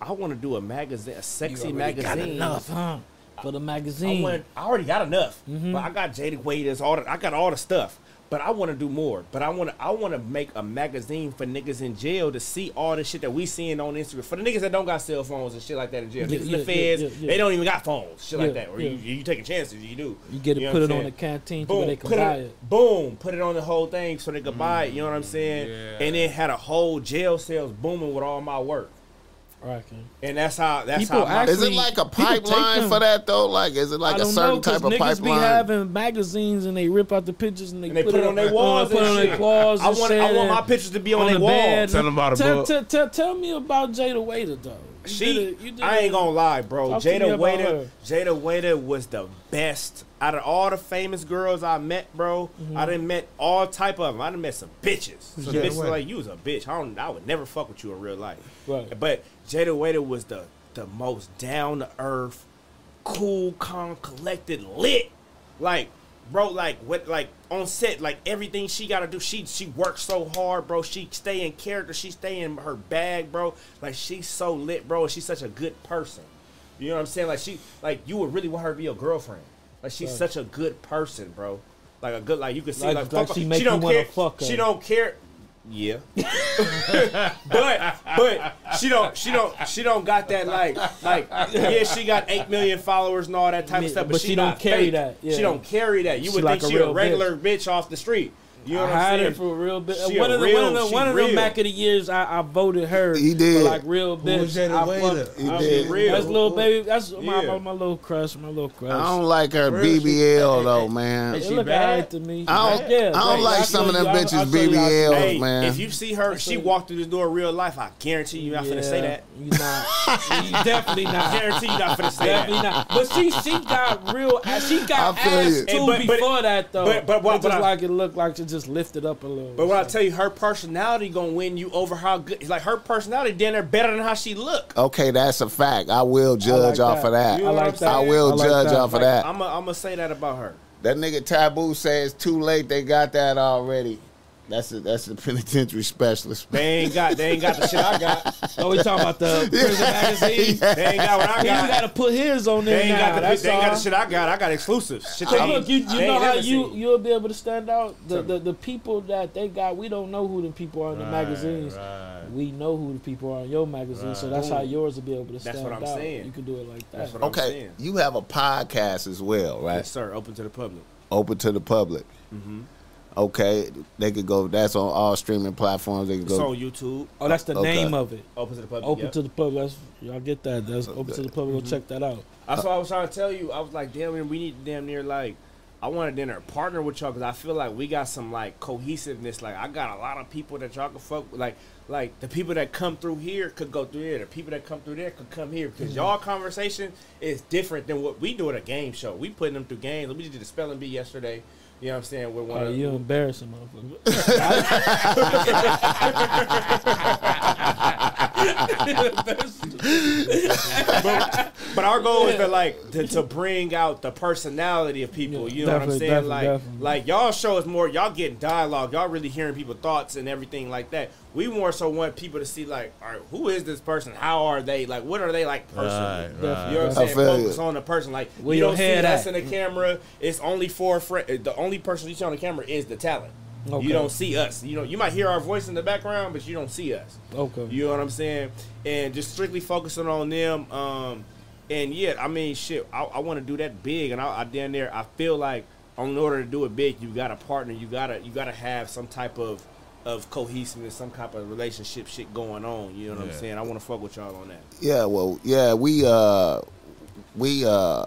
I want to do a magazine, a sexy magazine. enough, huh? For the I magazine. want. I already got enough. Mm-hmm. But I got Jada Waiters. All the, I got all the stuff. But I want to do more. But I want to. I want to make a magazine for niggas in jail to see all the shit that we seeing on Instagram. For the niggas that don't got cell phones and shit like that in jail. Yeah, niggas in yeah, the feds, yeah, yeah, yeah. they don't even got phones. Shit like Yeah, that. Or yeah. you, you taking chances. You do. you get to know put what it I'm on the saying? canteen so boom, they can put buy it, it. boom, put it on the whole thing so they could buy it. You know what I'm saying? Mm, And then had a whole jail sales booming with all my work. I reckon. And that's how. That's People how. my- actually- Is it like a people take pipeline them. for that though? Like, is it like I a don't certain know, 'cause type of niggas be pipeline? having magazines and they rip out the pictures and they, and they put, it on their walls. put it and on shit. their walls. I and want, I shit want my and- pictures to be on, the their wall. bed. Tell 'em about a tell, book. Tell, tell, tell me about Jada Waiter though. You She, did a- you did I a- ain't gonna lie, bro. Talk to me Jada about Waiter, her. Jada Waiter was the best out of all the famous girls I met, bro. Mm-hmm. I done met all type of them. I done met some bitches. Some Jada bitches Waiter? like you was a bitch. I don't, I would never fuck with you in real life. Right. But Jada Waiter was the the most down to earth, cool, calm, collected, lit. Like, bro, like what, like on set, like everything she gotta do. She she works so hard, bro. She stay in character. She stay in her bag, bro. Like she's so lit, bro. and She's such a good person. You know what I'm saying? Like she, like you would really want her to be your girlfriend. Like she's such a good person, bro. Like a good, like you can see, Like- like, like fuck she her. make she you don't wanna care. fuck her. She don't care. Yeah but but she don't she don't she don't got that like like yeah she got eight million followers and all that type of stuff but, she, don't carry that yeah. she don't carry that you She would like a think she a real regular bitch. off the street You know I what I'm had saying? her for a real bit. She One a of the real- one of the, she one of the real. back of the years, I, I voted her. He did. for like real bitch. was that I waiter? fucked- He I'm did. real. That's little baby. That's my, Yeah. my my little crush. My little crush. I don't like her Real shit. BBL Hey, though, hey, man. hey. It She look bad? alright to me. I don't, I don't baby, like I'll some of show them you- I'll- I'll bitches show you how- BBLs, Hey, man. if you see her, she walked through this door real life. I guarantee you, you're not finna say that. (laughs) You not. You definitely (laughs) I not. guarantee you, not finna say that. Definitely not. But she she got real. She I got feel ass you. too Hey, but- but- before that though. but- but what- It but just I- like it looked like she just lifted up a little. But when I so. tell you, her personality gonna win you over how good. Like her personality down there better than how she look. Okay, that's a fact. I will judge like off of that. You I know what like I'm that. I will I like judge that. off of Like, that. I'm gonna say that about her. That nigga Taboo says too late. They got that already. That's a, (laughs) that's the penitentiary specialist. They ain't got. They ain't got the shit I got. Oh, we talking (laughs) about the prison magazine. (laughs) They ain't got what I You got. gotta put his on They there. ain't now, got the. that's They ain't got all. the shit I got. I got exclusive. Shit So they ain't- look, you, they you ain't know how never you seen. you'll be able to stand out. The, Tell the the people that they got, we don't know who the people are in the magazines. We know who the people are in your magazine, so that's how yours will be able to stand That's what I'm out. saying. You can do it like that. That's what I'm Okay, saying. you have a podcast as well, right? Yes, sir. Open to the public. Open to the public. Okay, they could go. That's on all streaming platforms. They could It's go. on YouTube. oh, that's the Okay. name of it. Open to the public. Open yeah. to the public. That's, y'all get that? That's open to the public. Go check that out. That's what I was trying to tell you. I was like, damn, man, we need to damn near like, I want to damn near partner with y'all because I feel like we got some like cohesiveness. Like I got a lot of people that y'all can fuck with. Like, like the people that come through here could go through there. The people that come through there could come here Mm-hmm. because y'all conversation is different than what we do at a game show. We putting them through games. We did the spelling bee yesterday. You know what I'm saying? With one Oh, of you embarrassing, motherfucker. (laughs) but, but our goal is to like to, to bring out the personality of people. Yeah, you know what I'm definitely, saying? definitely, like definitely. like y'all show is more y'all getting dialogue. Y'all really hearing people thoughts and everything like that. We more so want people to see like, all right, who is this person? How are they? Like, what are they like personally? Right, right. You know what I'm I saying? feel Focus you. on the person. Like Where you your don't see head us at? in the camera. It's only for fr- the only person you see on the camera is the talent. Okay. You don't see us. You know, you might hear our voice in the background, but you don't see us. Okay. You know what I'm saying? And just strictly focusing on them. Um, and yeah, I mean, shit, I, I want to do that big, and I, I down there, I feel like in order to do it big, you got to partner, you gotta, you gotta have some type of of cohesiveness, some type of relationship shit going on. You know what I'm Yeah. saying? I want to fuck with y'all on that. Yeah, well, yeah, we uh, we uh,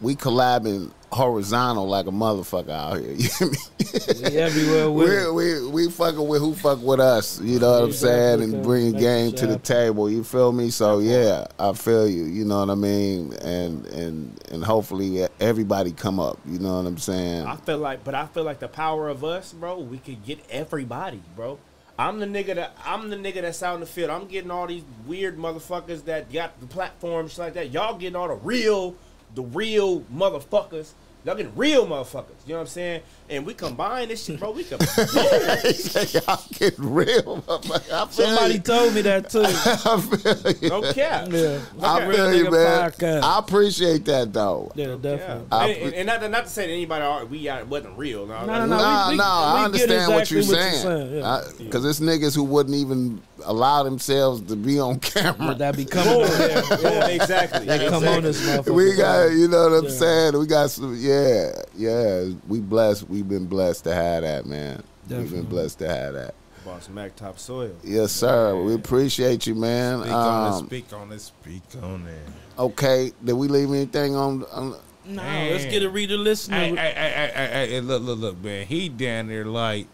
we collabing horizontal like a motherfucker out here. (laughs) You hear me? We everywhere with it. we we we fucking with who fuck with us, you know what I'm Yeah, saying, that's and what bring that- game that's to the what table. You feel me? So yeah, I feel you. You know what I mean? And and and hopefully e, everybody come up. You know what I'm saying? I feel like, but I feel like the power of us, bro. We could get everybody, bro. I'm the nigga that I'm the nigga that's out in the field. I'm getting all these weird motherfuckers that got the platforms like that. Y'all getting all the real, the real motherfuckers. Y'all getting real motherfuckers. You know what I'm saying? And we combine this shit, bro. We could. (laughs) Y'all get real. (laughs) motherfucker. I feel Somebody you. (laughs) told me that too. I feel you. no cap. (laughs) Yeah. I Okay. feel you, Real nigga man. podcast. I appreciate that though. Yeah, Yeah. definitely. I- And, and- and not, not to say that anybody are, we are, wasn't real. No, No, no, no. Nah, we- we- nah, I we get understand what exactly you're what you're saying. saying, yeah. Because it's niggas who wouldn't even allow themselves to be on (laughs) camera. But that be coming over there. (laughs) Yeah, exactly. That come on this motherfucker. we got, you know what I'm Yeah. saying. We got some, yeah, yeah. We blessed. We've been blessed to have that, man. We've been Definitely. blessed to have that. Boss Mac Top Soil. Yes, sir. We appreciate you, man. Speak on it, Um, speak on it, speak on it. okay, did we leave anything on? on No, let's get a reader listener. Hey, hey, hey, hey, hey, hey, look, look, look, man. He down there like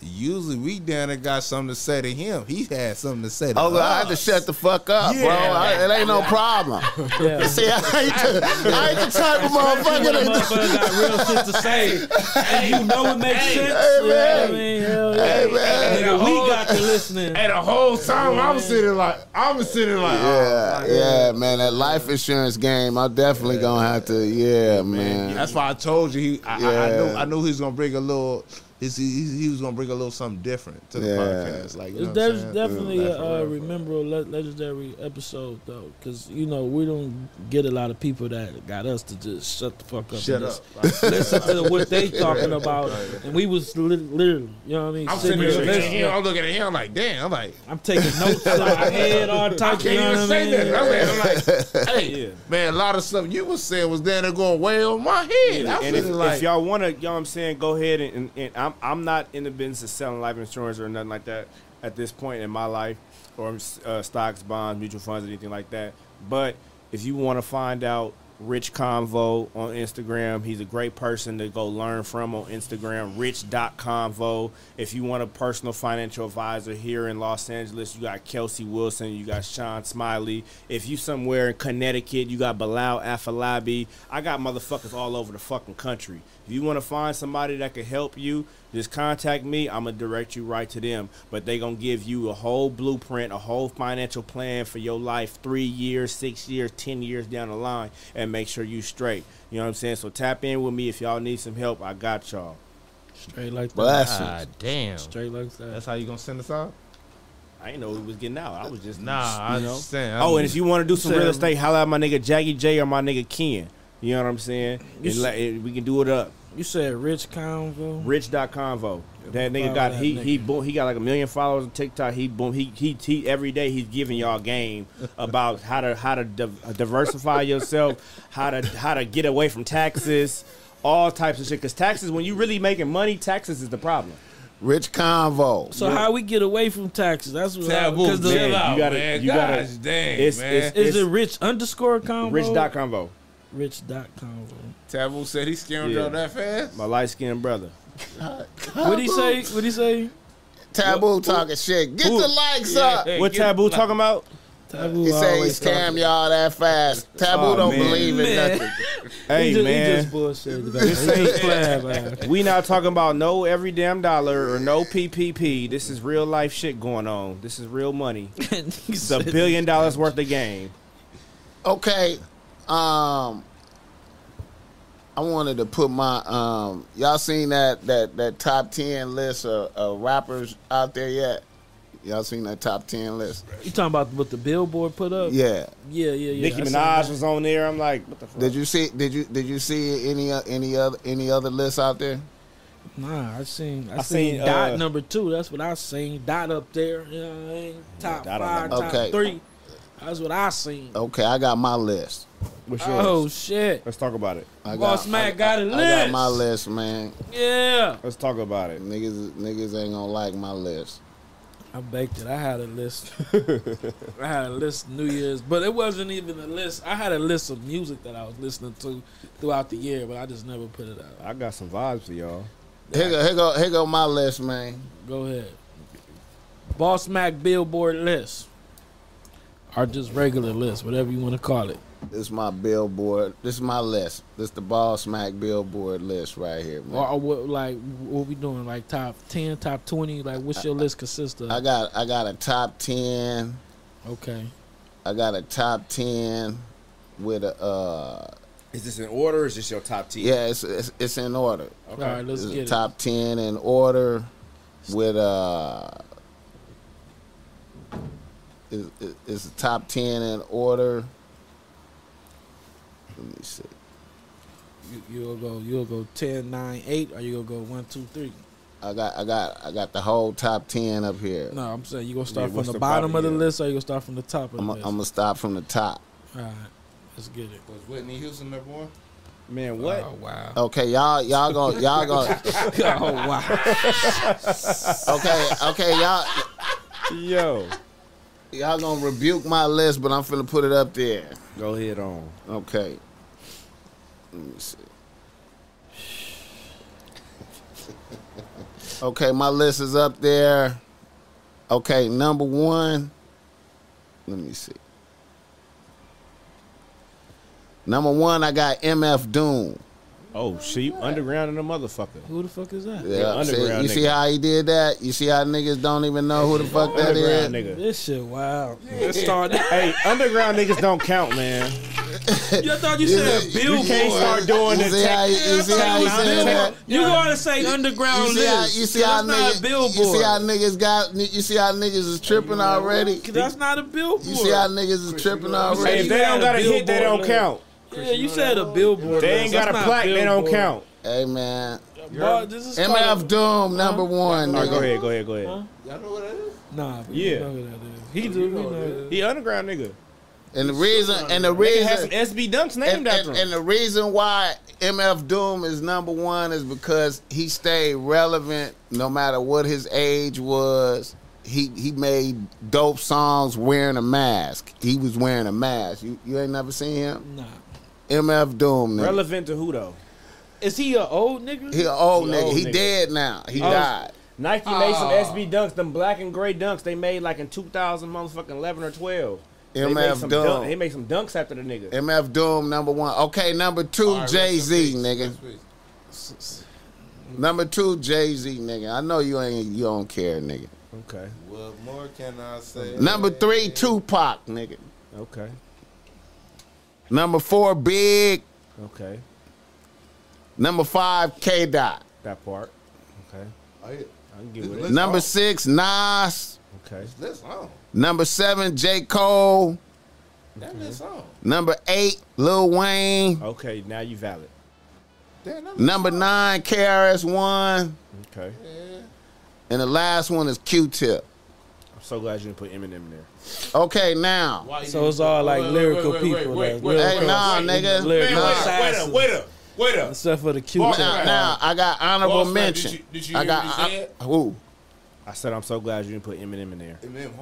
usually we down there got something to say to him. He had something to say to oh, us. I had to shut the fuck up, bro. I, it ain't no problem. Yeah. See, I ain't, the, I ain't the type of (laughs) motherfucker When a that motherfucker (laughs) got real shit to say, and you know it makes sense. hey, you know what man. I mean? Hell yeah. Hey, man. Nigga, we got to listening. (laughs) And the whole time I was sitting like I was sitting like Yeah, yeah, man. That life insurance game, I'm definitely gonna have to. Yeah, man. oh. That's why I told you he. I, I, I Yeah. knew I knew he was gonna bring a little. He, he, he was gonna bring a little something different to the Yeah. podcast. Like you know It's what I'm there's saying? definitely Yeah, a for real, uh, for real. rememberable le- legendary episode though, because you know we don't get a lot of people that got us to just shut the fuck up. Shut and up. (laughs) just Listen to what they talking about, and we was li- literally, you know what I mean. I'm sitting there looking at listening. him. I'm looking at him like, damn. I'm like, I'm taking notes in my head, all I types. can't you know even what say I mean? that. I'm like, I'm like, hey, Yeah. man, a lot of stuff you was saying was down there going way over my head. I And was if, like, if y'all want to, y'all know what I'm saying, go ahead and, and, and I I'm I'm not in the business of selling life insurance or nothing like that at this point in my life, or uh, stocks, bonds, mutual funds, anything like that. But if you want to find out Rich Convo on Instagram, he's a great person to go learn from on Instagram. Rich.convo. If you want a personal financial advisor here in Los Angeles, you got Kelsey Wilson, you got Sean Smiley. If you somewhere in Connecticut, you got Bilal Afalabi. I got motherfuckers all over the fucking country. If you want to find somebody that can help you, just contact me. I'm gonna direct you right to them. But they gonna give you a whole blueprint, a whole financial plan for your life, three years, six years, ten years down the line, and make sure you straight. You know what I'm saying? So tap in with me if y'all need some help. I got y'all. Straight like that. Blessings. Ah, damn. Straight like that. That's how you gonna send us out? I didn't know who was getting out. I was just Nah, I you know. understand. Oh, and if you want to do some Sam. real estate, holla at my nigga Jackie J or my nigga Ken. You know what I'm saying? You And s- like, and we can do it up. You said rich convo. Rich.convo. That follow nigga got that he nigga. he boom, he got like a million followers on TikTok. He boom he he, he every day he's giving y'all (laughs) game about how to how to div- uh, diversify yourself, how to how to get away from taxes, all types of shit. Cause taxes, when you really making money, taxes is the problem. Rich Convo. So how we get away from taxes? That's what Taboo, because the- man. you out, gotta- man. you gotta- Gosh dang, it's- man. it's- Is it rich underscore convo? Rich dot convo, Rich dot convo. Taboo said he scammed Yeah. y'all that fast. my light skinned brother. What he say? What he say? Taboo talking shit. Get who- the likes up. Hey, what get- taboo talking about? Taboo He said he always talking. scam y'all that fast. Taboo Aw, don't man. believe in Man. nothing. Hey he just, man, he just bullshit. about it. This ain't- He playing, man. We not talking about no every damn dollar or no PPP. This is real life shit going on. This is real money. (laughs) (laughs) He It's a said- billion dollars worth of game. Okay. Um I wanted to put my um y'all seen that that that top ten list of, of rappers out there yet? Y'all seen that top ten list? You talking about what the billboard put up? Yeah. yeah, yeah. yeah. Nicki I seen Minaj that. was on there. I'm like, what the fuck? Did you see did you did you see any o- any other any other lists out there? Nah, I seen. I, I seen, seen, dot uh, number two. That's what I seen. Dot up there. You know what I mean? Top Dot on five, number- top Okay. Oh, three. That's what I seen. Okay, I got my list. What's yours? Oh shit! Let's talk about it. I Boss got, Mac I, got a I got list. my list, man. Yeah. Let's talk about it. Niggas niggas ain't gonna like my list. I baked it. I had (laughs) a list. I had a list New Year's, but it wasn't even a list. I had a list of music that I was listening to throughout the year, but I just never put it out. I got some vibes for y'all. Here go here go here go my list, man. Go ahead. Boss Mac Billboard list, or just regular list, whatever you want to call it. This is my billboard. This is my list. This is the ball smack billboard list right here, man. Or, or what, like what we doing? Like top ten, top twenty? Like what's your list consist I of? got I got a top ten. Okay. I got a top ten with a uh Is this in order? Or is this your top tier? yeah, it's it's, it's in order. All right, let's It's get top ten in order with uh it's, it's a top ten in order. Let me see. it. You, you'll go. You'll go ten, nine, eight, or you'll go one, two, three. I got I got I got the whole top ten up here. No, I'm saying you gonna Yeah, start from what's the, the bottom of bottom, the yeah. list, or you gonna start from the top of the I'm list. gonna stop from the top. All right, let's get it. Was Whitney Houston number one? Man, what? Oh (laughs) wow. Okay, y'all y'all gonna y'all gonna oh wow, Okay, okay, y'all Yo. y'all gonna rebuke my list, but I'm finna put it up there. Go ahead on. Okay. Let me see. Okay, my list is up there. Okay, number one. Let me see. Number one, I got MF Doom. Oh, sheep underground and a motherfucker. who the fuck is that? Yeah, see- underground you see nigga. how he did that? You see how niggas don't even know who the fuck that is? Underground nigga. This shit wild. Let's start. that. (laughs) Hey, underground niggas don't count, man. You thought you You said see- You can't billboard. start doing You the see how tech. he, you see how he saying that? You gotta say underground You see how, list. you see That's how not niggas, a billboard. you see how niggas got, you see how niggas is tripping already. 'Cause that's not a billboard. You see how niggas is tripping Hey, already. if they don't got a hit, they don't Billboard, man. count. yeah, you said a billboard. They ain't list. got a That's not plaque, they don't billboard. count. Hey man, Boy, this is MF called Doom number one. All right, nigga. go ahead, go ahead, go ahead. Y'all know what that is? a- Nah, we Yeah. know who that is. He do. We know. He underground nigga. And the reason, and the Nigga had some reason, SB dunks named and, after and, him. and the reason why MF Doom is number one is because he stayed relevant no matter what his age was. He he made dope songs wearing a mask. He was wearing a mask. You you ain't never seen him. Nah. MF Doom. Nigga. Relevant to who though? Is he an old nigga? He an old He nigga. old he nigga. dead now. He Oh. died. Nike made Ah. some SB dunks, them black and gray dunks they made like in 2000 motherfucking 11 or 12. They made, MF some Doom. dunk, they made some dunks after the nigga. MF Doom number one. Okay, number two, Jay Z, nigga. Number two, Jay Z, nigga. I know you ain't you don't care, nigga. Okay. What more can I say? Number three, Tupac, nigga. Okay. Number four, Big. Okay. Number five, K Dot. That part. Okay. Oh, yeah. I can get with it. Let's Number go. six, Nas. Okay. That's on. Number seven, J Cole. That that's on. Number eight, Lil Wayne. Okay, now you valid. Damn, that Number nine, KRS One. Okay. And the last one is Q Tip. I'm so glad you didn't put Eminem in there. Okay, now. So it's all like lyrical people, like lyrical- Hey, nah, nigga. lyrical Nah. assassins, Wait up, wait up. Except for the cute. Now, now, I got honorable Boss man, did mention. you- did you I hear got what he said? I- who I said I'm so glad you didn't put Eminem in there.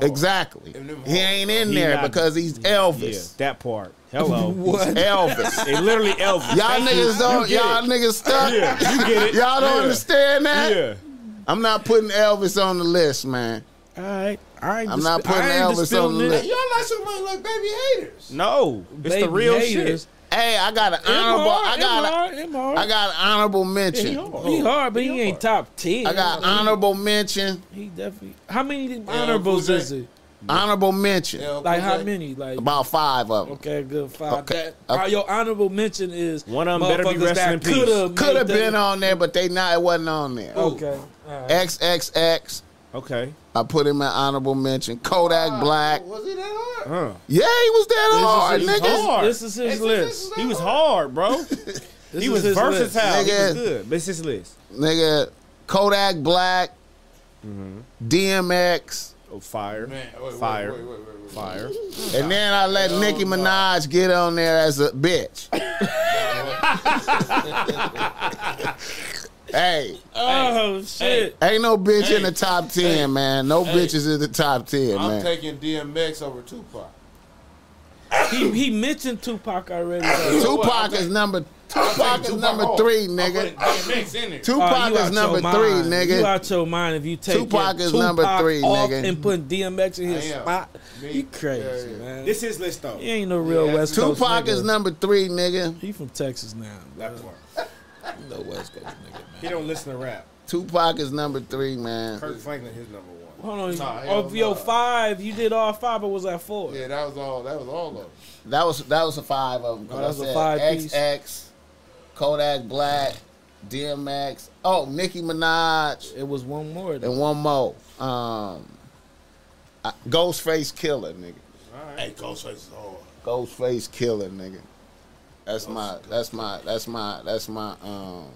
exactly. And them He ain't in He there not- because he's Yeah, Elvis. (laughs) that part. Hello. (laughs) Elvis. It literally Elvis. Y'all Thank you. niggas don't. You get Y'all it. niggas stuck. Yeah, you get it. Y'all don't Yeah. understand that. Yeah. I'm not putting Elvis on the list, man. All right. I ain't I'm dis- not putting I ain't Elvis disputing on the it. list. Y'all like so much like baby haters. No, it's the real shit. Hey, I got an honorable. I got. A, him I got an honorable mention. hard. He hard, but he, ain't top ten. I got honorable mention. He definitely. How many honorables Kool-Aid. is it? Honorable mention. Like how many? Like About five of them. okay, good five. Okay. That, uh, your honorable mention is One of 'em better be motherfuckers resting that in peace. coulda made Could have that- been on there, but they not. It wasn't on there. Okay, all right. XXX. Okay. I put him in honorable mention. Kodak Black. Was he that hard? Huh. Yeah, he was that hard, He's nigga. Uh-huh. hard. this is his list. He was (laughs) hard, bro. This he is was his versatile. list. He Nigga. was good. But it's his list. Nigga, Kodak Black, DMX, Oh, fire. Man, wait, wait, fire. Wait, wait, wait, wait. Fire. and then I let Nicki Minaj get on there as a (laughs) bitch. hey, Oh shit! ain't no bitch in the Hey. top ten, man. No Hey. bitches in the top 10 I'm man. taking DMX over Tupac. He he mentioned Tupac already. though. Tupac I'm is taking- number. Tupac is Tupac number off. three, I'm putting nigga. DMX in there. Oh, Tupac you out is number your mind. three, You nigga. out your mind if you take Tupac is Tupac number three, off nigga. and putting DMX in his I am. spot. Me. You crazy, Yeah, yeah. man. This is his list, though. he ain't no real Yeah, West Coast. Tupac nigga. is number three, nigga. He from Texas now. That part. No West Coast nigga, He man. don't listen to rap. Tupac is number three, man. Kirk Franklin, his number one. Hold on. Nah, hell of your nah. five, you did all five, but was that four? Yeah, that was all. That was all of them. That was that was a five of them. Oh, that was I a said five piece. XX, Kodak Black, DMX. Oh, Nicki Minaj, It was one more. Though. and one more. Um, I- Ghostface Killer, nigga. Hey, Ghostface is hard. Ghostface Killer, nigga. That's my that's my that's my that's my um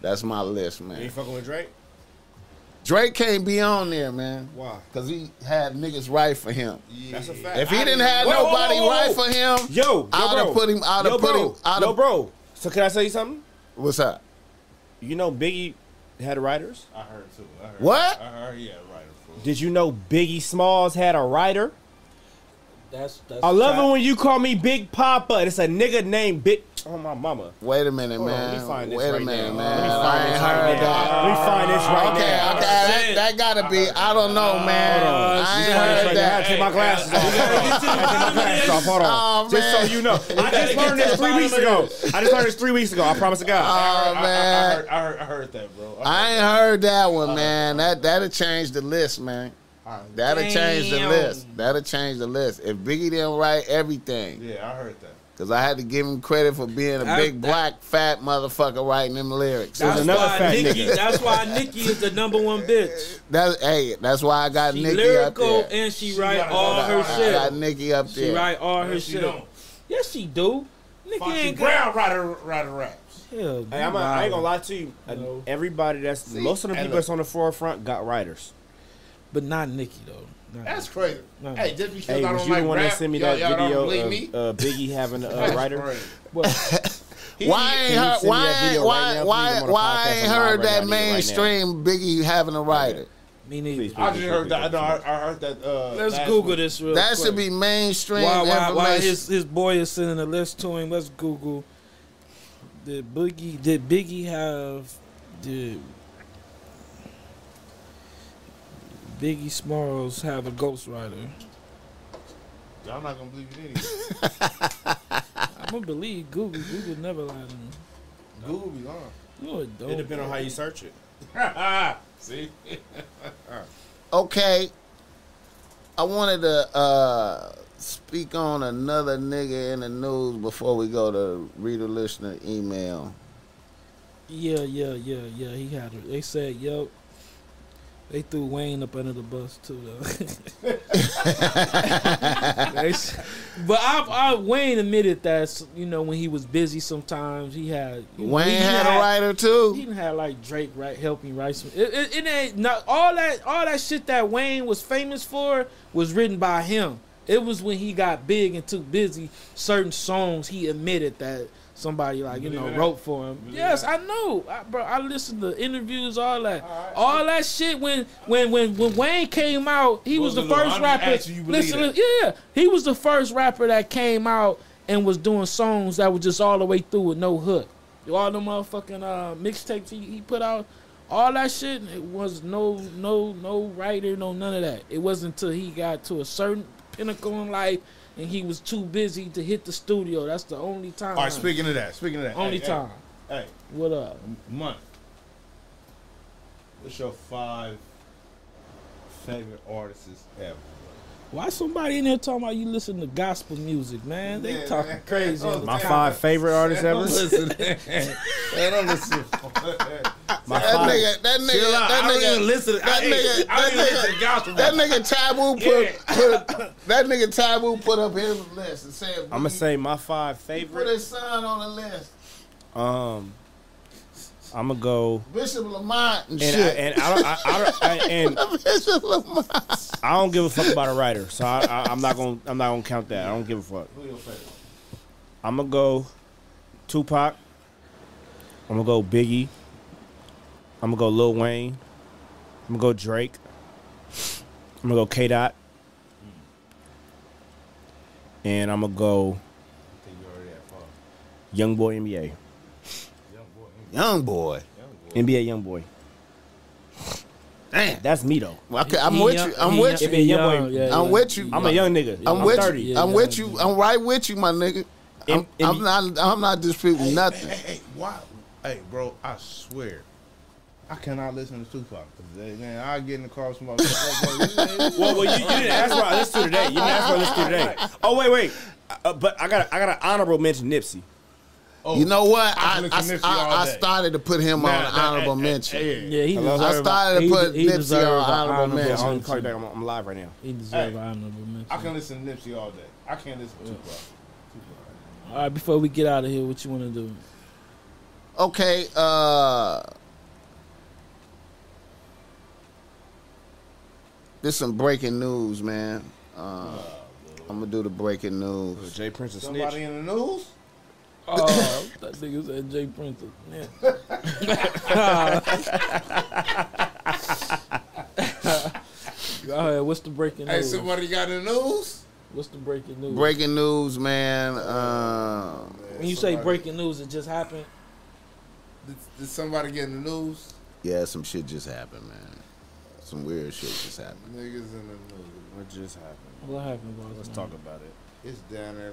that's my list, You man. ain't fucking with Drake? Drake can't be on there, man, Why? cause he had niggas right for him. That's a fact. If he I didn't have Whoa, whoa, nobody whoa, whoa, right whoa. for him, Yo, yo, I'da bro. put him- I'da Yo, put bro. him- I'da- Yo, bro. So can I tell you something? what's up? You know Biggie had writers? I heard too. I heard. What? I heard. Yeah, right. fool. Did you know Biggie Smalls had a writer? That's, that's I love it when you call me Big Papa. It's a nigga named Big. Oh my mama. Wait a minute, Hold on, man. let me find this Wait a right minute, now. man. Let me I find ain't this heard right that. now. Let me find this right Okay, okay, now. that, that gotta be. I don't know, man. I ain't Let me find this heard right now. I had that. to take my glasses off. I had to take my glasses off. Hold on. Oh, Just so man. you know, I just learned this three weeks ago. I just learned this Uh, three weeks ago. I promise to God. Oh I, I, I, man, heard, I, heard, I heard that, bro. I, I ain't heard that one, man. That that'll change the list, man. That'll change the Damn. list. That'll change the list. If Biggie didn't write everything, yeah, I heard that. because I had to give him credit for being a That- big that- black fat motherfucker writing them lyrics. That's another why fat Nikki. nigga. That's why Nikki is the number one bitch. That's hey, that's why I got She Nikki lyrical up there. and she, write got all another her eye. I got shit. Nikki up there. She write all her Yes, she shit. (laughs) don't. Yes, she do. Nikki Foxy ain't got. Brown rider rider raps. Hell, Hey, I'm a, I ain't gonna lie to you. No. Everybody that's most of the people that's on the forefront got writers. but not Nicki though. Not That's crazy. No. Hey, just because Hey, I was don't you like the one rap, that sent me y'all, that y'all video don't believe of me? uh, Biggie having a (laughs) uh, That's writer? crazy. Why Well, Can ain't you heard, send me that why video right why now? Please, why I'm on a why podcast. ain't I'm live heard right now. that I need it right now. mainstream Biggie having a writer? me neither. please, I please, please, just please, heard please, that. I, please. know, I, I heard that. Uh, Let's last Google week. this real That quick. should be mainstream why why, information. why his his boy is sending a list to him. Let's Google. Did Boogie did Biggie have did Biggie Smalls have a ghostwriter? Y'all not gonna believe it anyway. I'm gonna believe Google. Google never lied to me. Google be lying. You a It dope. depends on how you search it. See, okay. I wanted to uh, speak on another nigga in the news before we go to reader listener email. Yeah, yeah, yeah, yeah. He had it. They said, "Yo." They threw Wayne up under the bus too, though. (laughs) They s- but I, I, Wayne admitted that you know when he was busy, sometimes he had Wayne he had a writer He too. didn't have like Drake right helping write some. It, it, it ain't not all that all that shit that Wayne was famous for was written by him. It was when he got big and too busy. Certain songs he admitted that somebody like you Believe know that? wrote for him. yes, I know, I, bro. I listened to interviews, all that, all, Alright. that shit. When when when when Wayne came out, he was the Well, Lil, first I'm rapper. asking you believe Listen, that. listen, yeah, he was the first rapper that came out and was doing songs that were just all the way through with no hook. All the motherfucking uh, mixtapes he, he put out, all that shit, it was no no no writer, no none of that. It wasn't until he got to a certain pinnacle in life and he was too busy to hit the studio. That's the only time. all right. Speaking of that, speaking of that, hey, only hey, time. Hey, What up? month. What's your five favorite artists ever? Why somebody in there talking about you listen to gospel music, man? They talking crazy. in the Oh, My comments. five favorite artists (laughs) ever. listen. I don't (laughs) listen. My That five. nigga, that nigga, Chill out. that I don't nigga, even listen. to- that I ain't- nigga- I don't even that listen to gospel. that nigga (laughs) Taboo put, put that nigga Taboo put up his list and said, I'm gonna say my five put favorite. his son on the list, Um, I'm gonna go. Bishop Lamont and, And I, shit." and I don't. I, I don't I, and (laughs) Bishop Lamont. I don't give a fuck about a writer, so I, I, I'm not gonna. I'm not gonna count that. I don't give a fuck. Who your favorite? I'm gonna go Tupac. I'm gonna go Biggie. I'm gonna go Lil Wayne. I'm gonna go Drake. I'm gonna go K Dot. And I'm gonna go I think you already had five. Young Boy NBA. Young boy, Young boy. young boy. NBA Young Boy. Damn. That's me though. Okay, I'm with you. I'm with you. young. I'm with you. I'm a young nigga. I'm I'm, with 30. you. Yeah, I'm yeah, with yeah. you. I'm right with you, my nigga. I'm, And- and I'm you- not. I'm not disputing nothing. Hey, hey, why? Hey, bro, I swear. I cannot listen to Tupac. 'cause they- Man, I get in the car with somebody. Well, well, you, you didn't ask what I listened to today. You didn't ask what I listened to today. Oh wait, wait. Uh, but I got I got an honorable mention Nipsey. (laughs) You know what? Oh, I I can I, listen to Nipsey I- all I day. started to put him on Nah, nah, eh, honorable hey, mention. hey, hey. Yeah, he Hello? deserves. I started to He put de- he Nipsey on deserves an honorable honorable Yeah, mention. mention. I'm, I'm, I'm, I'm live right now. He deserves Hey. honorable mention. I can listen to Nipsey all day. I can't listen to Tupac. All right, before we get out of here, what you want to do? Okay. Uh, there's some breaking news, man. Uh, I'm gonna do the breaking news. Jay Prince is snitch. Somebody in the news? Oh, (laughs) that nigga said Jay Prince. (laughs) is- Yeah. Go ahead. What's the breaking Hey, news? somebody got in the news? What's the breaking news? Breaking news, man. Uh, when you say breaking news, it just happened. Did, did somebody get in the news? yeah, some shit just happened, man. Some weird shit just happened. Niggas in the news. What just happened? What happened, boss? Let's man? talk about it. It's down there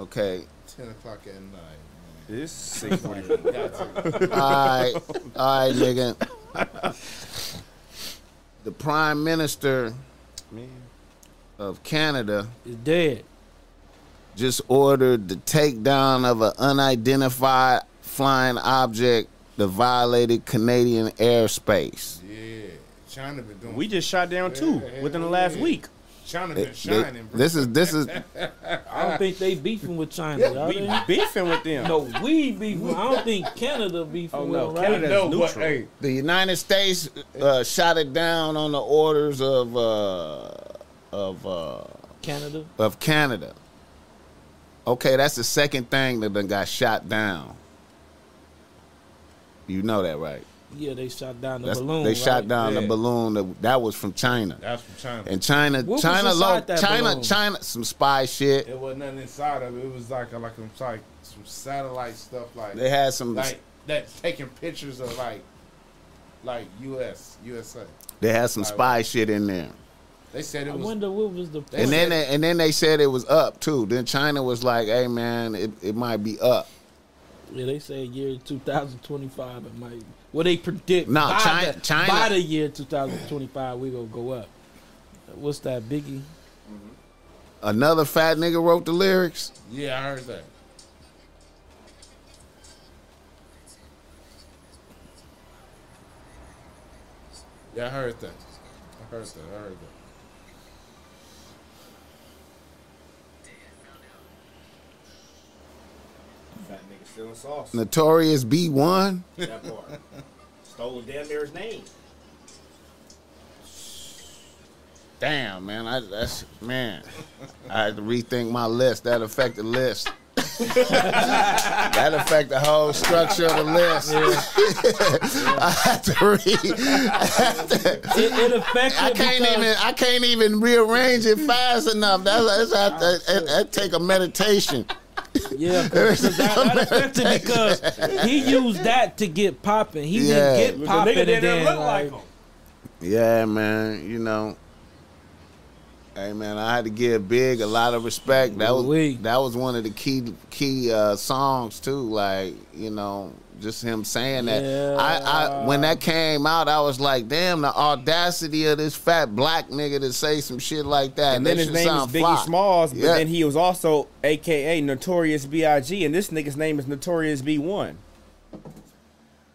Okay. 10 o'clock at night. It's six forty-one. Alright, alright, nigga. The Prime Minister Man, of Canada It's dead. just ordered the takedown of an unidentified flying object that violated Canadian airspace. Yeah. China been doing we just shot down two within the last week. China It- been shining, bro. this is this is I Ah. don't think they beefing with China. y'all. We They- beefing with them. No, we beefing. I don't think Canada beefing. Oh, no, with them, Canada- right? no, but neutral. hey, the United States uh, shot it down on the orders of uh, of uh, Canada. of Canada. Okay, that's the second thing that done got shot down. You know that, right? Yeah, they shot down the That's- balloon. they shot right? down the Yeah. balloon. That, that was from China. that's from China. And China, What was China, inside lo- that China, balloon? China, some spy shit. It wasn't nothing inside of it. It was like a, like some like some satellite stuff like They had some. like that's taking pictures of like like U.S. USA. they had some spy shit in there. They said I it was. wonder what was the. They And then, said- they, and then they said it was up too. Then China was like, "Hey man, it, it might be up." Yeah, they say year 2025 it might. Well, they predict. No, by China- The, China- By the year 2025, we gonna go up. What's that, Biggie? Another fat nigga wrote the lyrics. yeah, I heard that. Yeah, I heard that. I heard that. I heard that. Fat nigga stealing sauce. Notorious B one. that (laughs) part. Stole damn near his name. Damn man, I, that's man. I had to rethink my list. That affected the list. that affect the whole structure of the list. (laughs) I had to (laughs) read. It, (laughs) it affected. I can't because- even. I can't even rearrange it fast enough. That's, that's that, that, that take a meditation. Yeah, (laughs) because that, that affected because he used that to get popping. He Yeah. didn't The get popping. nigga and didn't then, look like him. Yeah, man. You know. Hey man, I had to give Big a lot of respect. That was Oui. that was one of the key key uh, songs too. Like you know, just him saying that. I, I when that came out, I was like, damn, the audacity of this fat black nigga to say some shit like that. And then That his shit name is sound Biggie fly. Smalls, but Yeah. then he was also AKA Notorious B.I.G. And this nigga's name is Notorious B1.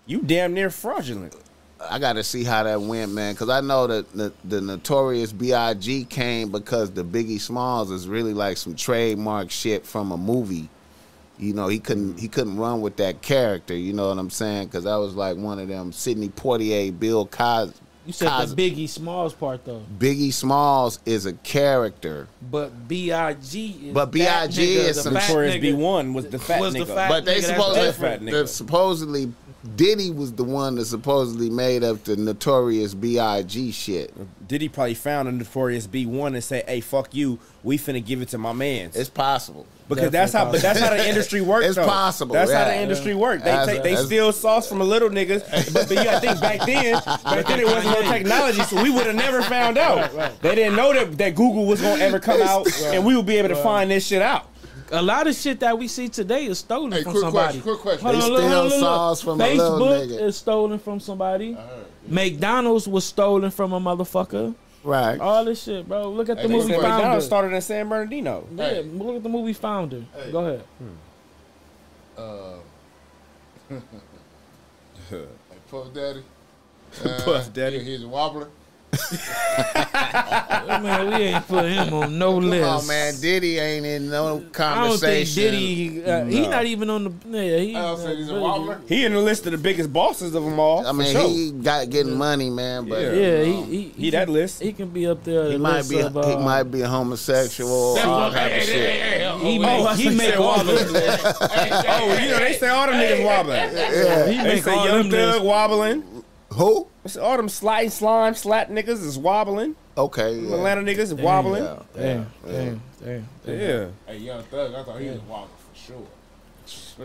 You damn near fraudulent. I got to see how that went, man, because I know that the, the notorious Big came because the Biggie Smalls is really like some trademark shit from a movie. You know, he couldn't he couldn't run with that character. You know what I'm saying? Because I was like one of them Sidney Poitier, Bill Cosby. You said Cos- the Biggie Smalls part though, Biggie Smalls is a character, but Big is. But that B.I.G. nigga, is the some fat Notorious nigga. B1 was the fat Was the nigga. fat- but they nigga, that's supposed different, the- nigga. the supposedly Diddy was the one that supposedly made up the notorious Big shit. Diddy probably found a Notorious B1 and say, hey, fuck you, we finna give it to my mans. It's possible. Because that's how, but that's how the industry works. It's though. possible, That's how yeah. the industry works. They That's- take, they that's- steal sauce from the little niggas. But, but you got to think back then, back then it wasn't no technology, so we would have never found out. They didn't know that, that Google was gonna ever come out, and we would be able to find this shit out. A lot of shit that we see today is stolen Hey, from quick somebody. question, quick question. Hold They on, look, steal hold on, look, look. sauce from a little Facebook nigga. is stolen from somebody. McDonald's was stolen from a motherfucker. Right. All this shit, bro. Look at the Hey, they movie said Founder. McDonald's started in San Bernardino. yeah, Hey. look at the movie Founder. Hey. Go ahead. Uh, hey, Puff Daddy. (laughs) Uh, Puff Daddy. He, he's a wobbler. Oh, man, we ain't put him on no list. Come on, man. Diddy ain't in no I don't conversation. think Diddy. Uh, He not even on the. Yeah, he. I don't say he's a wobbler. He in the list of the biggest bosses of them all. I mean, for sure. he got getting money, man, but Yeah. yeah, he he, He can- that list. He can be up there. he might be Of, uh, he might be Oh, homosexual. That's all what- type of hey, shit. hey, hey, hey, He oh, make, that's he what make said, all wobbling. them lists. Oh, you know they say all them niggas wobbling. He They make say all them Young Thug lists. wobbling. Who? It's all them sliding slime slap niggas is wobbling. Okay. yeah. Atlanta niggas is wobbling. Yeah. Damn, damn, damn. Yeah. Hey, Young Thug, I thought he was a wobbler for sure.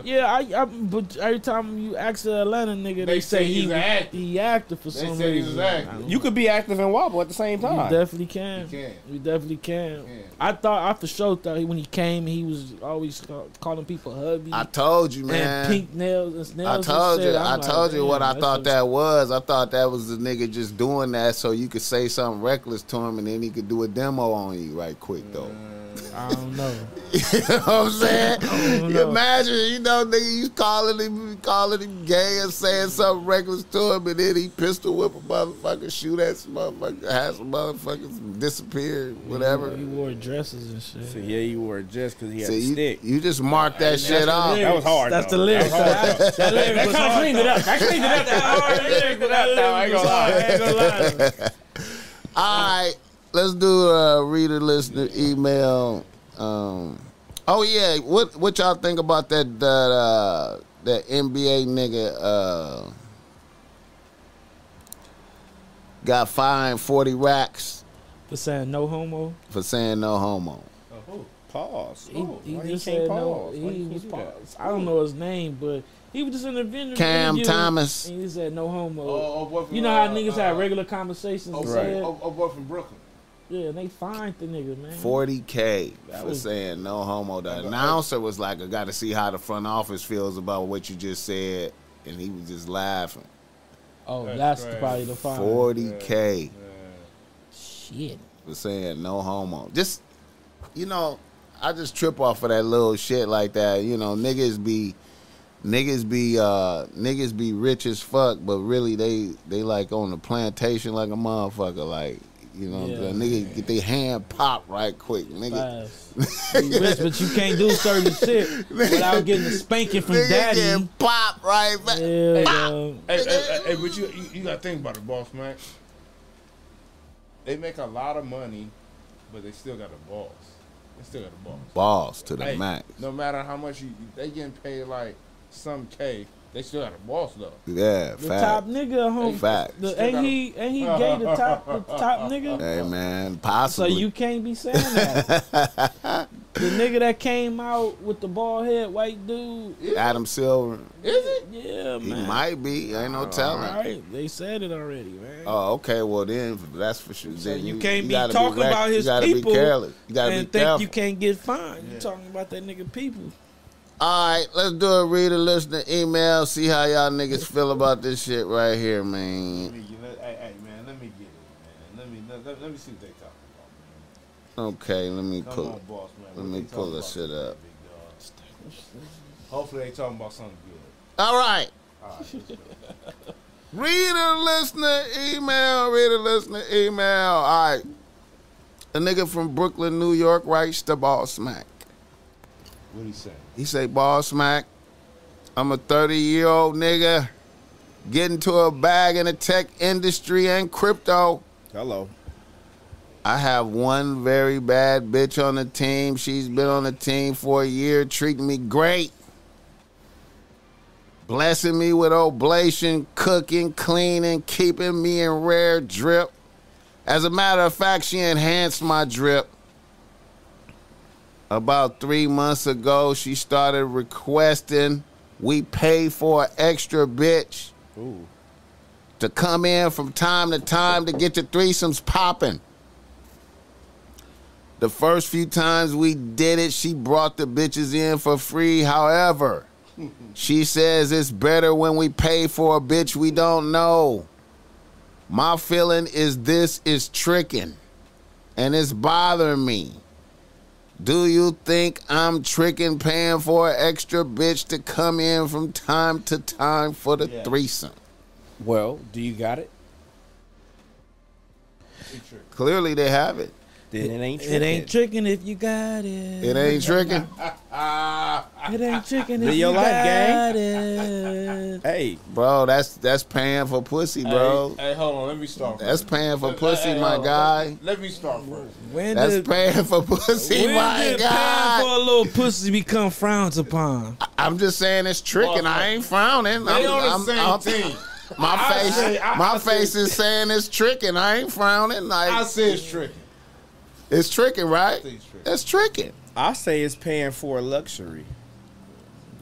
Yeah, I, I but every time you ask an Atlanta nigga, they, They say say he he's was- an actor. He acted for They some said he was reason. an actor. You could be active and wobble at the same You time. definitely can. You can. You definitely can. can. I thought I for sure thought he- when he came, he was always ca- calling people hubby I told you, and man. pink nails and I snails. and told shit. you. I'm I like, told you what damn, I that's thought a- that was. I thought that was the nigga just doing that so you could say something reckless to him and then he could do a demo on you right quick though. (laughs) I don't know. (laughs) You know what I'm saying? don't You know. imagine, you you know, nigga, you calling him, calling him gay and saying something reckless to him, and then he pistol whip a motherfucker, shoot at some motherfucker, have some motherfuckers disappear, whatever. He wore dresses and shit. So, yeah, you wore a dress because he had a See, you, stick. you just mark that shit off. That was hard. That's though. the lyrics. That was hard, though. That lyric That was kind of hard, cleaned it up. That cleaned it up. That hard lyric was out, though. I ain't gonna lie. I ain't gonna lie. All right, let's do a reader listener email. Um, oh yeah, what what y'all think about that that uh, that NBA nigga uh, got fined forty racks For saying no homo. for saying no homo? Pause. Oh, He, Oh, he just said no. He was paused. I don't know his name, but he was just in the vendor. Cam interview, Thomas. And he said no homo. Oh, oh, boy from, you know how uh, niggas uh, have regular conversations Oh, and right. said, oh, oh, boy from Brooklyn. yeah, and they fined the nigga, man. Forty k That for was- saying no homo. The announcer was like, "I got to see how the front office feels about what you just said," and he was just laughing. Oh, that's, That's crazy. probably the fine. Forty k. Shit. (laughs) for saying no homo. Just you know, I just trip off of that little shit like that. You know, niggas be niggas be uh niggas be rich as fuck, but really they they like on the plantation like a motherfucker. Like you know, Yeah. the nigga get their hand popped right quick, nigga. Fast. You rich, but you can't do certain shit without getting a spanking from Nigga daddy. get popped right back. Yeah, yo. Hey, hey, hey, but you, you, you gotta think about it, boss man. They make a lot of money, but they still got a boss. They still got a boss. Balls to the Hey, max. No matter how much you, they getting paid like some K, they still got a boss though. Yeah, the fact. top nigga, home. Fact. The, ain't he? Ain't he gay? The top, the top (laughs) nigga. Hey man, So possibly. you can't be (laughs) saying that. the nigga that came out with the bald head white dude. Adam Silver, Is it? Yeah, he man. might be. Ain't no All telling. right, they said it already, man. Oh, okay. Well, then that's for sure. So Then you can't be gotta talking rec- about his you gotta people Be careless. You gotta and be think careful. you can't get fined. You talking about that nigga people? All right, let's do a reader, listener, email. See how y'all niggas feel about this shit right here, man. Hey, hey, man, let me get it, man. Let me let, let, let me see what they talking about, Okay, let me man. Come on, pull. boss man. let What me they pull talking this about shit up. today, big dog? Hopefully they talking about something good. All right. All right. Reader, listener, email. Reader, listener, email. All right. A nigga from Brooklyn, New York writes the ball smack. what he saying? He say, ball smack, I'm a 30 year old nigga getting to a bag in the tech industry and crypto. Hello. I have one very bad bitch on the team. She's been on the team for a year, treating me great, blessing me with oblation, cooking, cleaning, keeping me in rare drip. As a matter of fact, she enhanced my drip. About three months ago, she started requesting we pay for an extra bitch Ooh. to come in from time to time to get your threesomes popping. The first few times we did it, she brought the bitches in for free. However, she says it's better when we pay for a bitch we don't know. My feeling is this is tricking and it's bothering me. Do you think I'm tricking paying for an extra bitch to come in from time to time for the threesome? Well, do you got it? Clearly they have it. Then it ain't. It ain't tricking. tricking if you got it. It ain't (laughs) tricking. It ain't tricking Live if your you life, got (laughs) gang. it. Hey, Bro, that's that's paying for pussy, bro. Hey, hey, hold on. Let me start. first. That's paying for Hey, pussy, hey, my hold on, guy. Let, let me start first. When That's did, paying for pussy, when my did paying for God. a little pussy become frowns upon? I'm just saying it's tricking. I ain't frowning. They I'm, on the I'm- same I'm- team. (laughs) My I face, say- I- my I say- face is saying it's tricking. I ain't frowning. Like I say it's tricky. it's tricking, right? say it's tricking. It's tricking. I say it's paying for a luxury.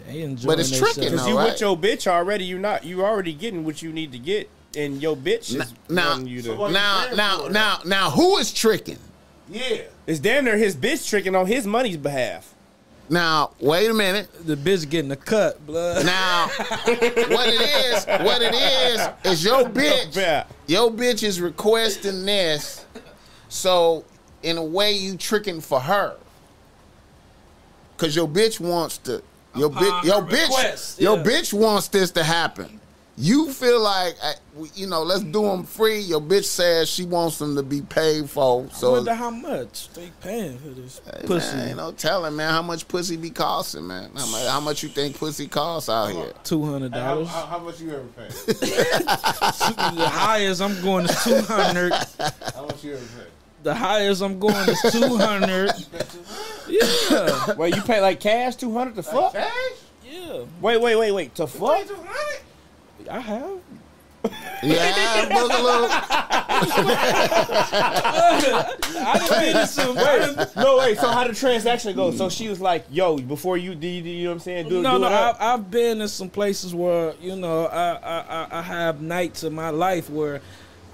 They enjoying But it's tricking, themselves. though. Cause you All right. with your bitch already. You not. You already getting what you need to get, and your bitch is Now- wanting you to. So what- Now, paying now, for? now, now, who is tricking? Yeah. it's damn near his bitch tricking on his money's behalf. Now, wait a minute. The bitch getting a cut, blood. Now, what it is, what it is, is your bitch. Yeah. Your bitch is requesting this, so in a way you tricking for her. Cause your bitch wants to Your bitch, upon your her bitch, request, your yeah. bitch wants this to happen. You feel like, uh, we- you know, let's do them free. Your bitch says she wants them to be paid for. I (laughs) So wonder how much they paying for this Hey, pussy. Man, ain't no telling, man, how much pussy be costing, man. How much, how much you think pussy costs out here? Two hundred How, dollars. how, how much you ever paid? (laughs) The highest I'm going is two hundred. How much you ever paid? The highest I'm going is two hundred. Yeah, Wait, you pay like cash two hundred to fuck? Cash? yeah. Wait, wait, wait, wait to fuck? Two hundred? I have. Yeah, Boogaloo. I done been in some. I done- No, wait. So how the transaction go? So she was like, "Yo, before you, do you, do you know what I'm saying? (laughs) Do, no, do no. it up." I, I've been in some places where you know I, I I- I have nights in my life where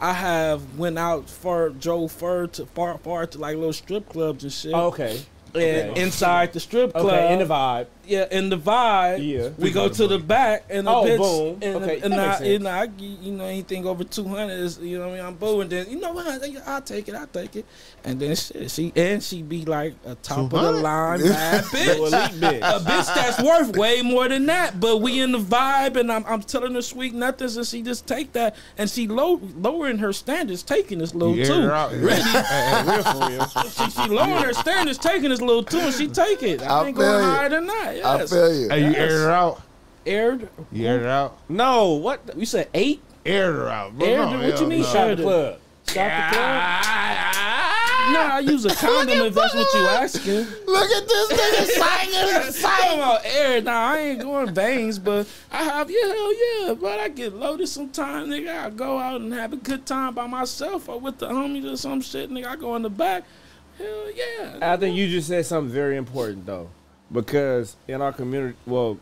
I have went out far, drove far to far, far to like little strip clubs and shit. Oh, okay. And okay. inside the strip club, Okay, in the vibe. yeah, in the vibe, Yeah. we go to the back and the Oh, bitch, boom. and, Okay, and that I, makes sense. and I, gi- you know, anything over two hundred is, you know, what I mean, I'm booing. Then you know what, I- I'll take it, I'll take it, and then shit, she and she be like a top of the 200? (laughs) line bad (laughs) Little bitch. elite bitch. A bitch that's worth way more than that, but we in the vibe, and I'm, I'm telling her sweet nothings, and she just take that, and she low lowering her standards, taking this little You air too. her out. (laughs) She, she lowering her standards, taking this little too, and she take it. I, I ain't feel going you. higher than that. Yes. I feel you. Hey, you air her out. aired. You air her out. No, what the- you said? Eight? Air her out, bro. Air No, her- what you hell mean, no. sir? Shot the club. Shot the club. (laughs) Nah, I use a condom if that's what you asking. Look at this nigga (laughs) singing and Talking singing. about air, nah, I ain't going veins, but I have yeah, hell yeah, but I get loaded sometimes, nigga. I go out and have a good time by myself or with the homies or some shit, nigga. I go in the back, hell yeah. I think you just said something very important though, because in our community, well,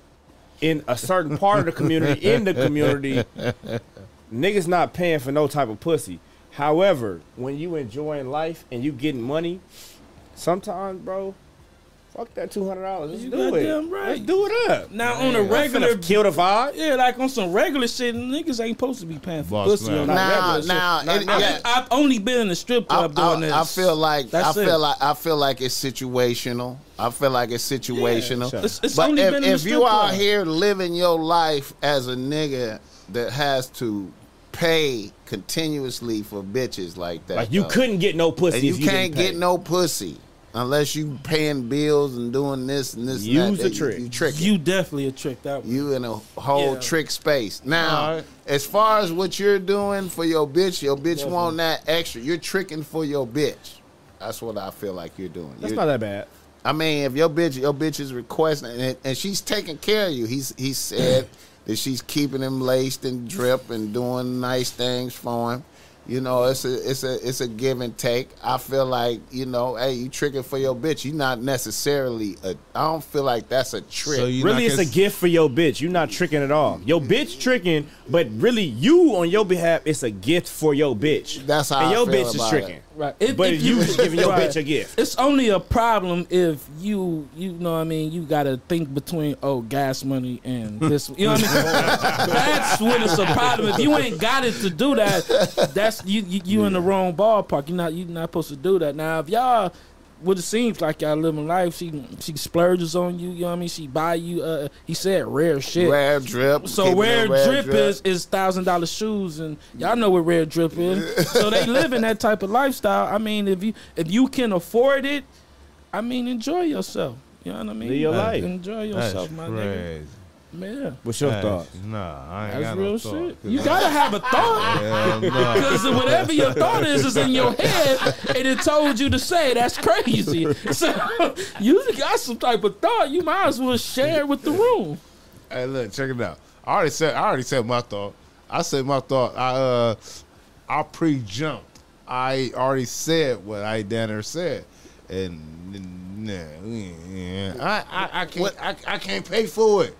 in a certain part of the community, in the community, niggas not paying for no type of pussy. However, when you enjoying life and you getting money, sometimes, bro, fuck that two hundred dollars. Let's You do it. goddamn right. Let's do it up. Now on a I'm regular, finna kill the vibe. yeah, like on some regular shit, niggas ain't supposed to be paying for Boss pussy man. on that Now, regular shit. now, it- I yeah. have only been in the strip I, club doing this. I, I feel like I That's feel it. like I feel like it's situational. I feel like it's situational. It's- it's but only if, been in the if you strip out club. here living your life as a nigga that has to pay continuously for bitches like that, Like you though, couldn't get no pussy. and you, if can't didn't pay. get no pussy unless you paying bills and doing this and this. and Use that, a that trick. You, you trick. Mm. you definitely a trick that one. You in a whole Yeah. trick space. Now, Alright. as far as what you're doing for your bitch, your bitch want that extra. You're tricking for your bitch. That's what I feel like you're doing. That's You're- not that bad. I mean, if your bitch, your bitch is requesting, and, and she's taking care of you. He's he (coughs) said that she's keeping him laced and drip and doing nice things for him. You know, it's a it's a it's a give and take. I feel like you know, hey, you tricking for your bitch. You're not necessarily a. I don't feel like that's a trick. So you really, not it's a cons- gift for your bitch. You're not tricking at all. Your bitch tricking, but really, you on your behalf, it's a gift for your bitch. That's how and I your feel bitch about is tricking. it. Right. If, But if you just giving (laughs) your Right. bitch a gift. It's only a problem if you, you know what I mean, you got to think between, oh, gas money and this. You know what I (laughs) mean? that's when it's a problem. If you ain't got it to do that, that's you, you, you in the wrong ballpark. You're not, you're not supposed to do that. Now, if y'all, what it seems like y'all living life, she she splurges on you, you know what I mean? She buy you, uh, he said rare shit. Rare drip. So keeping rare it rare drip, is is thousand dollar shoes, and y'all know what rare drip is. so they living that type of lifestyle. I mean, if you if you can afford it, I mean, enjoy yourself. You know what I mean? Live your Like, life. Enjoy That's yourself, my nigga. crazy. Man, What's your That's- thoughts? Nah, I ain't that's got real no shit. thought. You gotta have a (laughs) (laughs) thought. Hell no. Because whatever your thought is is in your head, and it told you to say. That's crazy. So (laughs) you got some type of thought. You might as well share it with the room. Hey, look, check it out. I already said. I already said my thought. I said my thought. I uh, I pre jumped. I already said what I down there said, and nah, we ain't- I I, I can't I, I can't pay for it.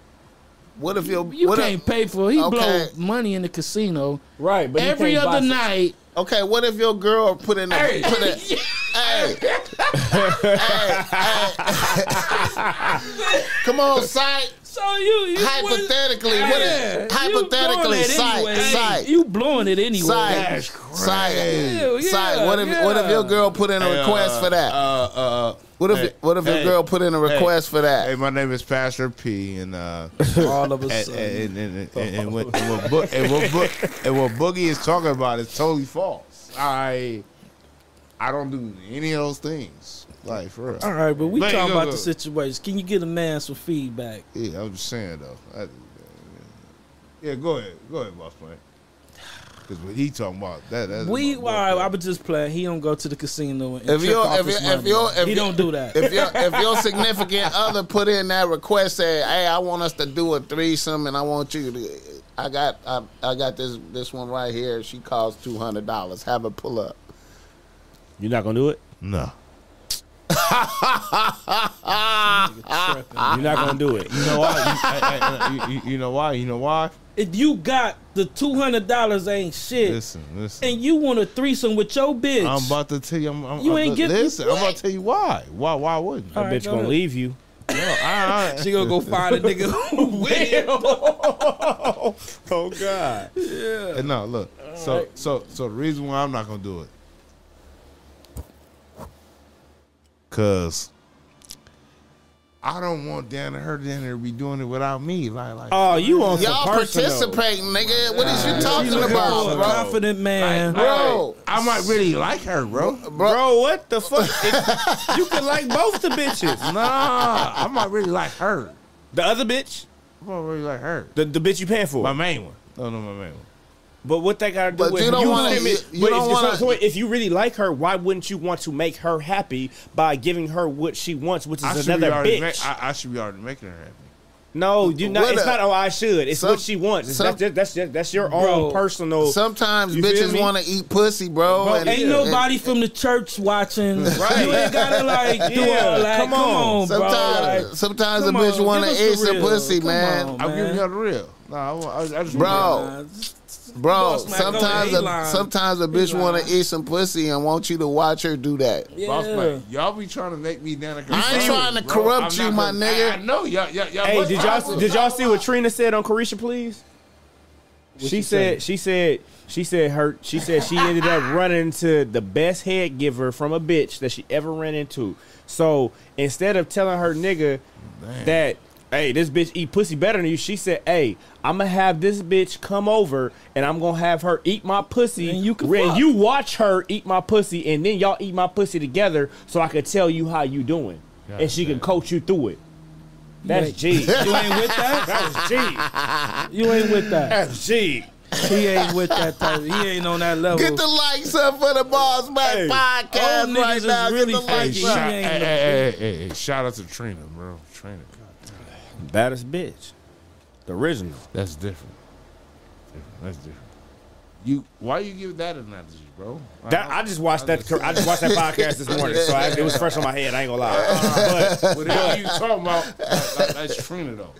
What if your You what if- can't pay for. He Okay. blow money in the casino. Right, but every other night. (laughs) Okay, what if your girl put in a Hey. put a hey Come on, sight. So you, you Hypothetically, what Yeah, is hypothetically you blowing it sight, anyway. sight, You blowing it anyway. sight, sight, Ew, yeah, sight. What if what if your yeah. girl put in a request for that? Uh, uh, What if hey, what if your hey, girl put in a request for that? hey, my name is Pastor P, and (laughs) uh, All of a and, sudden. and, and, and, and what and what, Bo- and, what (laughs) Bo- and what Boogie is talking about is totally false. I I don't do any of those things. Like for real. All right, but we Man, talking go, about go. the situation. Can you get a man some feedback? Yeah, I'm just saying though. I, yeah, go ahead, go ahead, boss man. Because what he talking about that that's We, about- well, I, I was just playing. He don't go to the casino and If trick you're off if his you're, if money. you're if he you don't do that. If your if your significant other put in that request, say, "Hey, I want us to do a threesome, and I want you to," I got I, I got this this one right here. She costs two hundred dollars. Have her pull up. You're not gonna do it. no. You're not gonna do it. You know why? You, I- I- I- you- you- you know why? You know why? if you got the two hundred dollars, ain't shit, Listen, listen. and you want a threesome with your bitch, I'm about to tell you. I'm, I'm, You I'm- ain't get- listen. I'm about to tell you why. Why? Why wouldn't? All That right, bitch go gonna ahead. leave you. No, I- I- she gonna go find a nigga (laughs) who will. Oh God. And no, look. So so so the reason why I'm not gonna do it. Cause I don't want Dan and her down there to be doing it without me. Like like Oh, you want some Y'all personal. participating, nigga. What is you She's talking looking for a about, confident man. bro? I might really like her, bro. Bro, what the fuck? If- you can like both the bitches. (laughs) Nah, I might really like her. The other bitch, I might really like her. the, the bitch you paying for. My main one. No, no, my main one. But what that got to do But with you don't wanna- femi- you- but you if- don't so- wanna- so if you really like her, why wouldn't you want to make her happy by giving her what she wants, which I is should, be another already bitch? ma- I, I should be already making her happy. no, you not. What it's a- not. Oh, I should. It's Some- what she wants. It's- some- that's, that's that's that's your Bro. own personal. Sometimes You feel bitches me? want to eat pussy, bro. Bro, and- Ain't nobody from the church watching. Right. You ain't gotta (laughs) like do Yeah, all that. Come come on, on. bro. Sometimes, Like, sometimes come a bitch on, want give us to the eat some real. pussy, Come man. on, I'm giving man. her the real. No, I, wa- I, I just Bro. Nah, just- Bro, Boss man, go sometimes to a, A-line. sometimes a bitch A-line. want to eat some pussy and want you to watch her do that. yeah. Boss man, y'all be trying to make me down. I ain't trying to corrupt you, my nigga. I, I know y'all. y'all, y'all Hey, must- did I y'all was- did y'all see what Trina said on Carisha? Please. She, said she said she said her she said she ended up running into the best head giver from a bitch that she ever ran into. So instead of telling her nigga that hey this bitch eat pussy better than you, she said hey I'm gonna have this bitch come over and I'm gonna have her eat my pussy And you can where fuck. you watch her eat my pussy and then y'all eat my pussy together so I could tell you how you doing and she can coach you through it. That's G. (laughs) You ain't with That's that. G. You ain't with that. That's G. He ain't with that type. He ain't on that level. Get the likes up for the Boss Back Hey, podcast old niggas right is now. really Get the Hey, Like, likes faking. shout, up. you hey, ain't hey, the- hey, hey, hey, shout out to Trina, bro. Trina, God, Baddest bitch. The original. that's different. different. That's different. You, why you give that analogy, bro? That I just watched that. I just watched that podcast this morning, so I, it was fresh on my head. I ain't gonna lie, but Whatever you talking about, that- that- that's Trina though.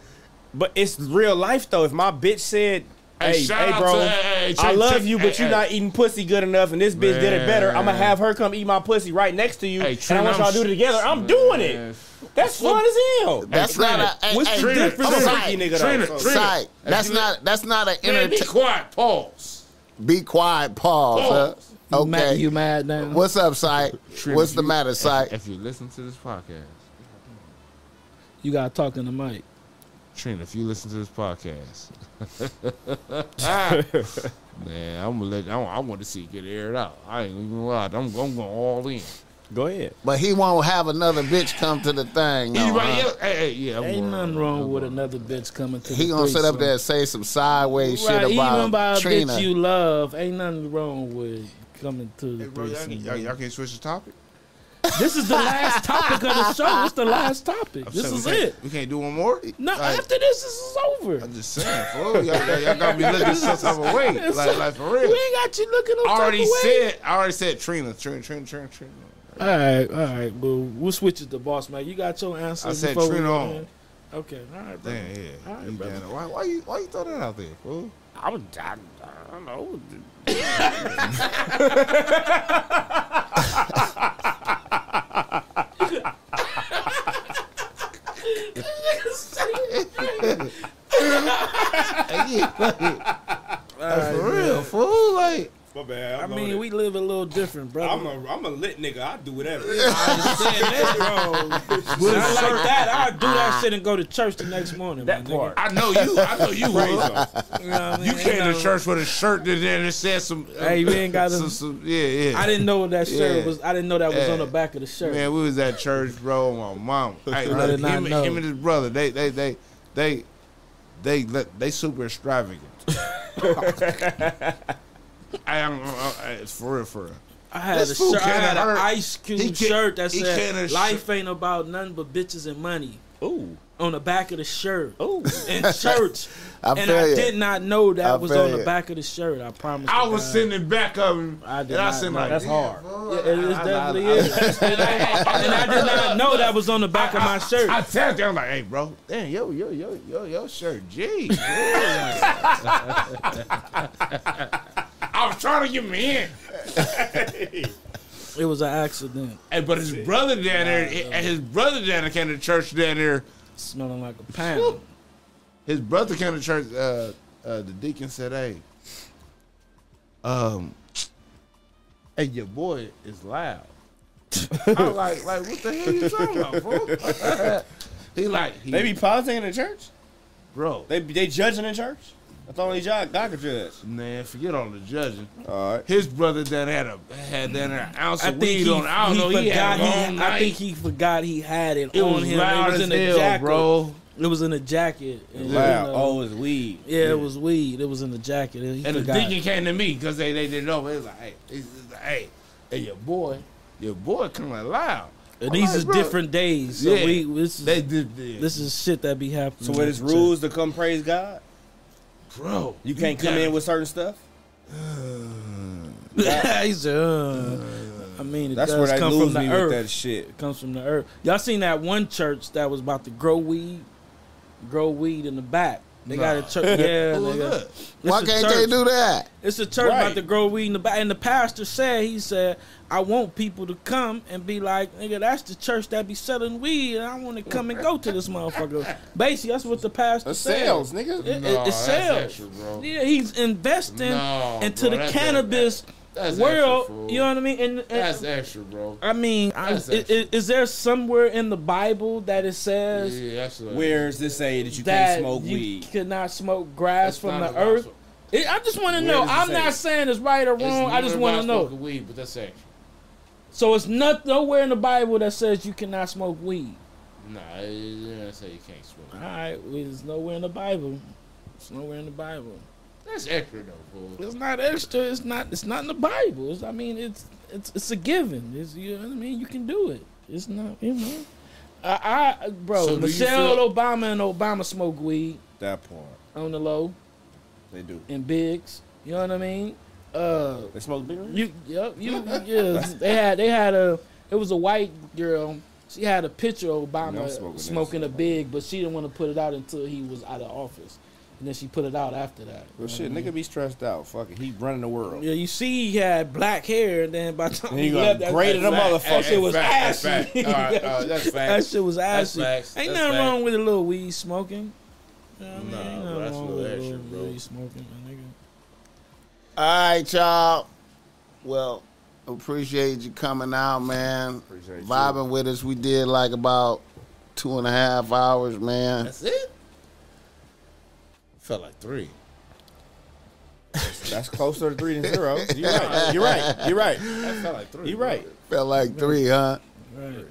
but it's real life though. If my bitch said, Hey, "Hey, shout hey, out bro, to- hey, hey, I check- love check- you, but hey, you're hey." not eating pussy good enough, and this bitch did it better. I'm gonna have her come eat my pussy right next to you, Hey, and I Trina, want y'all to do it I'm- together. I'm doing it. That's fun as hell. That's not a. Hey, What's hey, the hey, difference? hey, of a hey, freaky nigga Trina, though? So- Trina. Sight. That's you- not. That's not an Man, be entertain. quiet. Pause. Be quiet. Pause. Huh? You mad- Okay. You mad now? What's up, Sight? Trina, What's if the you- matter, if- Sight? If you listen to this podcast, You gotta talk in the mic. Trina, if you listen to this podcast, (laughs) man, I'm gonna let. I, I want to see it get aired out. I ain't even lie. I'm, I'm going all in. Go ahead. But he won't have another bitch come to the thing. No, Anybody huh? else? Hey, hey, yeah. I'm Ain't going- nothing wrong with another bitch coming to. He the gonna sit up threesome. there and say some sideways right, shit about even by a Trina. bitch you love. Ain't nothing wrong with coming to the Hey, bro, y'all, threesome. y'all, y'all can't switch the topic. This is the last topic of the show. It's the last topic. I'm this saying is we can't- it. We can't do one more. No, Like, after this, this is over. I'm just saying, fool. Y'all, y'all, y'all got me looking (laughs) some type of way. Like, like for We real. ain't got you looking no I already type of way. said. I already said Trina. Trina. Trina. Trina. Trina. All right, all right. Well, we'll switch it to boss man. You got your answer. I said before we- Trina on. Okay, all right, bro. Damn. Yeah. All right, you brother. down there. Why, why you? Why you throw that out there, fool? I was. I, I don't know. That's for real, fool. Like, My bad. I I'm mean, loaded. we live a little different, brother. I'm a I'm a lit nigga. I do whatever. Not like that. I do that shit and go to church the next morning. That my nigga. part. I know you. I know (laughs) you raised up. You, know what I mean? You Ain't came to nothing- church with a shirt that that that said some. uh, Hey, we ain't got some, a- some- Yeah, yeah. I didn't know what that shirt Yeah. was. I didn't know that was Yeah. on the back of the shirt. Man, we was at church, bro. My mom, (laughs) hey, I look, did not him, and- know. him and his brother, they, they, they, they, they, they, they (laughs) super extravagant. I am I- I- it's for real, for real. I had This a fool shirt. I can't had an hurt. ice cube He can't- shirt that he can't said have "Life ain't about nothing but bitches and money" Ooh, on the back of the shirt ooh. in church, (laughs) I and feel I you. did not know that I was feel on the you. back of the shirt. I promise. I to was God. sitting in back of him, I did and I not said, know. like, That's "Yeah, hard. bro, Yeah, I- it, it's I- I- definitely I- is. and I did not know that was on the back of my shirt. I tapped him like, "Hey, bro, damn, yo, yo, yo, yo, yo, shirt, G." I was trying to get me in, It was an accident. hey, but his brother down there, and his brother down there came to church down there. Smelling like a pound. His brother came to church. Uh, uh, the deacon said, "Hey, um, hey, your boy is (laughs) loud." I'm like, like, what the hell you talking about, bro? (laughs) he like, he, They be pausing in the church. bro. They they judging in church. That's the only job God could judge. Man, forget all the judging. All right. His brother down had a had down there an ounce I of think weed he, on. I don't he know. He forgot. had a long He, night. I think he forgot he had it, it on was him. loud it was as in a hell, jacket. bro. Oh. It was in a jacket. And, you know, oh, it's weed. yeah, it was weed. It was in the jacket. And he And the forgot. deacon came to me because they, they didn't know. It was like, hey, it's it's like, hey, hey, your boy, your boy coming loud. And these I'm like, is bro, different days. So Yeah. we this is They did this. this is shit that be happening. So it is rules to come praise God. bro. You can't come gotta- in with certain stuff. (laughs) He said, uh, I mean, it That's does where they come from lose the me earth. with that shit. comes from the earth. Y'all seen that one church that was about to grow weed, grow weed in the back. They got a (laughs) church. Yeah, Who was nigga. that? It's Why a can't church. they do that? It's a church Right. about to grow weed in the back. And the pastor said, he said, I want people to come and be like, nigga, that's the church that be selling weed, and I want to come and go to this motherfucker. Basically, that's what the pastor said. nigga. It, it- Nah, it, that's sells. extra, bro. Yeah, he's investing No, into bro, the that's- cannabis That's world. extra, fool. you know what I mean? And, and- That's extra, bro. I mean, I, That's i- i- is, actually- there somewhere in the Bible that it says Yeah, that's what- Where is this say that you that can't smoke you weed? could not smoke grass that's from not the allowed earth? to- It, I just want to Where know. does it I'm say not it? saying it's right or it's wrong. Mm, I just not want to about know. smoking Weed, but that's extra. So it's not nowhere in the Bible that says you cannot smoke weed. Nah, it- it didn't say you can't smoke. All right, well, it's nowhere in the Bible. It's nowhere in the Bible. That's extra though, fool. It's not extra. It's not. It's not in the Bible. It's, I mean, it's it's it's a given. It's you know what I mean. You can do it. It's not you know. I, I bro, So do you Michelle feel- Obama and Obama smoke weed That part. on the low They do. and bigs. You know what I mean? Uh, They smoke bigger? you yep you yeah. they had they had a it was a white girl. She had a picture of Yeah, Obama I'm smoking this. smoking a big, but she didn't want to put it out until he was out of office, and then she put it out after that. Well, You know shit, what I mean? nigga be stressed out. Fuck it. He running the world. Yeah, you see, he had black hair, and then by the time And he, he gonna left, that, grade that, it a motherfucker. that shit was That's fact, ashy. That's fact. All right, all (laughs) right, that's That fact. shit was That's ashy. facts. Ain't That's nothing facts. wrong with a little weed smoking. You know what I mean? Nah, Ain't bro, nothing that's wrong a little with extra, bro. weed smoking, my nigga. All right, y'all. Well, appreciate you coming out, man. Appreciate you. Vibing with us. We did like about two and a half hours, man. That's it. Felt like three. That's closer to three than zero. You're right. You're right. You're right. That felt like three. You're right. Felt like three, huh? Right.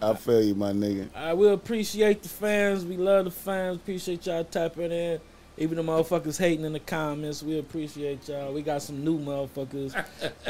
I feel you, my nigga. I will appreciate the fans. We love the fans. Appreciate y'all tapping in. Even the motherfuckers hating in the comments, we appreciate y'all. We got some new (laughs) motherfuckers.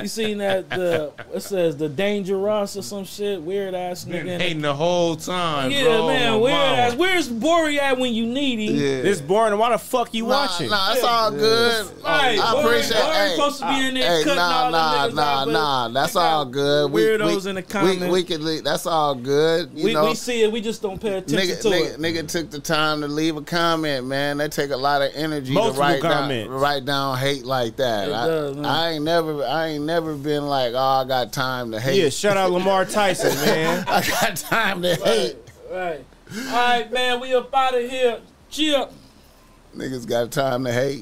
You seen that the it says the Danger Ross or some shit weird ass Been nigga. in the hating the whole time, Yeah, bro. man, My weird mama. (laughs) ass. Where's Bori at when you need him? Yeah. This boring. Why the fuck you nah, watching? Nah, it's all good. Right, I Bori, appreciate- Bori hey, supposed to be in there Hey, cutting nah, all nah, them niggas nah, out, but nah. That's they got all good. We, Weirdos we, in We, the comments. we can. leave- That's all good. You We, know, we see it. We just don't pay attention nigga, to nigga, it. nigga took the time to leave a comment, man. That take a lot of energy to Multiple write comments. down, write down hate like that. It I, does, man. I ain't never, I ain't never been like, oh, I got time to hate. Yeah, shout out Lamar Tyson, man. (laughs) I got time to hate. Right. All right, man. We up out of here. Chip. Niggas got time to hate.